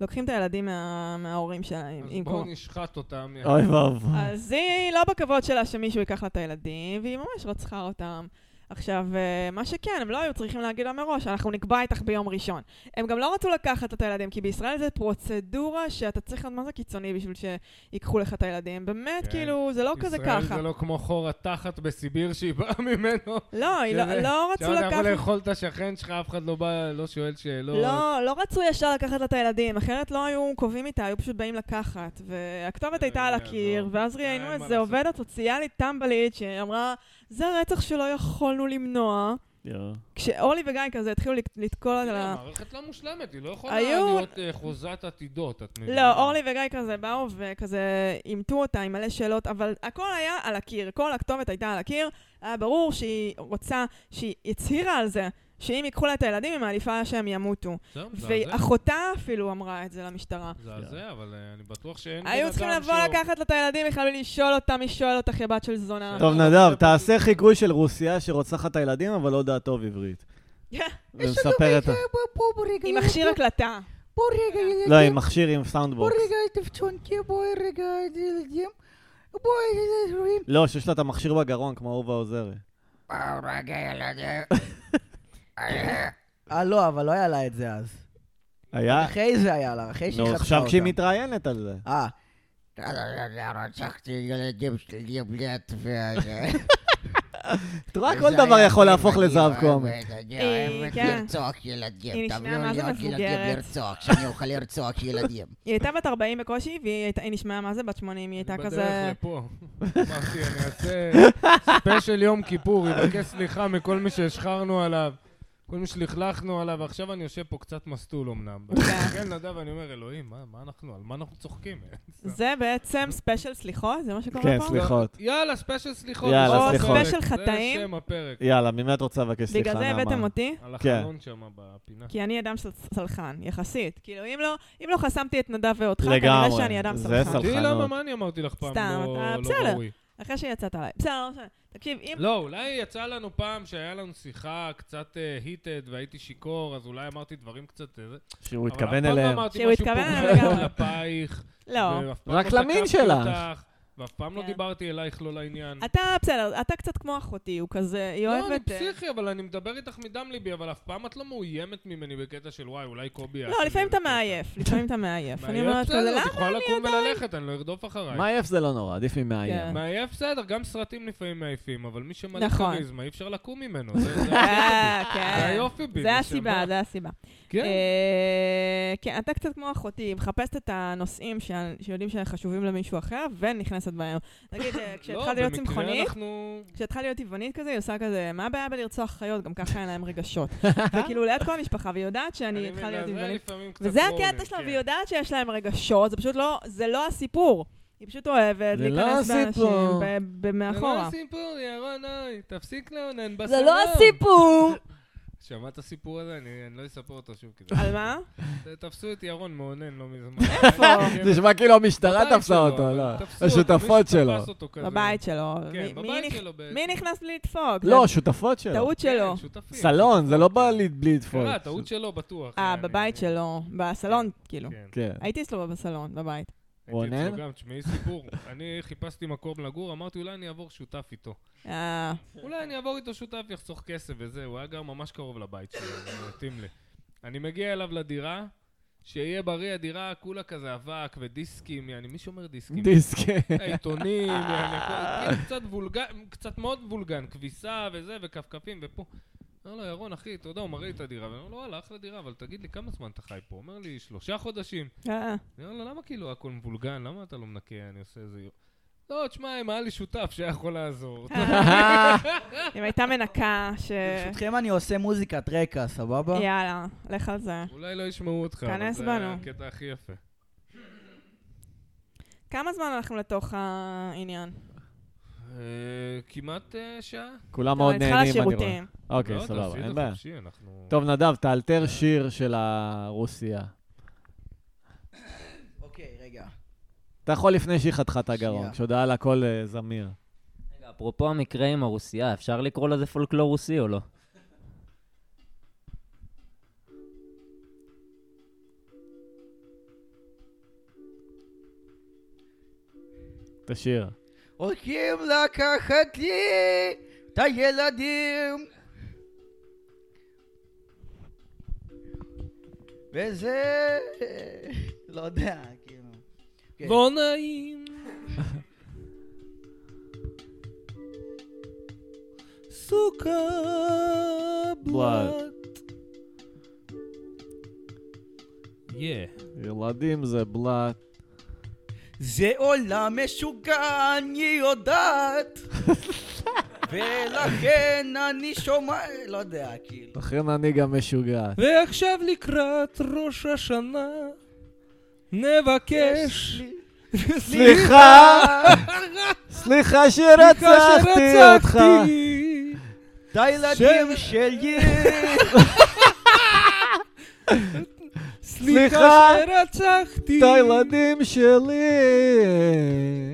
[SPEAKER 4] לוקחים את הילדים מה... מההורים שלהם.
[SPEAKER 3] אז
[SPEAKER 4] אם
[SPEAKER 3] בואו
[SPEAKER 4] כמו-
[SPEAKER 3] נשחט אותם. יא-
[SPEAKER 1] אוי ואבוי.
[SPEAKER 4] אז היא לא בכבוד שלה שמישהו ייקח לה את הילדים, והיא ממש רצחה אותם. עכשיו, אה, מה שכן, הם לא היו צריכים להגיד לה מראש, אנחנו נקבע איתך ביום ראשון. הם גם לא רצו לקחת את הילדים, כי בישראל זו פרוצדורה שאתה צריך להיות מה זה קיצוני בשביל שיקחו לך את הילדים. באמת,
[SPEAKER 3] כן.
[SPEAKER 4] כאילו, זה לא כזה ככה.
[SPEAKER 3] ישראל זה לא כמו חור התחת בסיביר שהיא באה ממנו.
[SPEAKER 4] לא, היא לא-
[SPEAKER 3] כזה,
[SPEAKER 4] לא רצו
[SPEAKER 3] שאתה יכול
[SPEAKER 4] לקחת...
[SPEAKER 3] לאכול את השכן שלך, אף אחד לא בא, לא שואל שאלות.
[SPEAKER 4] לא, לא רצו ישר לקחת לה את הילדים, אחרת לא היו קובעים איתה, היו פשוט באים לקחת. והכתובת הייתה על
[SPEAKER 3] אה,
[SPEAKER 4] הקיר,
[SPEAKER 3] לא.
[SPEAKER 4] ואז
[SPEAKER 3] אין
[SPEAKER 4] ראיינו
[SPEAKER 3] מה
[SPEAKER 4] איזה
[SPEAKER 3] לעשות.
[SPEAKER 4] עובדת סוציאלית טמבלית שאמרה, זה רצח שלא יכולנו למנוע.
[SPEAKER 1] יואו.
[SPEAKER 4] אה, כשאורלי וגיא כזה התחילו לק- לתקול על ה...
[SPEAKER 3] המערכת לא מושלמת, היא לא יכולה
[SPEAKER 4] היו-
[SPEAKER 3] להיות אה, חוזת עתידות, את מבינה?
[SPEAKER 4] לא, אורלי וגיא כזה באו וכזה אימתו אותה עם מלא שאלות, אבל הכל היה על הקיר, כל הכתובת הייתה על הקיר, היה ברור שהיא רוצה, שהיא הצהירה על זה, שאם ייקחו לה את הילדים היא מעדיפה שהם ימותו.
[SPEAKER 3] זהו, מזעזע.
[SPEAKER 4] ואחותה אפילו אמרה את זה למשטרה.
[SPEAKER 3] מזעזע, אבל אה, אני בטוח שאין בן אדם
[SPEAKER 4] היו צריכים לבוא
[SPEAKER 3] שהוא-
[SPEAKER 4] לקחת לה את הילדים בכלל ולשאול אותה, מי שואל אותך, יא בת של זונה.
[SPEAKER 1] טוב,
[SPEAKER 3] זה
[SPEAKER 1] נדב,
[SPEAKER 4] אה,
[SPEAKER 3] פשוט-
[SPEAKER 1] תעשה חיקוי של רוסיה שרוצחת את הילדים, אבל לא יודעת טוב עברית.
[SPEAKER 3] כן.
[SPEAKER 1] ומספרת...
[SPEAKER 4] עם מכשיר הקלטה.
[SPEAKER 6] בוא רגע, ילדים,
[SPEAKER 1] לא, עם מכשיר עם סאונדבוקס.
[SPEAKER 6] בוא רגע, תפצ'ונקי, בוא רגע, ילדים, בוא ילדים.
[SPEAKER 1] לא, שיש לה את המכשיר בגרון, כמו אהובה עוזרי.
[SPEAKER 6] בוא רגע, ילדים.
[SPEAKER 2] אה, לא, אבל לא היה לה את זה אז.
[SPEAKER 1] היה?
[SPEAKER 2] אחרי זה היה לה, אחרי שהיא
[SPEAKER 1] אה. נו,
[SPEAKER 2] חטפה אותה.
[SPEAKER 1] עכשיו כשהיא מתראיינת על זה.
[SPEAKER 2] אה,
[SPEAKER 6] רצחתי ילדים שלי בלי התביעה.
[SPEAKER 1] את רואה, כל דבר יכול להפוך לזהב קומי.
[SPEAKER 6] אני
[SPEAKER 4] אה,
[SPEAKER 6] אוהבת
[SPEAKER 4] כן.
[SPEAKER 6] לרצוח ילדים.
[SPEAKER 4] היא נשמעה
[SPEAKER 6] תביאו
[SPEAKER 4] מה
[SPEAKER 6] לי
[SPEAKER 4] זה
[SPEAKER 6] עוד ילדים
[SPEAKER 4] מבוגרת.
[SPEAKER 6] לרצוח, שאני אוכל לרצוח ילדים.
[SPEAKER 4] היא הייתה בת 40 בקושי, והיא הייתה- היא נשמעה מה זה בת 80, היא הייתה
[SPEAKER 3] אני
[SPEAKER 4] כזה...
[SPEAKER 3] בדרך לפה. אמרתי, אני אעשה ספיישל יום כיפור, יבקש סליחה מכל מי שהשחרנו עליו, כל מי שלכלכנו עליו, ועכשיו אני יושב פה קצת מסטול אמנם. כן, נדב, אני אומר, אלוהים, מה מה אנחנו, על מה אנחנו צוחקים?
[SPEAKER 4] זה בעצם ספיישל סליחות? זה מה שקורה פה?
[SPEAKER 1] כן, סליחות.
[SPEAKER 3] יאללה, ספיישל סליחות.
[SPEAKER 1] יאללה,
[SPEAKER 3] זה
[SPEAKER 1] סליחות.
[SPEAKER 4] ספיישל חטאים.
[SPEAKER 3] זה שם הפרק.
[SPEAKER 1] יאללה, ממי את רוצה לבקש סליחה,
[SPEAKER 4] בגלל
[SPEAKER 1] נעמה?
[SPEAKER 4] זה הבאתם אותי?
[SPEAKER 3] על
[SPEAKER 1] כן.
[SPEAKER 3] החלון שם בפינה.
[SPEAKER 4] כי אני אדם של סלחן, יחסית. כאילו, אם לא, אם לא חסמתי את נדב ואותך, כנראה
[SPEAKER 1] לגמרי.
[SPEAKER 4] שאני אדם
[SPEAKER 1] זה
[SPEAKER 4] סלחן.
[SPEAKER 1] סל-
[SPEAKER 3] תראי
[SPEAKER 1] חנות.
[SPEAKER 3] למה, מה לא אני אמרתי לך פעם?
[SPEAKER 4] סתם,
[SPEAKER 3] לא-
[SPEAKER 4] אתה-
[SPEAKER 3] לא
[SPEAKER 4] בסדר.
[SPEAKER 3] ראוי.
[SPEAKER 4] אחרי שיצאת עליי. בסדר, לא משנה. תקשיב, אם...
[SPEAKER 3] לא, אולי יצא לנו פעם שהיה לנו שיחה קצת היטד והייתי שיכור, אז אולי אמרתי דברים קצת... אה, זה.
[SPEAKER 1] שהוא
[SPEAKER 3] אבל
[SPEAKER 1] התכוון
[SPEAKER 3] אף פעם לא
[SPEAKER 1] אליהם.
[SPEAKER 3] אמרתי
[SPEAKER 4] שהוא
[SPEAKER 3] משהו
[SPEAKER 4] התכוון
[SPEAKER 3] פוגע
[SPEAKER 4] אליהם לגמרי.
[SPEAKER 3] כלפייך.
[SPEAKER 4] לא.
[SPEAKER 3] ואף פעם
[SPEAKER 1] רק
[SPEAKER 3] לא
[SPEAKER 1] למין
[SPEAKER 3] תקפתי
[SPEAKER 1] שלך.
[SPEAKER 3] אותך, ואף פעם לא
[SPEAKER 4] כן.
[SPEAKER 3] דיברתי אלייך לא לעניין.
[SPEAKER 4] אתה, בסדר, אתה קצת כמו אחותי, הוא כזה, היא
[SPEAKER 3] לא, אני
[SPEAKER 4] אוהבת... אה,
[SPEAKER 3] פסיכי, אבל אני מדבר איתך מדם ליבי, אבל אף פעם את לא מאוימת ממני בקטע של וואי, אולי קובי...
[SPEAKER 4] לא,
[SPEAKER 3] יעשה לי
[SPEAKER 4] לפעמים
[SPEAKER 3] איזה
[SPEAKER 4] אתה
[SPEAKER 3] קטע."
[SPEAKER 4] מעייף, לפעמים אתה מעייף. אני
[SPEAKER 3] כן. מעייף,
[SPEAKER 4] אומרת כזה,
[SPEAKER 3] בסדר, את
[SPEAKER 4] למה?
[SPEAKER 3] יכולה לקום וללכת, אני לא ארדוף אחרייך.
[SPEAKER 1] מעייף זה לא נורא, עדיף ממאיים.
[SPEAKER 3] מעייף בסדר, גם סרטים לפעמים מעייפים, אבל מי שמלא
[SPEAKER 4] נכון.
[SPEAKER 3] כריזמה, אי אפשר לקום ממנו. זה- זה-
[SPEAKER 4] אה,
[SPEAKER 3] זה
[SPEAKER 4] כן.
[SPEAKER 3] היופי בי.
[SPEAKER 4] זה
[SPEAKER 3] נשמה.
[SPEAKER 4] הסיבה, זה הסיבה.
[SPEAKER 3] כן.
[SPEAKER 4] אה, כן, אתה קצת כמו אחותי, היא מחפשת את הנושאים שה- שיודעים שהם חשובים למישהו אחר, ונכנסת בהם. נגיד, אה, כשהתחלתי להיות
[SPEAKER 3] לא, במקרה
[SPEAKER 4] צמחונית,
[SPEAKER 3] אנחנו...
[SPEAKER 4] כשהתחלתי להיות טבעונית כזה, היא עושה כזה, מה הבעיה בלרצוח חיות? גם ככה אין להם רגשות. וכאילו, ליד כל המשפחה, והיא יודעת שאני התחלתי להיות טבעונית. וזה הקטע
[SPEAKER 3] כן.
[SPEAKER 4] שלה, והיא יודעת שיש להם רגשות, זה פשוט לא, זה לא הסיפור. היא פשוט אוהבת
[SPEAKER 1] זה לא
[SPEAKER 4] להיכנס באנשים
[SPEAKER 1] הסיפור.
[SPEAKER 4] ב- ב-
[SPEAKER 3] זה לא
[SPEAKER 4] מאחורה.
[SPEAKER 1] לא
[SPEAKER 3] הסיפור, ירון, אוי, תפסיק לאונן
[SPEAKER 5] זה לא הסיפור!
[SPEAKER 3] שמע את הסיפור הזה? אני אני לא אספר אותו שוב. כי זה-
[SPEAKER 4] על מה?
[SPEAKER 3] תפסו את ירון מאונן לא מזמן. כן,
[SPEAKER 1] זה נשמע כאילו המשטרה
[SPEAKER 3] בבית
[SPEAKER 1] תפסה
[SPEAKER 3] שלו,
[SPEAKER 1] אותו,
[SPEAKER 3] אבל
[SPEAKER 1] לא.
[SPEAKER 3] תפסו אותו,
[SPEAKER 1] השותפות
[SPEAKER 3] מישהו
[SPEAKER 1] שלו.
[SPEAKER 3] תפס אותו כזה.
[SPEAKER 4] בבית שלו.
[SPEAKER 3] כן,
[SPEAKER 4] מי- מי
[SPEAKER 3] בבית
[SPEAKER 4] נכ-
[SPEAKER 3] שלו בעצם.
[SPEAKER 4] מי נכנס בלי לדפוק?
[SPEAKER 1] לא,
[SPEAKER 4] זה
[SPEAKER 1] השותפות שלו.
[SPEAKER 4] טעות שלו.
[SPEAKER 3] כן, שותפים.
[SPEAKER 1] סלון, זה לא בא לי- בלי לדפוק.
[SPEAKER 3] קרה, אה, טעות שלו בטוח.
[SPEAKER 4] אה,
[SPEAKER 3] אני-
[SPEAKER 4] בבית שלו. בסלון, כאילו.
[SPEAKER 3] כן.
[SPEAKER 1] כן.
[SPEAKER 4] הייתי אצלו בסלון, בבית.
[SPEAKER 3] הייתי אצלו
[SPEAKER 1] רונן?
[SPEAKER 3] גם, תשמעי סיפור. אני חיפשתי מקום לגור, אמרתי אולי אני אעבור שותף איתו.
[SPEAKER 4] אה,
[SPEAKER 3] אולי אני אעבור איתו שותף, יחסוך כסף וזה, הוא היה גר ממש קרוב לבית שלי, זה מתאים לי. אני מגיע אליו לדירה, שיהיה בריא, הדירה כולה כזה אבק ודיסקים, יעני, מי שאומר דיסקים?
[SPEAKER 1] דיסק.
[SPEAKER 3] עיתונים, יעני, הכל, כאילו קצת וולגן, קצת מאוד וולגן, כביסה וזה, וכפכפים ופה. אומר לו, ירון, אחי, אתה יודע, הוא מראה לי את הדירה, ואני אומר לו, וואלה, אחלה דירה, אבל תגיד לי, כמה זמן אתה חי פה? הוא אומר לי, שלושה חודשים.
[SPEAKER 4] אה,
[SPEAKER 3] אני אומר לו, למה כאילו הכל מבולגן? למה אתה לא מנקה? אני עושה איזה... לא, תשמע, אם היה לי שותף שהיה יכול לעזור. אה.
[SPEAKER 4] אם הייתה מנקה ש...
[SPEAKER 2] ברשותכם אני עושה מוזיקת רקע, סבבה?
[SPEAKER 4] יאללה, לך על זה.
[SPEAKER 3] אולי לא ישמעו אותך, אבל
[SPEAKER 4] כנס
[SPEAKER 3] זה
[SPEAKER 4] בנו.
[SPEAKER 3] הקטע הכי יפה.
[SPEAKER 4] כמה זמן אנחנו לתוך העניין?
[SPEAKER 3] אה, כמעט אה, שעה?
[SPEAKER 1] כולם
[SPEAKER 4] טוב,
[SPEAKER 1] מאוד
[SPEAKER 4] לא, אני צריכה
[SPEAKER 1] נהנים, אני רואה.
[SPEAKER 4] לשירותים.
[SPEAKER 1] אוקיי,
[SPEAKER 3] לא,
[SPEAKER 1] סבבה,
[SPEAKER 3] תעשי את
[SPEAKER 1] אין
[SPEAKER 3] זה
[SPEAKER 1] בעיה.
[SPEAKER 3] חופשי, אנחנו...
[SPEAKER 1] טוב, נדב, תאלתר שיר של הרוסיה.
[SPEAKER 2] אוקיי, רגע.
[SPEAKER 1] אתה יכול לפני שהיא חתכה את הגרון,
[SPEAKER 2] שנייה.
[SPEAKER 1] כשהודעה על הכל אה, זמיר.
[SPEAKER 7] רגע, אפרופו המקרה עם הרוסיה, אפשר לקרוא לזה פולקלור רוסי או לא?
[SPEAKER 1] תשאיר.
[SPEAKER 2] הולכים לקחת לי את הילדים. וזה... לא יודע, כאילו. אוקיי.
[SPEAKER 3] לא נעים. סוכה
[SPEAKER 1] בלאט.
[SPEAKER 3] יא.
[SPEAKER 1] ילדים זה בלאט.
[SPEAKER 2] זה עולם משוגע, אני יודעת. ולכן אני שומע... לא יודע, כאילו.
[SPEAKER 1] לכן אני גם משוגעת.
[SPEAKER 3] ועכשיו לקראת ראש השנה נבקש
[SPEAKER 1] סליחה! סליחה שרצחתי אותך!
[SPEAKER 2] את הילדים שלי.
[SPEAKER 1] סליחה
[SPEAKER 3] שרצחתי
[SPEAKER 1] את הילדים שלי!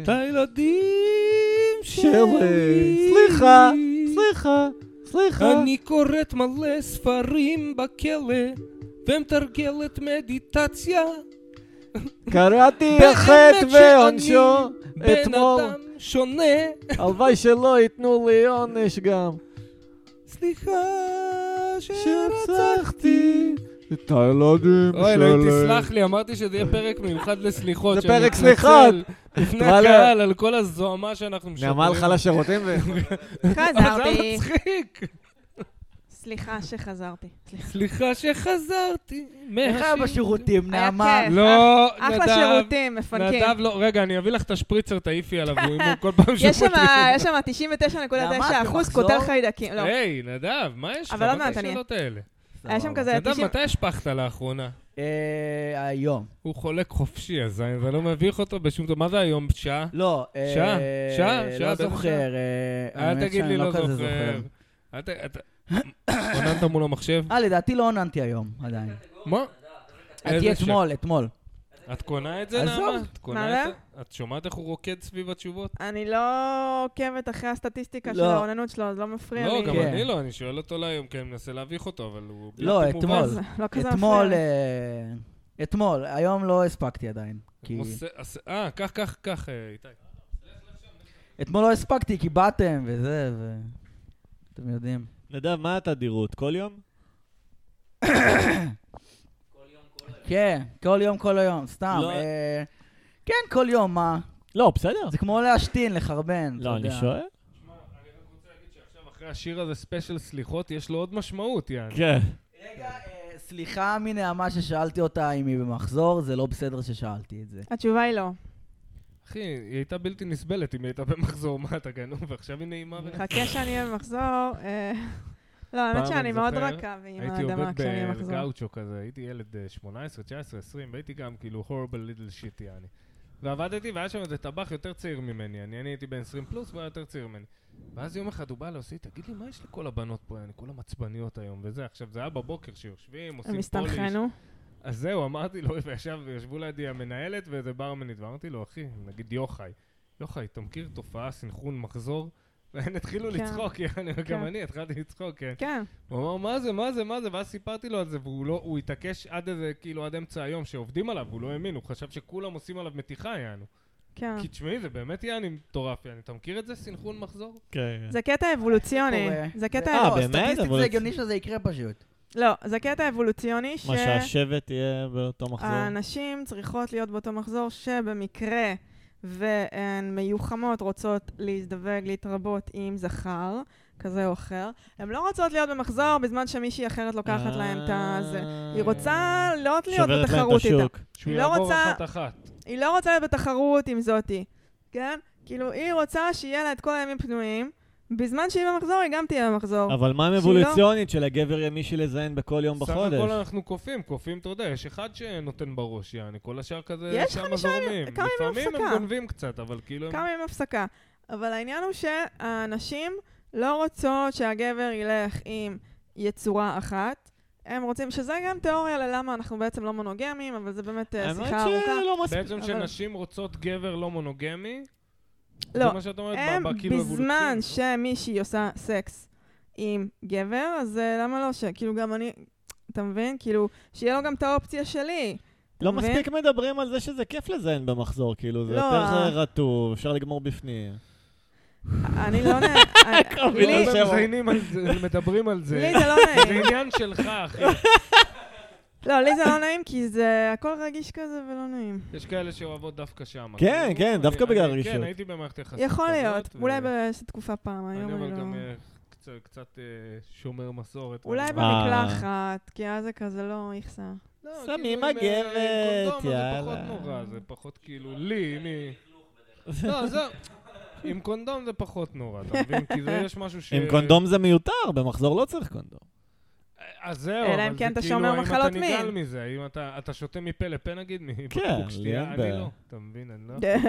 [SPEAKER 3] את הילדים
[SPEAKER 1] שלי! סליחה! סליחה! סליחה!
[SPEAKER 3] אני קוראת מלא ספרים בכלא ומתרגלת מדיטציה
[SPEAKER 1] קראתי
[SPEAKER 3] באמת
[SPEAKER 1] החטא
[SPEAKER 3] שאני
[SPEAKER 1] ועונשו
[SPEAKER 3] בן
[SPEAKER 1] אתמול.
[SPEAKER 3] אדם שונה
[SPEAKER 1] הלוואי שלא ייתנו לי עונש גם.
[SPEAKER 3] סליחה
[SPEAKER 1] שרצחתי את הילדים
[SPEAKER 3] אוי, לא
[SPEAKER 1] שלי.
[SPEAKER 3] אלוהים, תסלח לי, אמרתי שזה יהיה פרק מיוחד לסליחות.
[SPEAKER 1] זה
[SPEAKER 3] שאני
[SPEAKER 1] פרק
[SPEAKER 3] מתנצל
[SPEAKER 1] סליחות.
[SPEAKER 3] לפני
[SPEAKER 1] וואלה.
[SPEAKER 3] הקהל, על כל הזוהמה שאנחנו משדרים.
[SPEAKER 1] נעמה הלכה לשירותים ו...
[SPEAKER 3] זה היה
[SPEAKER 4] חזרתי.
[SPEAKER 3] מצחיק.
[SPEAKER 4] סליחה שחזרתי.
[SPEAKER 3] סליחה
[SPEAKER 4] סליחה.
[SPEAKER 3] שחזרתי.
[SPEAKER 2] איך היה
[SPEAKER 3] מהשירותים.
[SPEAKER 2] בשירותים,
[SPEAKER 4] היה
[SPEAKER 2] נעמה?
[SPEAKER 4] כיף.
[SPEAKER 3] לא,
[SPEAKER 4] אחלה
[SPEAKER 3] נדב.
[SPEAKER 4] שירותים, מפנקים.
[SPEAKER 3] נדב לא, רגע, אני אביא לך את השפריצר, תעיפי עליו, הוא הימור כל פעם
[SPEAKER 4] יש שם
[SPEAKER 3] שפותחים.
[SPEAKER 4] יש שם 99.9
[SPEAKER 2] נעמה,
[SPEAKER 4] אחוז
[SPEAKER 2] אתה מחזור?
[SPEAKER 4] קוטל חיידקים. לא.
[SPEAKER 3] היי, נדב, מה יש לך?
[SPEAKER 4] אבל עוד
[SPEAKER 3] מה
[SPEAKER 4] מעט
[SPEAKER 3] זה
[SPEAKER 4] אני-
[SPEAKER 3] השאלות האלה?
[SPEAKER 4] היה שם
[SPEAKER 2] סבבה.
[SPEAKER 4] כזה
[SPEAKER 3] נדב,
[SPEAKER 4] 90...
[SPEAKER 3] מתי השפכת לאחרונה?
[SPEAKER 2] אה, היום.
[SPEAKER 3] הוא חולק חופשי, אז אני- זה לא מביך אותו בשום דבר. מה זה היום? שעה?
[SPEAKER 2] לא, אה,
[SPEAKER 3] שעה, שעה, שעה,
[SPEAKER 2] לא
[SPEAKER 3] באיזה
[SPEAKER 2] זוכר. אה,
[SPEAKER 3] אל
[SPEAKER 2] האמת
[SPEAKER 3] תגיד
[SPEAKER 2] שאני
[SPEAKER 3] לי לא
[SPEAKER 2] כזה
[SPEAKER 3] זוכר. אל ת- אתה- עוננת מול המחשב?
[SPEAKER 2] אה, לדעתי לא עוננתי היום, עדיין.
[SPEAKER 3] מה?
[SPEAKER 2] הייתי
[SPEAKER 3] איזה
[SPEAKER 2] אתמול, אתמול.
[SPEAKER 3] שם? את קונה את זה,
[SPEAKER 2] עזוב.
[SPEAKER 3] נעמה? את קונה
[SPEAKER 4] מה
[SPEAKER 3] את זה? את שומעת איך הוא רוקד סביב התשובות?
[SPEAKER 4] אני לא עוקבת אחרי הסטטיסטיקה
[SPEAKER 2] לא.
[SPEAKER 4] של האוננות שלו, זה לא מפריע
[SPEAKER 3] לא,
[SPEAKER 4] לי.
[SPEAKER 3] גם
[SPEAKER 2] כן.
[SPEAKER 3] אני לא, אני שואל אותו להיום, כי אני מנסה להביך אותו, אבל הוא...
[SPEAKER 2] לא,
[SPEAKER 3] בלתי מובן.
[SPEAKER 2] אתמול.
[SPEAKER 4] אז לא כזה מפריע
[SPEAKER 2] אתמול,
[SPEAKER 4] לי.
[SPEAKER 2] אה, אתמול, היום לא הספקתי עדיין. כי-
[SPEAKER 3] כמו ס- הס- אה, קח, קח, קח, אה, איתי.
[SPEAKER 2] אתמול לא הספקתי כי באתם וזה, ו... אתם יודעים.
[SPEAKER 1] נדב, מה התדירות? כל יום?
[SPEAKER 2] כן, כל יום, כל היום, סתם.
[SPEAKER 1] לא.
[SPEAKER 2] אה, כן, כל יום, מה?
[SPEAKER 1] לא, בסדר.
[SPEAKER 2] זה כמו להשתין, לחרבן. אתה
[SPEAKER 1] לא, אני
[SPEAKER 2] יודע.
[SPEAKER 1] שואל.
[SPEAKER 3] עכשיו, אחרי השיר הזה, ספיישל סליחות, יש לו עוד משמעות, יעני.
[SPEAKER 1] כן.
[SPEAKER 2] רגע, אה, סליחה מנעמה ששאלתי אותה אם היא במחזור, זה לא בסדר ששאלתי את זה.
[SPEAKER 4] התשובה היא לא.
[SPEAKER 3] אחי, היא הייתה בלתי נסבלת אם היא הייתה במחזור, מה אתה גנוב? ועכשיו היא נעימה ו...
[SPEAKER 4] חכה שאני אהיה במחזור. אה, לא, האמת
[SPEAKER 3] פעם
[SPEAKER 4] שאני
[SPEAKER 3] אני
[SPEAKER 4] מאוד
[SPEAKER 3] זוכר,
[SPEAKER 4] רכה ועם
[SPEAKER 3] הייתי
[SPEAKER 4] האדמה כן,
[SPEAKER 3] עובד
[SPEAKER 4] כשאני אהיה במחזור.
[SPEAKER 3] בגאוצ'ו כזה, הייתי ילד אה, 18, 19, 20, והייתי גם כאילו horrible little shit, יעני. ועבדתי, והיה שם איזה טבח יותר צעיר ממני, אני, אני הייתי בן 20 פלוס, והוא היה יותר צעיר ממני. ואז יום אחד הוא בא להוסיף, תגיד לי, מה יש לכל הבנות פה, אני כולן עצבניות היום, וזה, עכשיו, זה היה בבוקר שיושבים,
[SPEAKER 4] הם
[SPEAKER 3] עושים פוליש.
[SPEAKER 4] הסתנכרנו.
[SPEAKER 3] אז זהו, אמרתי לו, וישב, ישבו לידי המנהלת ואיזה ברמנית, ואמרתי לו, אחי, נגיד יוחאי, יוחאי, אתה מכיר תופעה, סנכרון, מחזור? והן התחילו
[SPEAKER 4] כן.
[SPEAKER 3] לצחוק, יעני,
[SPEAKER 4] כן.
[SPEAKER 3] גם אני התחלתי לצחוק, כן.
[SPEAKER 4] כן,
[SPEAKER 3] הוא אמר, מה זה, מה זה, מה זה, ואז סיפרתי לו על זה, והוא לא, הוא התעקש עד איזה, כאילו, עד אמצע היום שעובדים עליו, הוא לא האמין, הוא חשב שכולם עושים עליו מתיחה, יענו.
[SPEAKER 4] כן.
[SPEAKER 3] כי תשמעי, זה באמת יעני מטורף, יעני, אתה מכיר את זה, סנכרון מחזור?
[SPEAKER 1] כן.
[SPEAKER 4] זה קטע אבולוציוני.
[SPEAKER 2] קורה.
[SPEAKER 4] זה קטע...
[SPEAKER 2] לא,
[SPEAKER 1] אה, באמת?
[SPEAKER 2] סטטיסטית
[SPEAKER 1] אבל-
[SPEAKER 2] זה הגיוני שזה יקרה פשוט.
[SPEAKER 4] לא, זה קטע אבולוציוני ש...
[SPEAKER 1] מה שהשבט יהיה באותו מחזור.
[SPEAKER 4] הנשים צריכות להיות באותו מחזור שבמקרה והן מיוחמות רוצות להזדווג, להתרבות עם זכר כזה או אחר, הן לא רוצות להיות במחזור בזמן שמישהי אחרת לוקחת להן את
[SPEAKER 1] אה,
[SPEAKER 4] הזה. היא רוצה לא להיות
[SPEAKER 1] שוברת להם את
[SPEAKER 4] בתחרות איתה.
[SPEAKER 1] השוק.
[SPEAKER 3] שהוא
[SPEAKER 4] לא
[SPEAKER 3] יעבור
[SPEAKER 4] רוצה-
[SPEAKER 3] אחת-אחת.
[SPEAKER 4] היא לא רוצה להיות בתחרות עם זאתי, כן? כאילו, היא רוצה שיהיה לה את כל הימים פנויים, בזמן שהיא במחזור, היא גם תהיה במחזור.
[SPEAKER 1] אבל מה עם
[SPEAKER 4] שהיא לא-
[SPEAKER 1] אבולוציונית שלגבר יהיה מישהי לזיין בכל יום
[SPEAKER 3] סך הכל
[SPEAKER 1] בחודש?
[SPEAKER 3] אנחנו קופים, קופים, אתה יודע, יש אחד שנותן בראש, יעני, כל השאר כזה
[SPEAKER 4] יש
[SPEAKER 3] כמה
[SPEAKER 4] חמישה ימים-
[SPEAKER 3] זורמים.
[SPEAKER 4] כמה ימים
[SPEAKER 3] לפעמים הם
[SPEAKER 4] הפסקה.
[SPEAKER 3] גונבים קצת, אבל כאילו... הם-
[SPEAKER 4] כמה ימים הפסקה. אבל העניין הוא שהנשים לא רוצות שהגבר ילך עם יצורה אחת. הם רוצים, שזה גם תיאוריה ללמה אנחנו בעצם לא מונוגמים, אבל זה באמת אה,
[SPEAKER 1] האמת
[SPEAKER 4] שיחה ארוכה.
[SPEAKER 1] שלא מספיק.
[SPEAKER 3] בעצם
[SPEAKER 4] אבל-
[SPEAKER 3] שנשים רוצות גבר לא מונוגמי,
[SPEAKER 4] לא,
[SPEAKER 3] זה מה שאת אומרת,
[SPEAKER 4] הם,
[SPEAKER 3] ב- ב- כאילו
[SPEAKER 4] בזמן
[SPEAKER 3] אבולוציוני.
[SPEAKER 4] שמישהי עושה סקס עם גבר, אז אה, למה לא ש... כאילו גם אני... אתה מבין? כאילו, שיהיה לו גם את האופציה שלי. אתה
[SPEAKER 1] לא
[SPEAKER 4] מבין?
[SPEAKER 1] מספיק מדברים על זה שזה כיף לזיין במחזור, כאילו, זה
[SPEAKER 4] לא,
[SPEAKER 1] יותר
[SPEAKER 4] אה.
[SPEAKER 1] רטוב, אפשר לגמור בפנים.
[SPEAKER 4] אני לא נהנה...
[SPEAKER 1] קרבי
[SPEAKER 4] לי-
[SPEAKER 1] לי.
[SPEAKER 3] לא, הם מזיינים על זה, מדברים על זה.
[SPEAKER 4] לי זה לא
[SPEAKER 3] זה
[SPEAKER 4] נעים.
[SPEAKER 3] עניין שלך, אחי.
[SPEAKER 4] לא, לי זה לא נעים, כי זה הכל רגיש כזה ולא נעים.
[SPEAKER 3] יש כאלה שאוהבות דווקא שם.
[SPEAKER 1] כן,
[SPEAKER 3] כאילו,
[SPEAKER 1] כן,
[SPEAKER 3] אני-
[SPEAKER 1] דווקא
[SPEAKER 3] אני-
[SPEAKER 1] בגלל
[SPEAKER 3] כן,
[SPEAKER 1] רגישות.
[SPEAKER 3] הייתי במערכת יחסים.
[SPEAKER 4] יכול
[SPEAKER 3] כזאת,
[SPEAKER 4] להיות,
[SPEAKER 3] ו-
[SPEAKER 4] אולי באיזושהי תקופה פעם, היום
[SPEAKER 3] אני
[SPEAKER 4] אני
[SPEAKER 3] אבל
[SPEAKER 4] לא...
[SPEAKER 3] גם אה, קצת- קצת אה, שומר מסורת.
[SPEAKER 4] אולי
[SPEAKER 3] ואני-
[SPEAKER 1] אה.
[SPEAKER 4] במקלחת, כי אז זה כזה לא איכסה.
[SPEAKER 3] לא,
[SPEAKER 1] שמים
[SPEAKER 3] כאילו, עם, אה, עם
[SPEAKER 1] מגבת,
[SPEAKER 3] קונדום, אז זה
[SPEAKER 1] יאללה.
[SPEAKER 3] פחות נורא, זה פחות כאילו, לי, מי... לא, זהו. עם קונדום זה פחות נורא, אתה מבין? כי זה יש משהו ש...
[SPEAKER 1] עם קונדום זה מיותר, במחזור לא צריך קונדום.
[SPEAKER 3] אה, אז זהו,
[SPEAKER 4] אלא אם
[SPEAKER 3] אבל זה
[SPEAKER 4] כן אתה
[SPEAKER 3] כאילו,
[SPEAKER 4] שומר
[SPEAKER 3] האם אתה
[SPEAKER 4] מחלות
[SPEAKER 3] נגעל
[SPEAKER 4] מין.
[SPEAKER 3] מזה, האם אתה אתה שותה מפה לפה נגיד,
[SPEAKER 1] כן,
[SPEAKER 3] מבקבוק
[SPEAKER 1] לי אין
[SPEAKER 3] שתייה,
[SPEAKER 1] בעיה.
[SPEAKER 3] אני לא, אתה מבין, אני לא...
[SPEAKER 4] כן.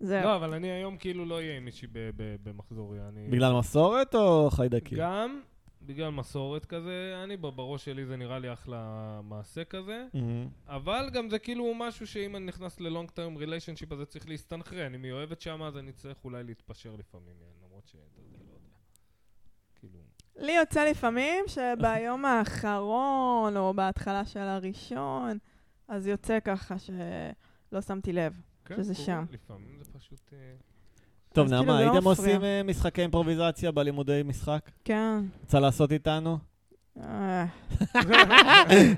[SPEAKER 4] זהו.
[SPEAKER 3] לא, אבל אני היום כאילו לא אהיה עם מישהי ב- ב- במחזור, אני...
[SPEAKER 1] בגלל מסורת או חיידקים?
[SPEAKER 3] אה. גם בגלל מסורת כזה, אני ב- בראש שלי זה נראה לי אחלה מעשה כזה.
[SPEAKER 1] Mhm.
[SPEAKER 3] אבל גם זה כאילו משהו שאם אני נכנס ללונג טרם ריליישנשיפ אז זה צריך להסתנכרן. אם היא אוהבת שמה אז אני צריך אולי להתפשר לפעמים, יעני, למרות ש... אתה יודע, לא יודע. כאילו...
[SPEAKER 4] לי יוצא לפעמים שביום האחרון, או בהתחלה של הראשון, אז יוצא ככה שלא שמתי לב.
[SPEAKER 3] כן,
[SPEAKER 4] שזה
[SPEAKER 3] קורה,
[SPEAKER 4] שם.
[SPEAKER 3] לפעמים זה פשוט... אה,
[SPEAKER 1] טוב,
[SPEAKER 4] אז כאילו
[SPEAKER 1] נעמה,
[SPEAKER 4] זה לא
[SPEAKER 1] הייתם
[SPEAKER 4] מפריע.
[SPEAKER 1] עושים אה, משחקי אימפרוביזציה בלימודי משחק?
[SPEAKER 4] כן.
[SPEAKER 1] רוצה לעשות איתנו?
[SPEAKER 4] אה,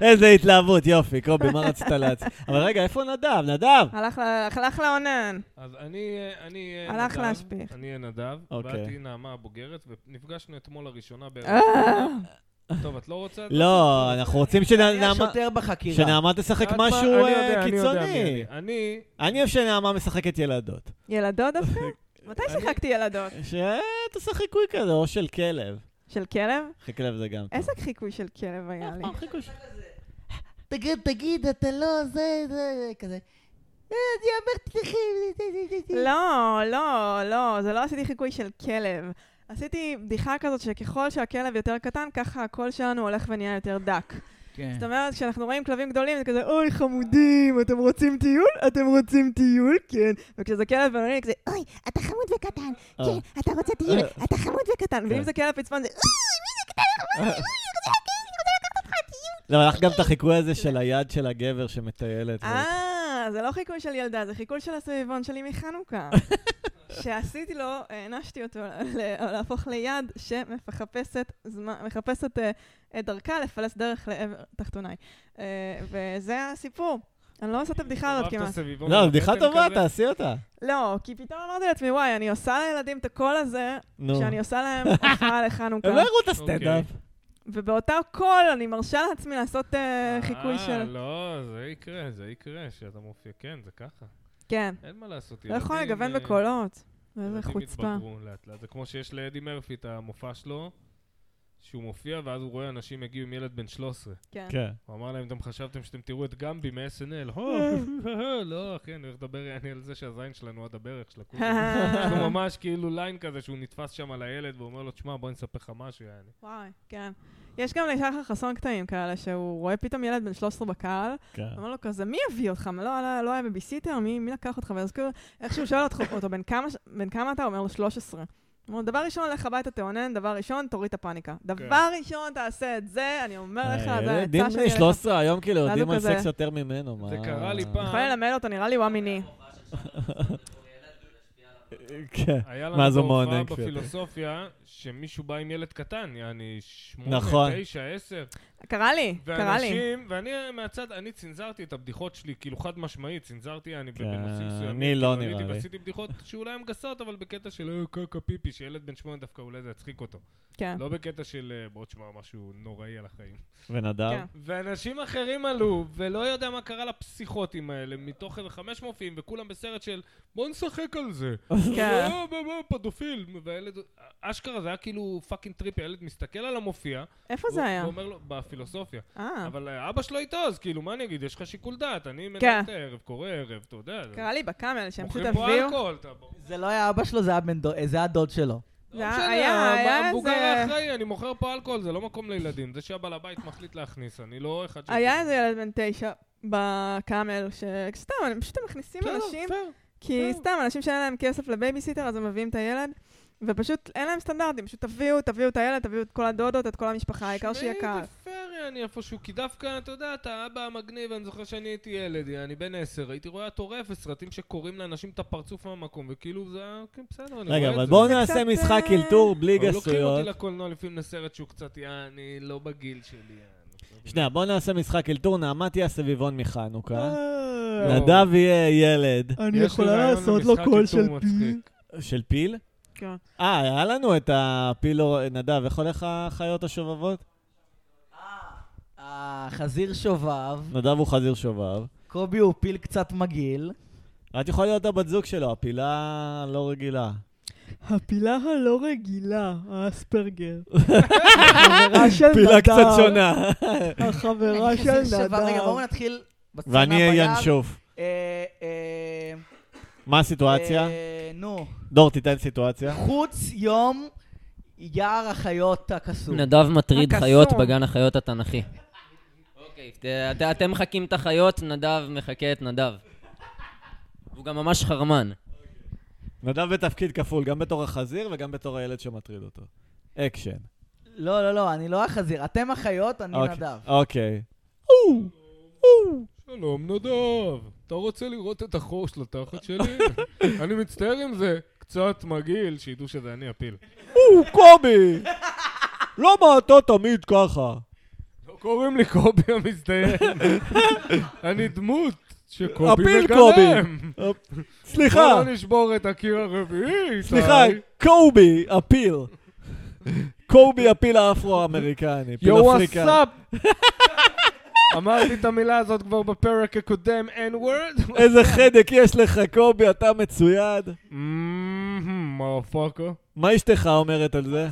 [SPEAKER 1] איזה התלהבות, יופי, קובי, מה רצית להציע? אבל רגע, איפה נדב? נדב!
[SPEAKER 3] אה,
[SPEAKER 4] הלך ל- הלך לאונן.
[SPEAKER 3] אז אני אה, אני אה,
[SPEAKER 4] הלך
[SPEAKER 3] נדב,
[SPEAKER 4] להשפיך.
[SPEAKER 3] אני אה, נדב,
[SPEAKER 1] אוקיי.
[SPEAKER 3] ואת היא נעמה הבוגרת, ונפגשנו אתמול לראשונה בערב.
[SPEAKER 4] אה,
[SPEAKER 3] טוב, את לא רוצה? את
[SPEAKER 1] לא, אנחנו רוצים
[SPEAKER 2] אני
[SPEAKER 1] שנעמה...
[SPEAKER 2] השוטר בחקירה.
[SPEAKER 1] שנעמה תשחק
[SPEAKER 3] יודעת מה?
[SPEAKER 1] משהו
[SPEAKER 3] אני
[SPEAKER 1] אה,
[SPEAKER 3] יודע, אני יודע מי
[SPEAKER 1] קיצוני.
[SPEAKER 3] אני. אני...
[SPEAKER 1] אני אוהב שנעמה משחקת ילדות.
[SPEAKER 4] ילדות דווקא? מתי שיחקתי ילדות?
[SPEAKER 1] שתעשה חיקוי כזה, או של כלב.
[SPEAKER 4] של כלב?
[SPEAKER 1] אחי כלב זה גם.
[SPEAKER 4] איזה חיקוי של כלב היה לי.
[SPEAKER 1] אה, חיקוי ש-
[SPEAKER 6] תגיד, תגיד, אתה לא זה, זה, כזה. אה, אני אמרתי לכם.
[SPEAKER 4] לא, לא, לא, זה לא עשיתי חיקוי של כלב. עשיתי בדיחה כזאת שככל שהכלב יותר קטן, ככה הקול שלנו הולך ונהיה יותר דק.
[SPEAKER 2] כן.
[SPEAKER 4] זאת אומרת, כשאנחנו רואים כלבים גדולים, זה כזה, אוי, חמודים, אתם רוצים טיול? אתם רוצים טיול? כן. וכשזה כלב בינוני, זה כזה,
[SPEAKER 6] אוי, אתה חמוד וקטן.
[SPEAKER 1] אה.
[SPEAKER 6] כן, אתה רוצה
[SPEAKER 1] טיול?
[SPEAKER 6] טיול?
[SPEAKER 4] אתה חמוד וקטן.
[SPEAKER 1] כן.
[SPEAKER 4] ואם זה כלב פצפון, זה,
[SPEAKER 1] לא, אבל לך גם את החיקוי הזה של היד של הגבר שמטיילת.
[SPEAKER 4] אה,
[SPEAKER 3] אוקיי.
[SPEAKER 4] זה לא חיקוי של ילדה, זה חיקוי של הסביבון שלי מחנוכה. שעשיתי לו, הענשתי אותו ל- להפוך ליד שמחפשת זמן- מחפשת, אה, את דרכה לפלס דרך לעבר תחתוניי. אה, וזה הסיפור. אני לא עושה את הבדיחה הזאת
[SPEAKER 3] אהבת
[SPEAKER 4] כמעט.
[SPEAKER 3] סביבון
[SPEAKER 1] לא,
[SPEAKER 3] על
[SPEAKER 1] בדיחה
[SPEAKER 3] הבטן
[SPEAKER 1] טובה,
[SPEAKER 3] כזה?
[SPEAKER 1] תעשי אותה.
[SPEAKER 4] לא, כי פתאום אמרתי לעצמי, וואי, אני עושה לילדים את הקול הזה,
[SPEAKER 1] נו.
[SPEAKER 4] שאני עושה להם הופעה לחנוכה.
[SPEAKER 1] הם לא יראו את הסטנדאפ.
[SPEAKER 4] ובאותו קול אני מרשה לעצמי לעשות אה, חיקוי
[SPEAKER 3] אה,
[SPEAKER 4] של...
[SPEAKER 3] לא, זה יקרה, זה יקרה, שאתה מופיע. כן, זה ככה.
[SPEAKER 4] כן.
[SPEAKER 3] אין מה לעשות.
[SPEAKER 4] לא יכול
[SPEAKER 3] ילדים,
[SPEAKER 4] לגוון
[SPEAKER 3] אה,
[SPEAKER 4] בקולות. איזה
[SPEAKER 3] ילדים
[SPEAKER 4] חוצפה.
[SPEAKER 3] התבגרו לאט לאט. זה כמו שיש לאדי מרפי את המופע שלו, שהוא מופיע, ואז הוא רואה אנשים הגיעו עם ילד בן 13.
[SPEAKER 4] כן.
[SPEAKER 1] כן.
[SPEAKER 3] הוא אמר להם, אתם חשבתם שאתם תראו את גמבי מ-SNL. "הו, לא, אחי, אני הולך לדבר יעני על זה שהזין שלנו עד הברך של הכול. יש לו ממש כאילו ליין כזה שהוא נתפס שם על הילד, והוא אומר לו, תשמע, בוא אני אספר לך משהו, יעני.
[SPEAKER 4] וואי, כן. יש גם לשחר חסון קטעים כאלה, שהוא רואה פתאום ילד בן 13 בקהל,
[SPEAKER 3] אה.
[SPEAKER 1] כן.
[SPEAKER 4] אומר לו כזה, מי הביא אותך? מה, לא, לא, לא היה בביסיטר? מי, מי לקח אותך? ואז כאילו, איכשהו שואל אותך, אותו, בן כמה, ש- בן כמה אתה? הוא אומר לו, 13. הוא אומר, דבר ראשון, לך הביתה, תאונן, דבר ראשון, תוריד את הפאניקה.
[SPEAKER 3] כן.
[SPEAKER 4] דבר ראשון, תעשה את זה, אני אומר
[SPEAKER 1] אה,
[SPEAKER 4] לך, זה
[SPEAKER 1] ילדים
[SPEAKER 4] העצה שלי.
[SPEAKER 1] בני
[SPEAKER 4] לך."
[SPEAKER 1] 13 היום כאילו
[SPEAKER 4] ואז
[SPEAKER 1] יודעים
[SPEAKER 4] הוא
[SPEAKER 1] על
[SPEAKER 4] כזה-
[SPEAKER 1] סקס יותר ממנו, מה?
[SPEAKER 3] זה קרה לי פעם.
[SPEAKER 4] יכול ללמד אותו, נראה לי הוא המיני.
[SPEAKER 1] כן.
[SPEAKER 3] היה
[SPEAKER 1] מה זה
[SPEAKER 3] לנו בהופעה
[SPEAKER 1] מוענק?
[SPEAKER 3] בפילוסופיה, שמישהו בא עם ילד קטן, יעני שמונה,
[SPEAKER 1] נכון.
[SPEAKER 3] תשע, עשר.
[SPEAKER 4] קרה לי, קרה לי.
[SPEAKER 3] ואנשים, ואני מהצד, אני צנזרתי את הבדיחות שלי, כאילו חד משמעית, צנזרתי, אני
[SPEAKER 1] כן,
[SPEAKER 3] בנושאים מסוימים.
[SPEAKER 1] אני לא
[SPEAKER 3] כאילו,
[SPEAKER 1] נראה
[SPEAKER 3] עליתי
[SPEAKER 1] לי.
[SPEAKER 3] ועשיתי בדיחות שאולי הן גסות, אבל בקטע של "אה, קקה פיפי, שילד בן שמונה דווקא אולי זה יצחיק אותו.
[SPEAKER 4] כן.
[SPEAKER 3] לא בקטע של אה, בוא תשמע משהו נוראי על החיים.
[SPEAKER 1] ונדב?
[SPEAKER 4] כן.
[SPEAKER 3] ואנשים אחרים עלו, ולא יודע מה קרה לפסיכוטים האלה, מתוך איזה חמש מופיעים, וכולם בסרט של בוא נשחק על זה.
[SPEAKER 4] כן.
[SPEAKER 3] "אה, מה, מה, פדופיל. והילד, אשכרה זה היה כאילו פאקינג טריפ, הילד מסתכל על המופיע.
[SPEAKER 4] איפה
[SPEAKER 3] והוא-
[SPEAKER 4] זה היה?
[SPEAKER 3] ואומר לו, בפילוסופיה.
[SPEAKER 4] אה,
[SPEAKER 3] לא. אבל אה, אבא שלו איתו, אז כאילו, מה אני אגיד? יש לך שיקול דעת, אני
[SPEAKER 4] כן.
[SPEAKER 3] מנהל את הערב, קורא ערב, אתה יודע. זה-
[SPEAKER 4] קרה לי בקאמל, שהם פשוט
[SPEAKER 3] מוכרים פה
[SPEAKER 4] הביאו.
[SPEAKER 3] אלכוהול, אתה ברור.
[SPEAKER 2] זה לא היה אבא שלו, זה היה בן דוד- אה, זה היה דוד שלו.
[SPEAKER 4] זה
[SPEAKER 3] לא משנה,
[SPEAKER 4] היה, היה
[SPEAKER 3] המבוגר
[SPEAKER 4] איזה...
[SPEAKER 3] האחראי, אני מוכר פה אלכוהול, זה לא מקום לילדים. זה שהבעל הבית מחליט להכניס, אני לא אחד ש...
[SPEAKER 4] היה איזה ילד בן תשע בקאמל, שסתם, הם פשוט מכניסים
[SPEAKER 3] בסדר,
[SPEAKER 4] אנשים,
[SPEAKER 3] פייר.
[SPEAKER 4] כי סתם, אנשים שאין להם כסף לבייביסיטר, אז הם מביאים את הילד, ופשוט אין להם סטנדרטים, פשוט תביאו, תביאו את הילד, תביאו את כל הדודות, את כל המשפחה, העיקר שיהיה קהל.
[SPEAKER 3] שמעי, זה פייר, יעני, איפשהו, כי דווקא, אתה יודע, אתה אבא המגניב, אני זוכר שאני הייתי ילד, יעני, בן עשר, הייתי רואה טורף סרטים שקוראים לאנשים את הפרצוף מהמקום, וכאילו, זה היה, כן, בסדר, אני רואה את זה.
[SPEAKER 1] רגע, אבל בואו
[SPEAKER 4] זה
[SPEAKER 1] נעשה
[SPEAKER 4] קצת,
[SPEAKER 1] משחק
[SPEAKER 4] אה,
[SPEAKER 1] אלתור בלי
[SPEAKER 3] אבל לוקחים אותי
[SPEAKER 1] גסויות.
[SPEAKER 3] לקולנוע לפעמים לסרט שהוא קצת, יעני, לא בגיל שלי, יעני.
[SPEAKER 1] שנייה, בואו נעשה משחק אלתור, נעמה תהיה הסביבון מחנוכה.
[SPEAKER 3] לא.
[SPEAKER 1] אה, נדב יהיה ילד.
[SPEAKER 6] אני
[SPEAKER 3] יש לי רעיון למשחק איתור מצחיק.
[SPEAKER 1] של פיל?
[SPEAKER 4] כן.
[SPEAKER 1] אה, היה לנו את הפילור... נדב, איך הולך החיות השובבות?
[SPEAKER 2] החזיר שובב,
[SPEAKER 1] נדב הוא חזיר שובב.
[SPEAKER 2] קובי הוא פיל קצת מגעיל.
[SPEAKER 1] את יכולה להיות הבת זוג שלו, הפילה לא רגילה.
[SPEAKER 6] הפילה הלא רגילה, האספרגר.
[SPEAKER 1] פילה קצת שונה.
[SPEAKER 6] החברה
[SPEAKER 2] חזיר שובב. רגע, בואו נתחיל. בסצנה
[SPEAKER 1] ואני אהיה
[SPEAKER 2] ביער.
[SPEAKER 1] ינשוף.
[SPEAKER 2] אה, אה,
[SPEAKER 1] מה הסיטואציה?
[SPEAKER 2] אה, נו.
[SPEAKER 1] דור, תיתן סיטואציה.
[SPEAKER 2] חוץ יום יער החיות הקסום.
[SPEAKER 7] נדב מטריד
[SPEAKER 4] הקסום.
[SPEAKER 7] חיות בגן החיות התנ"כי. אוקיי, ת- את- אתם מחקים את החיות, נדב מחקה את נדב. הוא גם ממש חרמן.
[SPEAKER 1] נדב בתפקיד כפול, גם בתור החזיר וגם בתור הילד שמטריד אותו. אקשן.
[SPEAKER 2] לא, לא, לא, אני לא החזיר. אתם החיות, אני
[SPEAKER 1] אוקיי,
[SPEAKER 2] נדב.
[SPEAKER 1] אוקיי.
[SPEAKER 3] שלום נדב, אתה רוצה לראות את החור של התחת שלי? אני מצטער עם זה, קצת מגעיל, שידעו שזה אני הפיל.
[SPEAKER 1] או, קובי! למה אתה תמיד ככה?
[SPEAKER 3] לא קוראים לי קובי המזדיין, אני דמות שקובי
[SPEAKER 1] הפיל
[SPEAKER 3] מגלם.
[SPEAKER 1] סליחה,
[SPEAKER 3] לא נשבור את הקיר הרביעי, איתי.
[SPEAKER 1] סליחה, קובי, הפיל. קובי הפיל האפרו-אמריקני, פיל
[SPEAKER 3] יו
[SPEAKER 1] אפריקני.
[SPEAKER 3] וואסאפ! אמרתי את המילה הזאת כבר בפרק הקודם, N-word.
[SPEAKER 1] איזה חדק יש לך, קובי, אתה מצויד.
[SPEAKER 3] מרפאקה.
[SPEAKER 1] מה אשתך אומרת על זה?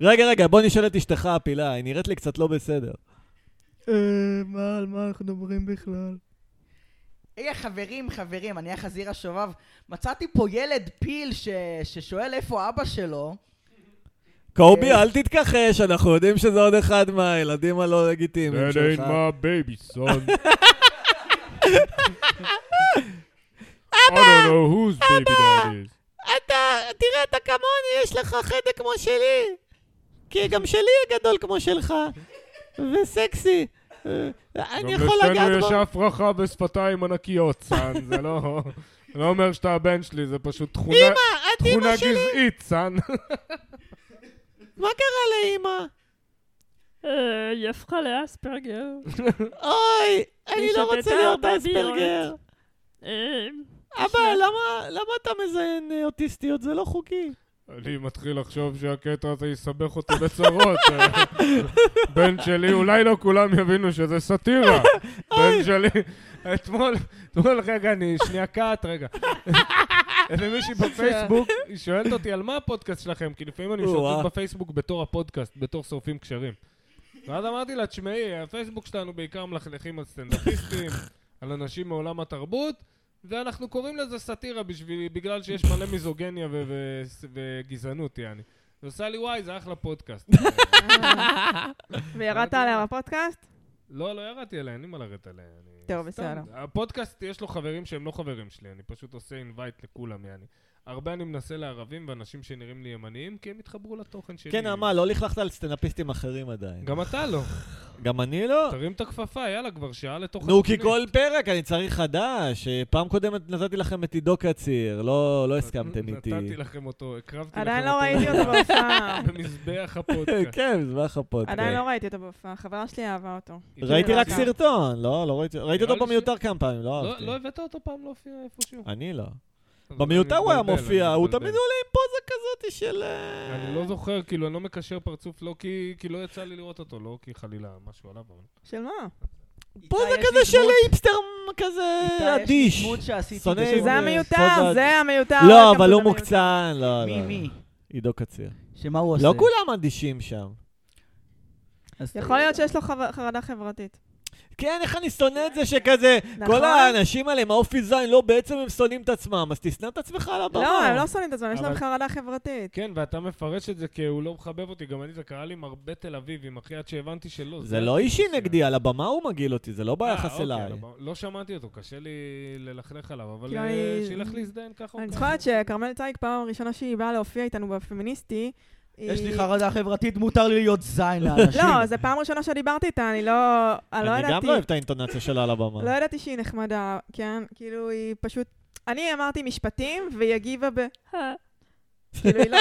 [SPEAKER 1] רגע, רגע, בוא נשאל את אשתך הפילה, היא נראית לי קצת לא בסדר.
[SPEAKER 6] אה, מה, על מה אנחנו מדברים בכלל?
[SPEAKER 2] היי, חברים, חברים, אני החזיר השובב. מצאתי פה ילד פיל ש... ששואל איפה אבא שלו.
[SPEAKER 1] קובי, אל תתכחש, אנחנו יודעים שזה עוד אחד מהילדים הלא לגיטימיים שלך.
[SPEAKER 3] baby son. I don't know whose baby that is.
[SPEAKER 1] אתה, תראה, אתה כמוני, יש לך חדק כמו שלי. כי גם שלי יהיה גדול כמו שלך. וסקסי. אה, אני יכול לגעת בו.
[SPEAKER 3] הפרחה ושפתיים ענקיות, סאן, זה לא... לא אומר שאתה הבן שלי, זה פשוט תכונה...
[SPEAKER 1] את אימא שלי.
[SPEAKER 3] גזעית, סאן.
[SPEAKER 1] מה קרה לאימא?
[SPEAKER 8] אה, היא הפכה לאספרגר.
[SPEAKER 1] אוי, אני לא
[SPEAKER 8] שתתה
[SPEAKER 1] רוצה להיות
[SPEAKER 8] הרבה
[SPEAKER 1] אספרגר.
[SPEAKER 8] בירות. אה,
[SPEAKER 1] אבא, למה- למה אתה מזיין אה, אוטיסטיות? זה לא חוקי.
[SPEAKER 3] אני מתחיל לחשוב שהקטע הזה יסבך אותי בצרות. אה, בן שלי, אולי לא כולם יבינו שזה סאטירה. בן שלי, אתמול, אתמול, רגע, אני שנייה קאט, רגע. איזה מישהי בפייסבוק, היא שואלת אותי על מה הפודקאסט שלכם, כי לפעמים אני
[SPEAKER 1] או-אה.
[SPEAKER 3] משתתף בפייסבוק בתור הפודקאסט, בתור שורפים קשרים. ואז אמרתי לה, תשמעי, הפייסבוק שלנו בעיקר מלכלכים על סטנדאפיסטים, על אנשים מעולם התרבות, ואנחנו קוראים לזה סאטירה בשביל, בגלל שיש מלא מיזוגניה ו- ו- וגזענות, יעני. היא עושה לי, וואי, זה אחלה פודקאסט.
[SPEAKER 4] וירדת עליה בפודקאסט?
[SPEAKER 3] לא, לא ירדתי עליה, אין לי מה לרדת עליה. אני...
[SPEAKER 4] טוב,
[SPEAKER 3] סתם.
[SPEAKER 4] בסדר.
[SPEAKER 3] הפודקאסט, יש לו חברים שהם לא חברים שלי, אני פשוט עושה אינווייט לכולם, יעני. הרבה אני מנסה לערבים ואנשים שנראים לי ימניים, כי הם התחברו לתוכן שלי.
[SPEAKER 1] כן, נעמה, לא לכלכת על סטנדאפיסטים אחרים עדיין.
[SPEAKER 3] גם אתה לא.
[SPEAKER 1] גם אני לא.
[SPEAKER 3] תרים את הכפפה, יאללה, כבר שעה לתוך
[SPEAKER 1] נו, כי
[SPEAKER 3] התוכנית.
[SPEAKER 1] כל פרק אני צריך חדש. אה, פעם קודמת נתתי לכם את עידו קציר, לא לא הסכמתם איתי.
[SPEAKER 3] נתתי לכם אותו, הקרבתי לכם אותו.
[SPEAKER 4] עדיין לא ראיתי אותו בהופעה.
[SPEAKER 3] במזבח הפודקאסט.
[SPEAKER 1] כן, מזבח הפודקאסט.
[SPEAKER 4] עדיין לא ראיתי אותו בהופעה, חברה שלי אהבה אותו.
[SPEAKER 1] ראיתי רק
[SPEAKER 4] כן.
[SPEAKER 1] סרטון, לא, לא ראיתי, ראיתי
[SPEAKER 3] נראה
[SPEAKER 1] אותו
[SPEAKER 3] לי ש-
[SPEAKER 1] במיותר כמה פעמים, לא
[SPEAKER 3] לא
[SPEAKER 1] אהבתי.
[SPEAKER 3] לא הבאת אותו פעם להופיע איפשהו?
[SPEAKER 1] אני לא.
[SPEAKER 3] אז
[SPEAKER 1] במיותר
[SPEAKER 3] אני
[SPEAKER 1] הוא היה
[SPEAKER 3] מתבלבל,
[SPEAKER 1] מופיע,
[SPEAKER 3] אני
[SPEAKER 1] הוא
[SPEAKER 3] מתבלבל.
[SPEAKER 1] תמיד עולה עם פוזה כזאת של... אה,
[SPEAKER 3] אני לא זוכר, כאילו, אני לא מקשר פרצוף, לא כי כי לא יצא לי לראות אותו, לא כי חלילה משהו עליו, אבל...
[SPEAKER 4] של מה?
[SPEAKER 1] פוזה
[SPEAKER 2] איתי, יש לי
[SPEAKER 1] כזה של
[SPEAKER 2] דמות-
[SPEAKER 1] היפסטר כזה
[SPEAKER 2] איתי, יש לי
[SPEAKER 1] אדיש.
[SPEAKER 2] דמות שעשיתי
[SPEAKER 1] שונא-
[SPEAKER 2] בשבוע-
[SPEAKER 4] זה
[SPEAKER 1] אה,
[SPEAKER 4] המיותר,
[SPEAKER 1] פוזה-
[SPEAKER 4] זה המיותר.
[SPEAKER 1] לא,
[SPEAKER 4] welcome
[SPEAKER 1] אבל
[SPEAKER 4] to
[SPEAKER 1] הוא
[SPEAKER 4] the מיותר.
[SPEAKER 1] מוקצן, לא,
[SPEAKER 2] מי,
[SPEAKER 1] לא.
[SPEAKER 2] מי?
[SPEAKER 1] עידו קציר.
[SPEAKER 2] שמה הוא עושה?
[SPEAKER 1] לא כולם אדישים שם.
[SPEAKER 2] אז- אה,
[SPEAKER 4] יכול להיות שיש לו חו- חרדה חברתית.
[SPEAKER 1] כן, איך אני שונא את זה שכזה,
[SPEAKER 4] נכון.
[SPEAKER 1] כל האנשים האלה עם האופי זין, לא, בעצם הם שונאים את עצמם, אז תשנא את עצמך על הבמה.
[SPEAKER 4] לא, הם לא שונאים את עצמם, יש להם
[SPEAKER 3] אבל-
[SPEAKER 4] חרדה חברתית.
[SPEAKER 3] כן, ואתה מפרש את זה כי הוא לא מחבב אותי, גם אני, זה קרה לי עם הרבה תל אביבים, אחי, עד שהבנתי שלא.
[SPEAKER 1] זה לא אישי
[SPEAKER 3] זה-
[SPEAKER 1] נגדי, על הבמה הוא מגעיל אותי, זה לא
[SPEAKER 3] אה,
[SPEAKER 1] ביחס
[SPEAKER 3] אוקיי,
[SPEAKER 1] אליי.
[SPEAKER 3] לא, ב- לא שמעתי אותו, קשה לי ללכלך עליו, אבל
[SPEAKER 4] כאילו,
[SPEAKER 3] אה,
[SPEAKER 4] אני-
[SPEAKER 3] שילך להזדיין ככה. או
[SPEAKER 4] אני
[SPEAKER 3] ככה.
[SPEAKER 4] זוכרת שכרמל צייק, פעם הראשונה שהיא באה להופיע איתנו בפמיניסטי,
[SPEAKER 2] יש לי
[SPEAKER 4] היא-
[SPEAKER 2] חרדה חברתית, מותר לי להיות זין לאנשים.
[SPEAKER 4] לא, זו פעם ראשונה שדיברתי איתה, אני לא... אני לא
[SPEAKER 1] אני
[SPEAKER 4] ידעתי...
[SPEAKER 1] גם לא אוהב את האינטונציה שלה על הבמה.
[SPEAKER 4] לא ידעתי שהיא נחמדה, כן? כאילו, היא פשוט... אני אמרתי משפטים, והיא הגיבה ב... כאילו, היא לא-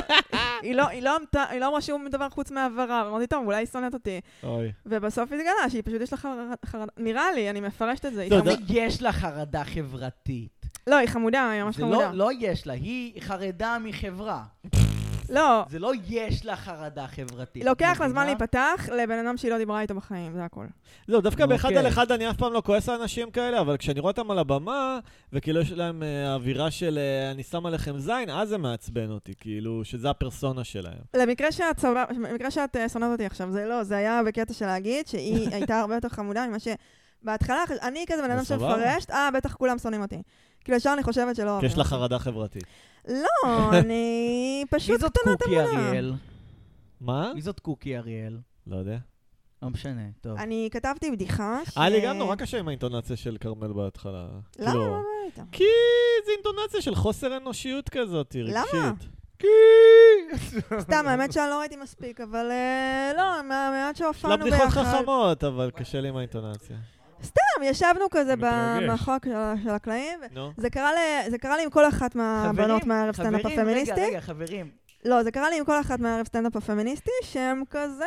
[SPEAKER 4] היא לא- היא לא עמתה- היא לא אמרה שום דבר חוץ מהבהרה, אמרתי, טוב, אולי היא שונאת אותי.
[SPEAKER 1] אוי.
[SPEAKER 4] ובסוף היא התגלה שהיא פשוט יש לה חר- חרדה... נראה לי, אני מפרשת את זה. היא
[SPEAKER 1] אתה יודע-
[SPEAKER 4] חמודה.
[SPEAKER 2] תמיד יש לה חרדה חברתית.
[SPEAKER 4] לא, היא חמודה, היא ממש
[SPEAKER 2] זה לא,
[SPEAKER 4] חמודה.
[SPEAKER 2] לא יש לה, היא חרדה מחברה.
[SPEAKER 4] לא,
[SPEAKER 2] זה לא יש לה חרדה חברתית.
[SPEAKER 4] לוקח
[SPEAKER 2] את
[SPEAKER 4] לה זמן
[SPEAKER 2] מבינה?
[SPEAKER 4] להיפתח לבן אדם שהיא לא דיברה איתו בחיים, זה הכל.
[SPEAKER 1] לא, דווקא
[SPEAKER 2] נו,
[SPEAKER 1] באחד
[SPEAKER 2] כן.
[SPEAKER 1] על אחד אני אף פעם לא כועס על אנשים כאלה, אבל כשאני רואה אותם על הבמה, וכאילו יש להם אה, אווירה של אה, אני שם עליכם זין, אז זה מעצבן אותי, כאילו, שזה הפרסונה שלהם.
[SPEAKER 4] למקרה שאת, סבבה- במקרה שאת אה, שונאת אותי עכשיו, זה לא, זה היה בקטע של להגיד שהיא הייתה הרבה יותר חמודה ממה ש... בהתחלה, חש- אני כזה בן
[SPEAKER 1] זה
[SPEAKER 4] אדם
[SPEAKER 1] סבבה.
[SPEAKER 4] שמפרשת, אה, בטח כולם שונאים אותי. כאילו, ישר אני חושבת שלא
[SPEAKER 2] אה,
[SPEAKER 1] כי
[SPEAKER 4] אוהבים.
[SPEAKER 1] יש לה חרדה חברתית.
[SPEAKER 4] לא, אני
[SPEAKER 2] מי
[SPEAKER 4] פשוט
[SPEAKER 2] זאת
[SPEAKER 4] קטנת
[SPEAKER 2] קוקי
[SPEAKER 4] אמונה.
[SPEAKER 2] אריאל?
[SPEAKER 1] מה?
[SPEAKER 2] מי זאת קוקי אריאל?
[SPEAKER 1] לא יודע.
[SPEAKER 2] לא משנה, טוב.
[SPEAKER 4] אני כתבתי בדיחה
[SPEAKER 2] כן.
[SPEAKER 4] ש...
[SPEAKER 1] היה לי גם נורא קשה עם האינטונציה של כרמל בהתחלה.
[SPEAKER 4] למה?
[SPEAKER 1] כאילו-
[SPEAKER 4] מה הבעיה איתה?
[SPEAKER 1] כי זו אינטונציה של חוסר אנושיות כזאת, היא
[SPEAKER 4] למה?
[SPEAKER 1] רגשית.
[SPEAKER 4] סתם, האמת שאני לא ראיתי מספיק, אבל אה, לא, מה- מהמעט
[SPEAKER 1] יש לה
[SPEAKER 4] שהופענו
[SPEAKER 1] בדיחות
[SPEAKER 4] ביחד.
[SPEAKER 1] חכמות, אבל קשה לי עם האינטונציה.
[SPEAKER 4] סתם, ישבנו כזה
[SPEAKER 3] אני מתרגש.
[SPEAKER 4] במחוק של- של הקלעים. ו-
[SPEAKER 1] נו.
[SPEAKER 4] זה קרה, ל... זה קרה לי עם כל אחת מהבנות מהערב סטנדאפ הפמיניסטי.
[SPEAKER 2] רגע, רגע, חברים.
[SPEAKER 4] לא, זה קרה לי עם כל אחת מהערב סטנדאפ הפמיניסטי, שהן כזה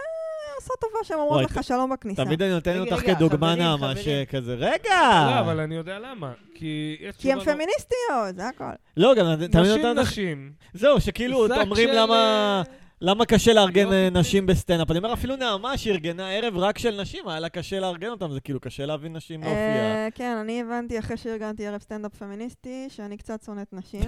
[SPEAKER 4] עושות טובה שהן
[SPEAKER 1] אוי,
[SPEAKER 4] אומרות
[SPEAKER 1] ת-
[SPEAKER 4] לך שלום בכניסה.
[SPEAKER 1] תמיד אני נותן
[SPEAKER 2] רגע,
[SPEAKER 1] אותך
[SPEAKER 2] רגע,
[SPEAKER 1] כדוגמה
[SPEAKER 2] חברים,
[SPEAKER 1] נעמה
[SPEAKER 2] חברים.
[SPEAKER 1] שכזה, רגע!
[SPEAKER 3] לא, אבל אני יודע למה. כי יש
[SPEAKER 4] כי הן
[SPEAKER 3] תשובה לא-
[SPEAKER 4] פמיניסטיות, זה הכל.
[SPEAKER 1] לא, גם תמיד
[SPEAKER 3] נשים,
[SPEAKER 1] נותן לך...
[SPEAKER 3] נשים.
[SPEAKER 1] זהו, שכאילו
[SPEAKER 3] שק
[SPEAKER 1] אומרים
[SPEAKER 3] של,
[SPEAKER 1] למה...
[SPEAKER 3] אה,
[SPEAKER 1] למה קשה לארגן
[SPEAKER 3] יופי,
[SPEAKER 1] אה,
[SPEAKER 3] כן.
[SPEAKER 1] נשים בסטנדאפ? אני אומר, אפילו נעמה שארגנה ערב רק של נשים, היה לה קשה לארגן אותם, זה כאילו קשה להביא נשים להופיע.
[SPEAKER 4] אה, כן, אני הבנתי אחרי שארגנתי ערב סטנדאפ פמיניסטי, שאני קצת שונאת נשים.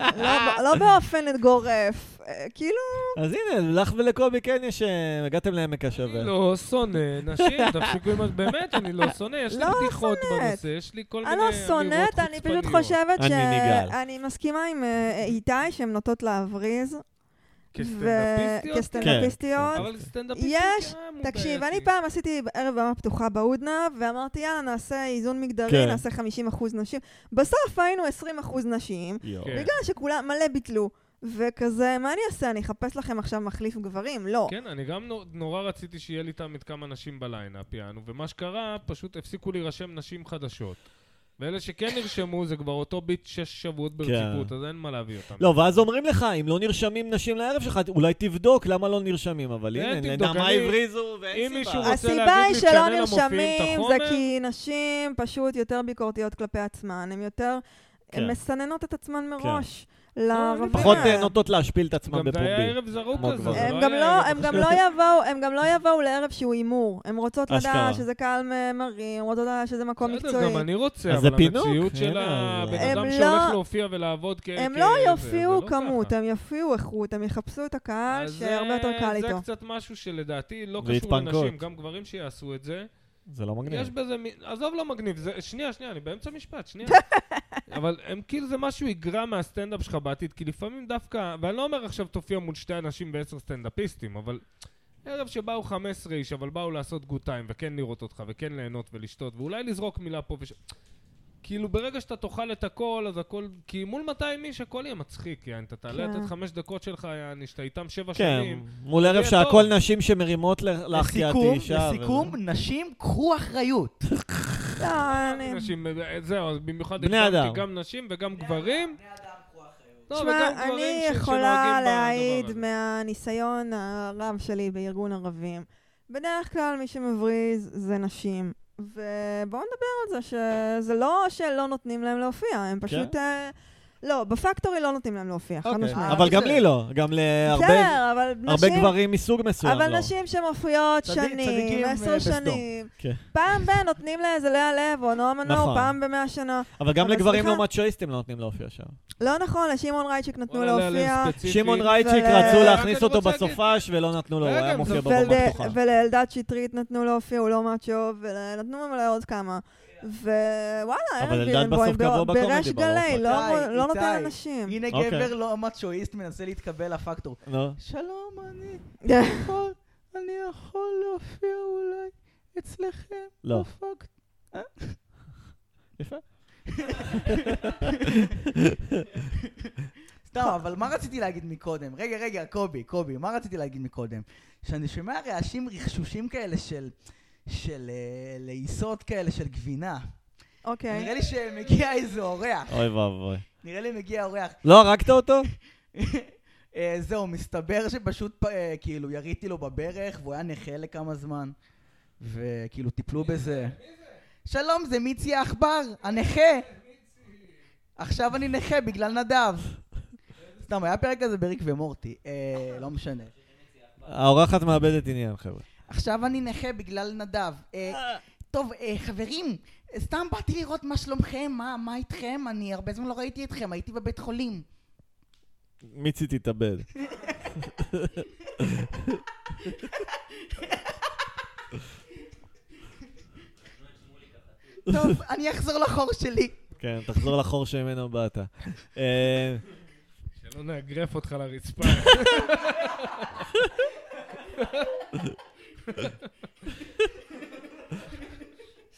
[SPEAKER 4] לא ב- לא באופן גורף, אה, כאילו...
[SPEAKER 1] אז הנה, לך ולקובי כן יש... אה, הגעתם לעמק השווה.
[SPEAKER 3] אני לא שונא נשים, תפסיקו עם... ה- באמת, אני לא שונא, יש לי
[SPEAKER 4] לא
[SPEAKER 3] בדיחות
[SPEAKER 4] שונאת.
[SPEAKER 3] בנושא, יש לי כל מיני
[SPEAKER 4] אני לא
[SPEAKER 3] אמירות
[SPEAKER 4] שונאת, אני פשוט
[SPEAKER 3] חוצפניות.
[SPEAKER 4] חושבת ש...
[SPEAKER 1] אני נגעל.
[SPEAKER 4] אני מסכימה עם אה, איתי שהן נוטות להבריז. ו-
[SPEAKER 3] כסטנדאפיסטיות?
[SPEAKER 1] כן.
[SPEAKER 3] כן.
[SPEAKER 4] כסטנדאפיסטיות.
[SPEAKER 3] אבל סטנדאפיסטים
[SPEAKER 4] אוקיי. יש-
[SPEAKER 3] גם הוא
[SPEAKER 4] תקשיב,
[SPEAKER 3] בעייתי.
[SPEAKER 4] אני פעם עשיתי ערב במה פתוחה בהודנה, ואמרתי, יאללה, נעשה איזון מגדרי,
[SPEAKER 1] כן.
[SPEAKER 4] נעשה 50% נשים. בסוף היינו 20% נשים,
[SPEAKER 1] יואו.
[SPEAKER 3] כן.
[SPEAKER 4] בגלל שכולם מלא ביטלו. וכזה, מה אני אעשה? אני אחפש לכם עכשיו מחליף גברים? לא.
[SPEAKER 3] כן, אני גם נו- נורא רציתי שיהיה לי תמיד כמה נשים בליינאפ, יענו, ומה שקרה, פשוט הפסיקו להירשם נשים חדשות. ואלה שכן נרשמו, זה כבר אותו ביט שש
[SPEAKER 4] כן.
[SPEAKER 3] שבועות ברציפות, אז אין מה להביא אותם.
[SPEAKER 1] לא, ואז אומרים לך, אם לא נרשמים נשים לערב שלך, אולי תבדוק למה לא נרשמים, אבל
[SPEAKER 3] כן,
[SPEAKER 1] הנה,
[SPEAKER 3] תבדוק,
[SPEAKER 1] לנעמה
[SPEAKER 3] אני-
[SPEAKER 1] הבריזו ואין
[SPEAKER 3] אם
[SPEAKER 1] סיבה.
[SPEAKER 3] מישהו רוצה
[SPEAKER 4] הסיבה
[SPEAKER 3] להגיד
[SPEAKER 4] היא
[SPEAKER 3] לי,
[SPEAKER 4] שלא
[SPEAKER 3] "תשנה למופיעים את
[SPEAKER 4] נרשמים, זה
[SPEAKER 3] החומר?"
[SPEAKER 4] כי נשים פשוט יותר ביקורתיות כלפי עצמן, הן יותר הן
[SPEAKER 1] כן.
[SPEAKER 3] כן.
[SPEAKER 4] מסננות את עצמן מראש.
[SPEAKER 3] לא,
[SPEAKER 4] לערבים.
[SPEAKER 1] פחות אה, נוטות להשפיל את עצמן
[SPEAKER 3] גם זה היה
[SPEAKER 1] בפומבי.
[SPEAKER 3] ערב זרוק
[SPEAKER 1] כמו
[SPEAKER 3] כזה.
[SPEAKER 1] גברים.
[SPEAKER 3] זה
[SPEAKER 4] הם
[SPEAKER 3] לא
[SPEAKER 4] גם
[SPEAKER 3] היה
[SPEAKER 4] לא-
[SPEAKER 3] ערב-
[SPEAKER 4] הם גם לא יבואו, הם גם לא יבואו לערב שהוא הימור. הם רוצות
[SPEAKER 1] אשכרה.
[SPEAKER 4] לדעת שזה קהל מ- מרים, הם רוצות לדעת שזה מקום
[SPEAKER 3] בסדר,
[SPEAKER 4] מקצועי.
[SPEAKER 3] גם אני רוצה,
[SPEAKER 1] אז
[SPEAKER 3] אבל
[SPEAKER 1] זה כן. פינוק,
[SPEAKER 3] המציאות של
[SPEAKER 1] הנה,
[SPEAKER 3] הבן
[SPEAKER 4] הם
[SPEAKER 3] אדם
[SPEAKER 4] לא-
[SPEAKER 3] שהולך להופיע ולעבוד כ...
[SPEAKER 4] הם
[SPEAKER 3] כ-
[SPEAKER 4] לא
[SPEAKER 3] זה, זה
[SPEAKER 4] יופיעו
[SPEAKER 3] לא
[SPEAKER 4] כמות,
[SPEAKER 3] ככה.
[SPEAKER 4] הם יופיעו איכות, הם יחפשו את הקהל
[SPEAKER 3] אז
[SPEAKER 4] שהרבה יותר
[SPEAKER 3] זה-
[SPEAKER 4] קל איתו.
[SPEAKER 3] זה קצת משהו שלדעתי לא
[SPEAKER 1] זה
[SPEAKER 3] קשור
[SPEAKER 1] התפנקות.
[SPEAKER 3] לנשים, גם גברים שיעשו את זה.
[SPEAKER 1] זה לא
[SPEAKER 3] יש
[SPEAKER 1] מגניב.
[SPEAKER 3] בזה, מ- עזוב לא מגניב, זה- שנייה, שנייה, אני באמצע משפט, שנייה. אבל הם כאילו זה משהו יגרע מהסטנדאפ שלך בעתיד, כי לפעמים דווקא, ואני לא אומר עכשיו תופיע מול שתי אנשים ועשר סטנדאפיסטים, אבל ערב שבאו 15 איש, אבל באו לעשות גוד טיים, וכן לראות אותך, וכן ליהנות ולשתות, ואולי לזרוק מילה פה וש... כאילו ברגע שאתה תאכל את הכל, אז הכל... כי מול 200 איש הכל יהיה מצחיק, יעני, אתה תעלה
[SPEAKER 4] כן.
[SPEAKER 3] לתת חמש דקות שלך, יעני, שאתה איתם שבע
[SPEAKER 1] כן,
[SPEAKER 3] שנים.
[SPEAKER 1] מול ערב
[SPEAKER 3] יהיה
[SPEAKER 1] שהכל
[SPEAKER 3] טוב.
[SPEAKER 1] נשים שמרימות ל- לך כי את
[SPEAKER 2] לסיכום,
[SPEAKER 1] אישה. וזה-
[SPEAKER 2] לסיכום, נשים, קחו אחריות.
[SPEAKER 4] לא, אני-
[SPEAKER 3] נשים, אה, זהו, אז במיוחד
[SPEAKER 1] בני
[SPEAKER 3] הכתבתי
[SPEAKER 1] אדם.
[SPEAKER 3] גם נשים וגם גברים. לא, וגם
[SPEAKER 4] תשמע,
[SPEAKER 3] גברים
[SPEAKER 4] אני
[SPEAKER 3] ש-
[SPEAKER 4] יכולה
[SPEAKER 3] שנוהגים
[SPEAKER 4] להעיד
[SPEAKER 3] בדבר הזה.
[SPEAKER 4] מהניסיון הרב שלי בארגון ערבים. בדרך כלל מי שמבריז זה נשים. ובואו נדבר על זה, שזה לא שלא נותנים להם להופיע, הם
[SPEAKER 3] כן?
[SPEAKER 4] פשוט... אה, לא, בפקטורי לא נותנים להם להופיע, חד
[SPEAKER 1] אוקיי.
[SPEAKER 4] משמעית.
[SPEAKER 1] אבל גם לי לא, גם להרבה
[SPEAKER 4] בסדר, כן, אבל נשים...
[SPEAKER 1] הרבה גברים מסוג מסוים
[SPEAKER 4] אבל
[SPEAKER 1] לא.
[SPEAKER 4] נשים שמופיעות
[SPEAKER 2] צדיק- צדיקים,
[SPEAKER 4] שנים,
[SPEAKER 2] אה,
[SPEAKER 4] עשר
[SPEAKER 2] בסדום.
[SPEAKER 4] שנים,
[SPEAKER 1] כן.
[SPEAKER 4] פעם ב... נותנים לאיזה לאה לב או נועה מנור,
[SPEAKER 1] נכון.
[SPEAKER 4] פעם במאה שנה.
[SPEAKER 1] אבל גם
[SPEAKER 4] אבל
[SPEAKER 1] לגברים
[SPEAKER 4] סליחה.
[SPEAKER 1] לא מצ'ואיסטים לא נותנים להופיע שם.
[SPEAKER 4] לא נכון, לשמעון רייצ'יק נתנו
[SPEAKER 3] וואלה,
[SPEAKER 4] להופיע,
[SPEAKER 3] לספציפית.
[SPEAKER 1] שמעון רייצ'יק
[SPEAKER 4] ול-
[SPEAKER 1] רצו
[SPEAKER 4] רק
[SPEAKER 1] להכניס
[SPEAKER 3] אני
[SPEAKER 1] אותו
[SPEAKER 3] רוצה להגיד-
[SPEAKER 1] בסופש ולא נתנו לו, הוא
[SPEAKER 3] רגע,
[SPEAKER 1] היה
[SPEAKER 3] זה-
[SPEAKER 1] מופיע בבמה
[SPEAKER 2] לא
[SPEAKER 4] ול-
[SPEAKER 1] פתוחה.
[SPEAKER 4] ולאלדד שטרית נתנו להופיע, הוא לא מאצ'ו, ונתנו ממנו לעוד כמה. ווואלה,
[SPEAKER 1] אבל אלדד
[SPEAKER 4] ארן
[SPEAKER 1] בסוף
[SPEAKER 4] בירנבוים,
[SPEAKER 1] קבוע בקומדי
[SPEAKER 4] בריש
[SPEAKER 1] ברוב
[SPEAKER 4] גלי, לא-
[SPEAKER 2] איתי,
[SPEAKER 4] לא נותן
[SPEAKER 2] איתי.
[SPEAKER 4] לנשים.
[SPEAKER 2] הנה
[SPEAKER 1] אוקיי.
[SPEAKER 2] גבר לא מצ'ואיסט מנסה להתקבל לפקטור.
[SPEAKER 1] נו,
[SPEAKER 2] שלום, אני יכול, אני יכול להופיע אולי אצלכם
[SPEAKER 1] לא.
[SPEAKER 2] בפקטור.
[SPEAKER 1] יפה.
[SPEAKER 2] סתם, אבל מה רציתי להגיד מקודם? רגע, רגע, קובי, קובי, מה רציתי להגיד מקודם? שאני שומע רעשים רכשושים כאלה של... של אה, לעיסות כאלה של גבינה. נראה
[SPEAKER 4] אוקיי.
[SPEAKER 2] לי שמגיע איזה אורח.
[SPEAKER 1] אוי ואבוי.
[SPEAKER 2] נראה לי מגיע אורח.
[SPEAKER 1] לא הרגת אותו?
[SPEAKER 2] אה, זהו, מסתבר שפשוט אה, כאילו יריתי לו בברך והוא היה נכה לכמה זמן. וכאילו טיפלו בזה. שלום, זה מיצי העכבר, הנכה. עכשיו אני נכה בגלל נדב. סתם, היה פרק כזה בריק ומורטי, אה, לא משנה.
[SPEAKER 1] האורחת מאבדת עניין, חבר'ה.
[SPEAKER 2] עכשיו אני נכה בגלל נדב. אה, טוב, אה, חברים, סתם באתי לראות מה שלומכם, מה- מה איתכם? אני הרבה זמן לא ראיתי אתכם, הייתי בבית חולים.
[SPEAKER 1] מיצי תתאבד.
[SPEAKER 2] טוב, אני אחזור לחור שלי.
[SPEAKER 1] כן, תחזור לחור שממנו באת. אה,
[SPEAKER 3] שלא נאגרף לא אותך לרצפה.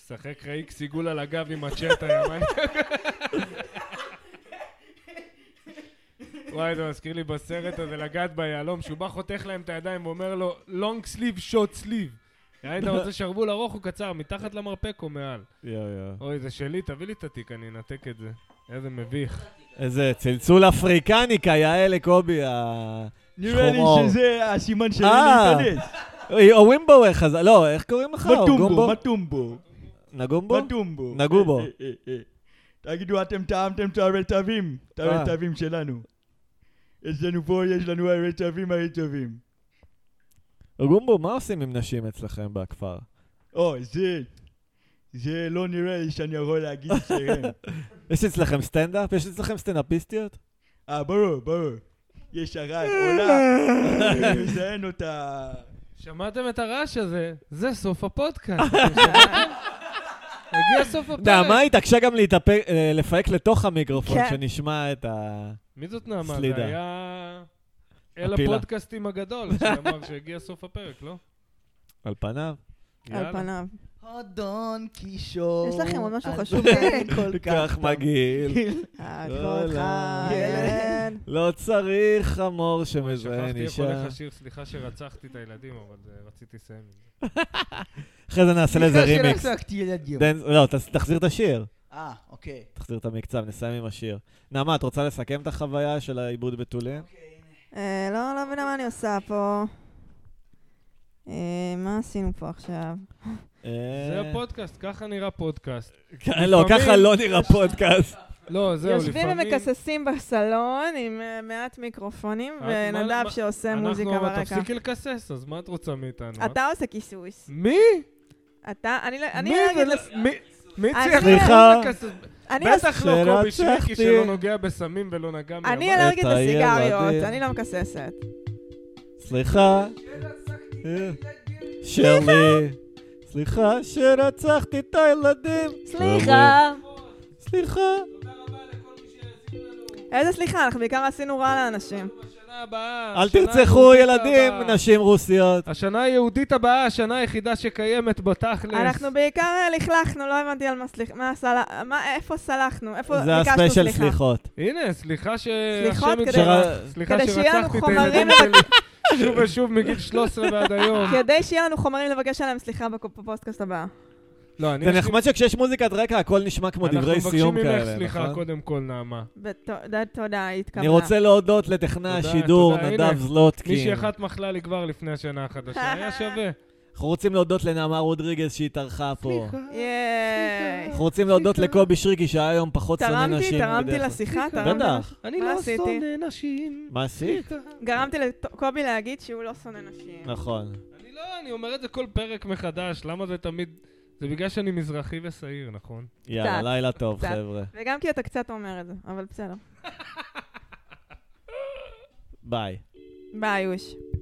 [SPEAKER 3] שחק ראיקס עיגול על הגב עם הצ'טה, יא מניאק. וואי, זה מזכיר לי בסרט הזה לגעת ביהלום, שהוא בא חותך להם את הידיים ואומר לו, long sleeve, short sleeve. היית רוצה שרוול ארוך או קצר, מתחת למרפק או מעל?
[SPEAKER 1] יואו יואו.
[SPEAKER 3] אוי, זה שלי, תביא לי את התיק, אני אנתק את זה. איזה מביך.
[SPEAKER 1] איזה צלצול אפריקני כיאה לקובי ה... שחור עור.
[SPEAKER 2] שזה הסימן שלי
[SPEAKER 1] אה. אוי, או ווימבו חזר, לא, איך קוראים לך? או גומבו?
[SPEAKER 2] מטומבו,
[SPEAKER 1] נגומבו?
[SPEAKER 2] מטומבו. אה,
[SPEAKER 1] נגעו בו.
[SPEAKER 2] תגידו, אתם טעמתם את הרטבים, את
[SPEAKER 1] אה.
[SPEAKER 2] הרטבים שלנו. אצלנו פה יש לנו הרטבים הרטבים.
[SPEAKER 1] גומבו, מה עושים עם נשים אצלכם בכפר?
[SPEAKER 2] או, זה... זה לא נראה לי שאני יכול להגיד אצלכם.
[SPEAKER 1] יש אצלכם סטנדאפ? יש אצלכם סטנדאפיסטיות?
[SPEAKER 2] אה, ברור, ברור. יש הרעש, עולה, אני מזיין אותה.
[SPEAKER 3] שמעתם את הרעש הזה? זה סוף הפודקאסט. אתם שמעתם? הגיע סוף הפרק.
[SPEAKER 1] נעמה התעקשה גם להתאפק, אה, לפהק לתוך המיקרופון,
[SPEAKER 4] כן.
[SPEAKER 1] שנשמע את ה...
[SPEAKER 3] מי זאת נעמה?
[SPEAKER 1] סלידה.
[SPEAKER 3] זה היה... אל
[SPEAKER 1] הפילה.
[SPEAKER 3] הפודקאסטים הגדול, שאמר שהגיע סוף הפרק, לא?
[SPEAKER 1] על פניו.
[SPEAKER 4] על פניו.
[SPEAKER 2] אדון קישור.
[SPEAKER 4] יש לכם עוד משהו
[SPEAKER 2] אדון
[SPEAKER 4] חשוב להגיד?
[SPEAKER 2] כל
[SPEAKER 1] כך מגעיל.
[SPEAKER 4] הכל
[SPEAKER 1] לא,
[SPEAKER 4] חיים.
[SPEAKER 1] לא צריך חמור שמזיין
[SPEAKER 3] שכחתי איך
[SPEAKER 1] אישה.
[SPEAKER 3] הולך השיר, סליחה שרצחתי את הילדים, אבל אה, רציתי לסיים. עם זה.
[SPEAKER 1] אחרי זה נעשה לזה
[SPEAKER 2] סליחה
[SPEAKER 1] רימיקס.
[SPEAKER 2] שרצחתי ילדים.
[SPEAKER 1] דן- לא, ת- תחזיר את השיר.
[SPEAKER 2] אה, אוקיי.
[SPEAKER 1] תחזיר את המקצב, נסיים עם השיר. נעמה, את רוצה לסכם את החוויה של העיבוד בתולים?
[SPEAKER 4] אה, לא, לא מבינה מה אני עושה פה. אה, מה עשינו פה עכשיו?
[SPEAKER 1] אה,
[SPEAKER 3] זה הפודקאסט, ככה נראה פודקאסט.
[SPEAKER 1] כן, אה, לא,
[SPEAKER 3] לפעמים-
[SPEAKER 1] ככה לא נראה פודקאסט.
[SPEAKER 3] לא, זהו,
[SPEAKER 4] יושבים
[SPEAKER 3] לפעמים...
[SPEAKER 4] ומכססים בסלון עם אה, מעט מיקרופונים,
[SPEAKER 3] את- אה, מה-
[SPEAKER 4] ונדב
[SPEAKER 3] מה-
[SPEAKER 4] שעושה
[SPEAKER 3] אנחנו-
[SPEAKER 4] מוזיקה
[SPEAKER 3] אבל
[SPEAKER 4] ברקע.
[SPEAKER 3] תפסיקי לקסס, אז מה את רוצה מאיתנו? אה?
[SPEAKER 4] אתה עושה כיסוס.
[SPEAKER 3] מי?
[SPEAKER 4] אתה, אני לא אני
[SPEAKER 3] מי
[SPEAKER 4] לא
[SPEAKER 3] זה
[SPEAKER 4] אגיד
[SPEAKER 3] לא-
[SPEAKER 4] לס-
[SPEAKER 3] מי- מי
[SPEAKER 4] אני-
[SPEAKER 3] צריך
[SPEAKER 1] סליחה.
[SPEAKER 3] לקסס?
[SPEAKER 4] אני לס-
[SPEAKER 3] בטח לא קובי
[SPEAKER 1] שרצחתי.
[SPEAKER 3] שרקי שלא נוגע בסמים ולא נגע מימיו.
[SPEAKER 4] אני אלרגית
[SPEAKER 1] את הילדים.
[SPEAKER 4] לסיגריות, אני לא מכססת.
[SPEAKER 1] סליחה. שלי. סליחה שרצחתי את הילדים.
[SPEAKER 9] סליחה.
[SPEAKER 1] סליחה.
[SPEAKER 4] איזה סליחה, אנחנו בעיקר עשינו רע לאנשים.
[SPEAKER 3] השנה הבאה,
[SPEAKER 1] אל
[SPEAKER 3] השנה
[SPEAKER 1] תרצחו
[SPEAKER 3] היהודית
[SPEAKER 1] ילדים,
[SPEAKER 3] אה, הבאה.
[SPEAKER 1] נשים רוסיות.
[SPEAKER 3] השנה היהודית הבאה, השנה היחידה שקיימת בתכלס.
[SPEAKER 4] אנחנו בעיקר אה, לכלכנו, לא הבנתי על מה סליחה, מה סלח, מה- איפה סלחנו, איפה
[SPEAKER 1] זה
[SPEAKER 4] ביקשנו
[SPEAKER 1] הספיישל
[SPEAKER 4] סליחה.
[SPEAKER 1] סליחות.
[SPEAKER 3] הנה, סליחה ש...
[SPEAKER 4] סליחות
[SPEAKER 3] השם
[SPEAKER 4] כדי-
[SPEAKER 3] יתברך. סליחה
[SPEAKER 4] כדי שיהיה לנו
[SPEAKER 3] שרצחתי את
[SPEAKER 4] חומרים
[SPEAKER 3] הילדים שלי שוב ושוב מגיל 13 ועד היום.
[SPEAKER 4] כדי שיהיה לנו חומרים לבקש עליהם סליחה בק- בפודקאסט הבא.
[SPEAKER 3] לא, אני...
[SPEAKER 1] זה נחמד שכשיש מוזיקת רקע הכל נשמע כמו דברי סיום
[SPEAKER 3] אנחנו מבקשים
[SPEAKER 1] כאלה,
[SPEAKER 3] ממך סליחה
[SPEAKER 1] נכון?
[SPEAKER 3] קודם כל, נעמה.
[SPEAKER 4] ותודה, תודה, היא
[SPEAKER 1] אני
[SPEAKER 4] התכוונה.
[SPEAKER 1] רוצה להודות לטכנאי
[SPEAKER 3] תודה,
[SPEAKER 1] השידור
[SPEAKER 3] תודה,
[SPEAKER 1] נדב
[SPEAKER 3] הנה.
[SPEAKER 1] זלוטקין.
[SPEAKER 3] מישהי אחת מחלה לי כבר לפני השנה החדשה, היה שווה.
[SPEAKER 1] אנחנו רוצים להודות לנעמה רודריגז שהתארחה פה.
[SPEAKER 4] ייי.
[SPEAKER 1] אנחנו רוצים להודות לקובי שריקי שהיה היום פחות שונא
[SPEAKER 4] תרמתי,
[SPEAKER 1] נשים.
[SPEAKER 4] תרמתי
[SPEAKER 1] בדרך כלל.
[SPEAKER 4] לשיחה, תרמתי.
[SPEAKER 1] בטח.
[SPEAKER 3] אני
[SPEAKER 4] מה
[SPEAKER 3] לא
[SPEAKER 4] עשיתי?
[SPEAKER 3] שונא נשים.
[SPEAKER 1] מה עשית?
[SPEAKER 4] גרמתי לקובי להגיד שהוא לא שונא נשים.
[SPEAKER 1] נכון.
[SPEAKER 3] אני לא, אני אומר את זה כל פרק מחדש, למה זה תמיד... זה בגלל שאני מזרחי ושעיר, נכון?
[SPEAKER 1] יאללה,
[SPEAKER 4] קצת,
[SPEAKER 1] לילה טוב,
[SPEAKER 4] קצת.
[SPEAKER 1] חבר'ה.
[SPEAKER 4] וגם כי אתה קצת אומר את זה, אבל בסדר.
[SPEAKER 1] ביי.
[SPEAKER 4] ביי, יוש.